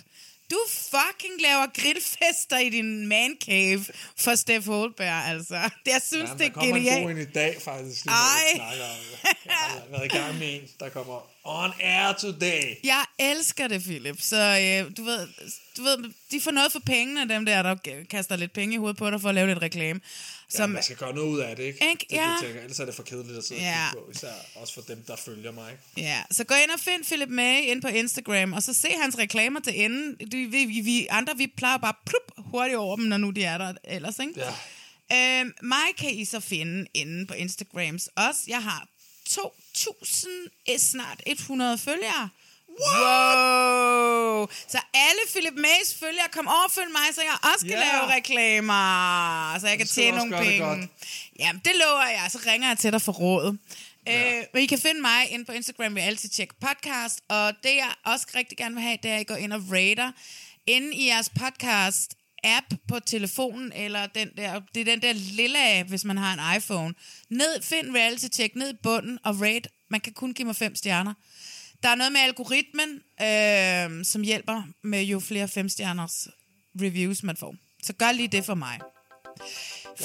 Speaker 1: Du fucking laver grillfester i din man cave for Steff Holberg, altså. Jeg synes,
Speaker 2: Jamen,
Speaker 1: det
Speaker 2: der
Speaker 1: er
Speaker 2: kommer en god
Speaker 1: genialt.
Speaker 2: en i dag, faktisk. Lige
Speaker 1: Ej.
Speaker 2: Ej. Jeg snakker om det. Jeg har været i gang med en, der kommer on air today.
Speaker 1: Jeg elsker det, Philip. Så øh, du, ved, du ved, de får noget for pengene, dem der, der g- kaster lidt penge i hovedet på dig for at lave lidt reklame.
Speaker 2: Som,
Speaker 1: Som,
Speaker 2: ja, man skal gøre noget ud af det, ikke?
Speaker 1: Ikke?
Speaker 2: Det, er det,
Speaker 1: Ja.
Speaker 2: jeg tænker. Ellers er det for kedeligt at sidde
Speaker 1: Ja.
Speaker 2: ja. og kigge på. Især også for dem, der følger mig, ikke?
Speaker 1: Ja, så gå ind og find Philip May ind på Instagram, og så se hans reklamer til enden. Du, vi, vi, vi andre, vi plejer bare plup, hurtigt over dem, når nu de er der ellers, ikke?
Speaker 2: Ja.
Speaker 1: Øhm, mig kan I så finde inde på Instagrams også. Jeg har 2.000, eh, snart 100 følgere. Wow! Så alle Philip Mays følgere, kom over og følg mig, så jeg også kan
Speaker 2: Ja.
Speaker 1: lave reklamer, så jeg kan
Speaker 2: Du skal
Speaker 1: tjene
Speaker 2: også
Speaker 1: nogle
Speaker 2: gøre det
Speaker 1: penge.
Speaker 2: godt.
Speaker 1: Jamen, det lover jeg, så ringer jeg til dig for rådet. Ja. Øh, men I kan finde mig inde på Instagram, vi altid tjekke podcast, og det jeg også rigtig gerne vil have, det er, at I går ind og rater inde i jeres podcast app på telefonen, eller den der, det er den der lille, hvis man har en iPhone. Ned, find reality check ned i bunden og rate. Man kan kun give mig fem stjerner. Der er noget med algoritmen, øh, som hjælper med jo flere femstjerners reviews, man får. Så gør lige det for mig.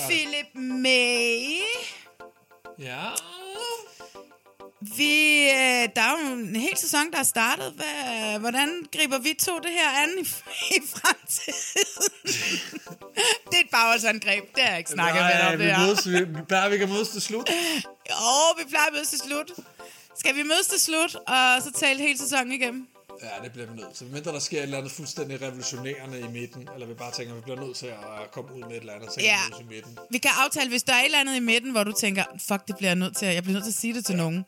Speaker 1: Philip May.
Speaker 2: Ja.
Speaker 1: Vi, øh, der er jo en hel sæson, der er startet. Hvad, hvordan griber vi to det her an i, i fremtiden? det er et bagholdsangreb. Det har jeg ikke snakket
Speaker 2: Nej,
Speaker 1: med om,
Speaker 2: vi
Speaker 1: det her.
Speaker 2: mødes, vi, vi plejer, vi kan mødes til slut.
Speaker 1: Jo, vi plejer at mødes til slut. Skal vi mødes til slut, og så tale hele sæsonen igennem?
Speaker 2: Ja, det bliver vi nødt til. Mindre der sker et eller andet fuldstændig revolutionerende i midten, eller vi bare tænker, at vi bliver nødt til at komme ud med et eller andet, så kan
Speaker 1: Ja.
Speaker 2: vi mødes i midten.
Speaker 1: Vi kan aftale, hvis der er et eller andet i midten, hvor du tænker, fuck, det bliver jeg nødt til, at- jeg bliver nødt til at sige det til ja. nogen.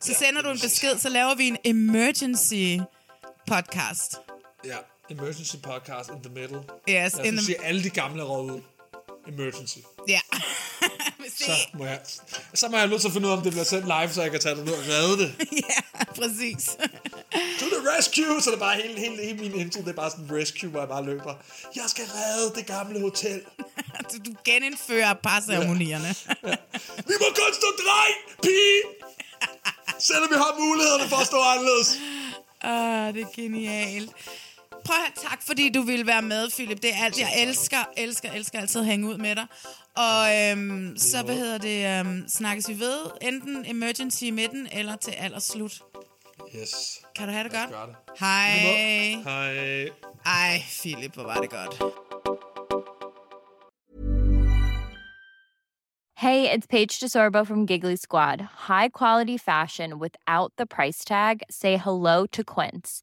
Speaker 1: Så ja, sender du en besked, så laver vi en emergency podcast.
Speaker 2: Ja, emergency podcast in the middle.
Speaker 1: Yes,
Speaker 2: Lad
Speaker 1: in
Speaker 2: os
Speaker 1: the-
Speaker 2: sige alle de gamle råd ud. Emergency.
Speaker 1: Ja.
Speaker 2: Så må, jeg, så må jeg nødt til at finde ud af, om det bliver sendt live, så jeg kan tage det ned og redde det.
Speaker 1: ja, præcis.
Speaker 2: To the rescue! Så det er bare hele, hele, hele min intro, det er bare sådan en rescue, hvor jeg bare løber. Jeg skal redde det gamle hotel.
Speaker 1: Så du genindfører parceremonierne. Ja.
Speaker 2: Vi må kun stå dreng, pige! Selvom vi har mulighederne for at stå anderledes.
Speaker 1: Åh, Ah, det er genialt. Prøv at høre, tak fordi du ville være med, Philip. Det er alt, jeg elsker, elsker, elsker altid at hænge ud med dig. Og øhm, så, hvad hedder det, øhm, snakkes vi ved, enten emergency i midten, eller til allerslut.
Speaker 2: Yes.
Speaker 1: Kan du have det godt?
Speaker 2: gøre det.
Speaker 1: Hej.
Speaker 2: I lige måde. Hej.
Speaker 1: Ej, Philip, hvor var det godt.
Speaker 10: Hey, it's Paige DeSorbo from Giggly Squad. High quality fashion without the price tag. Say hello to Quince.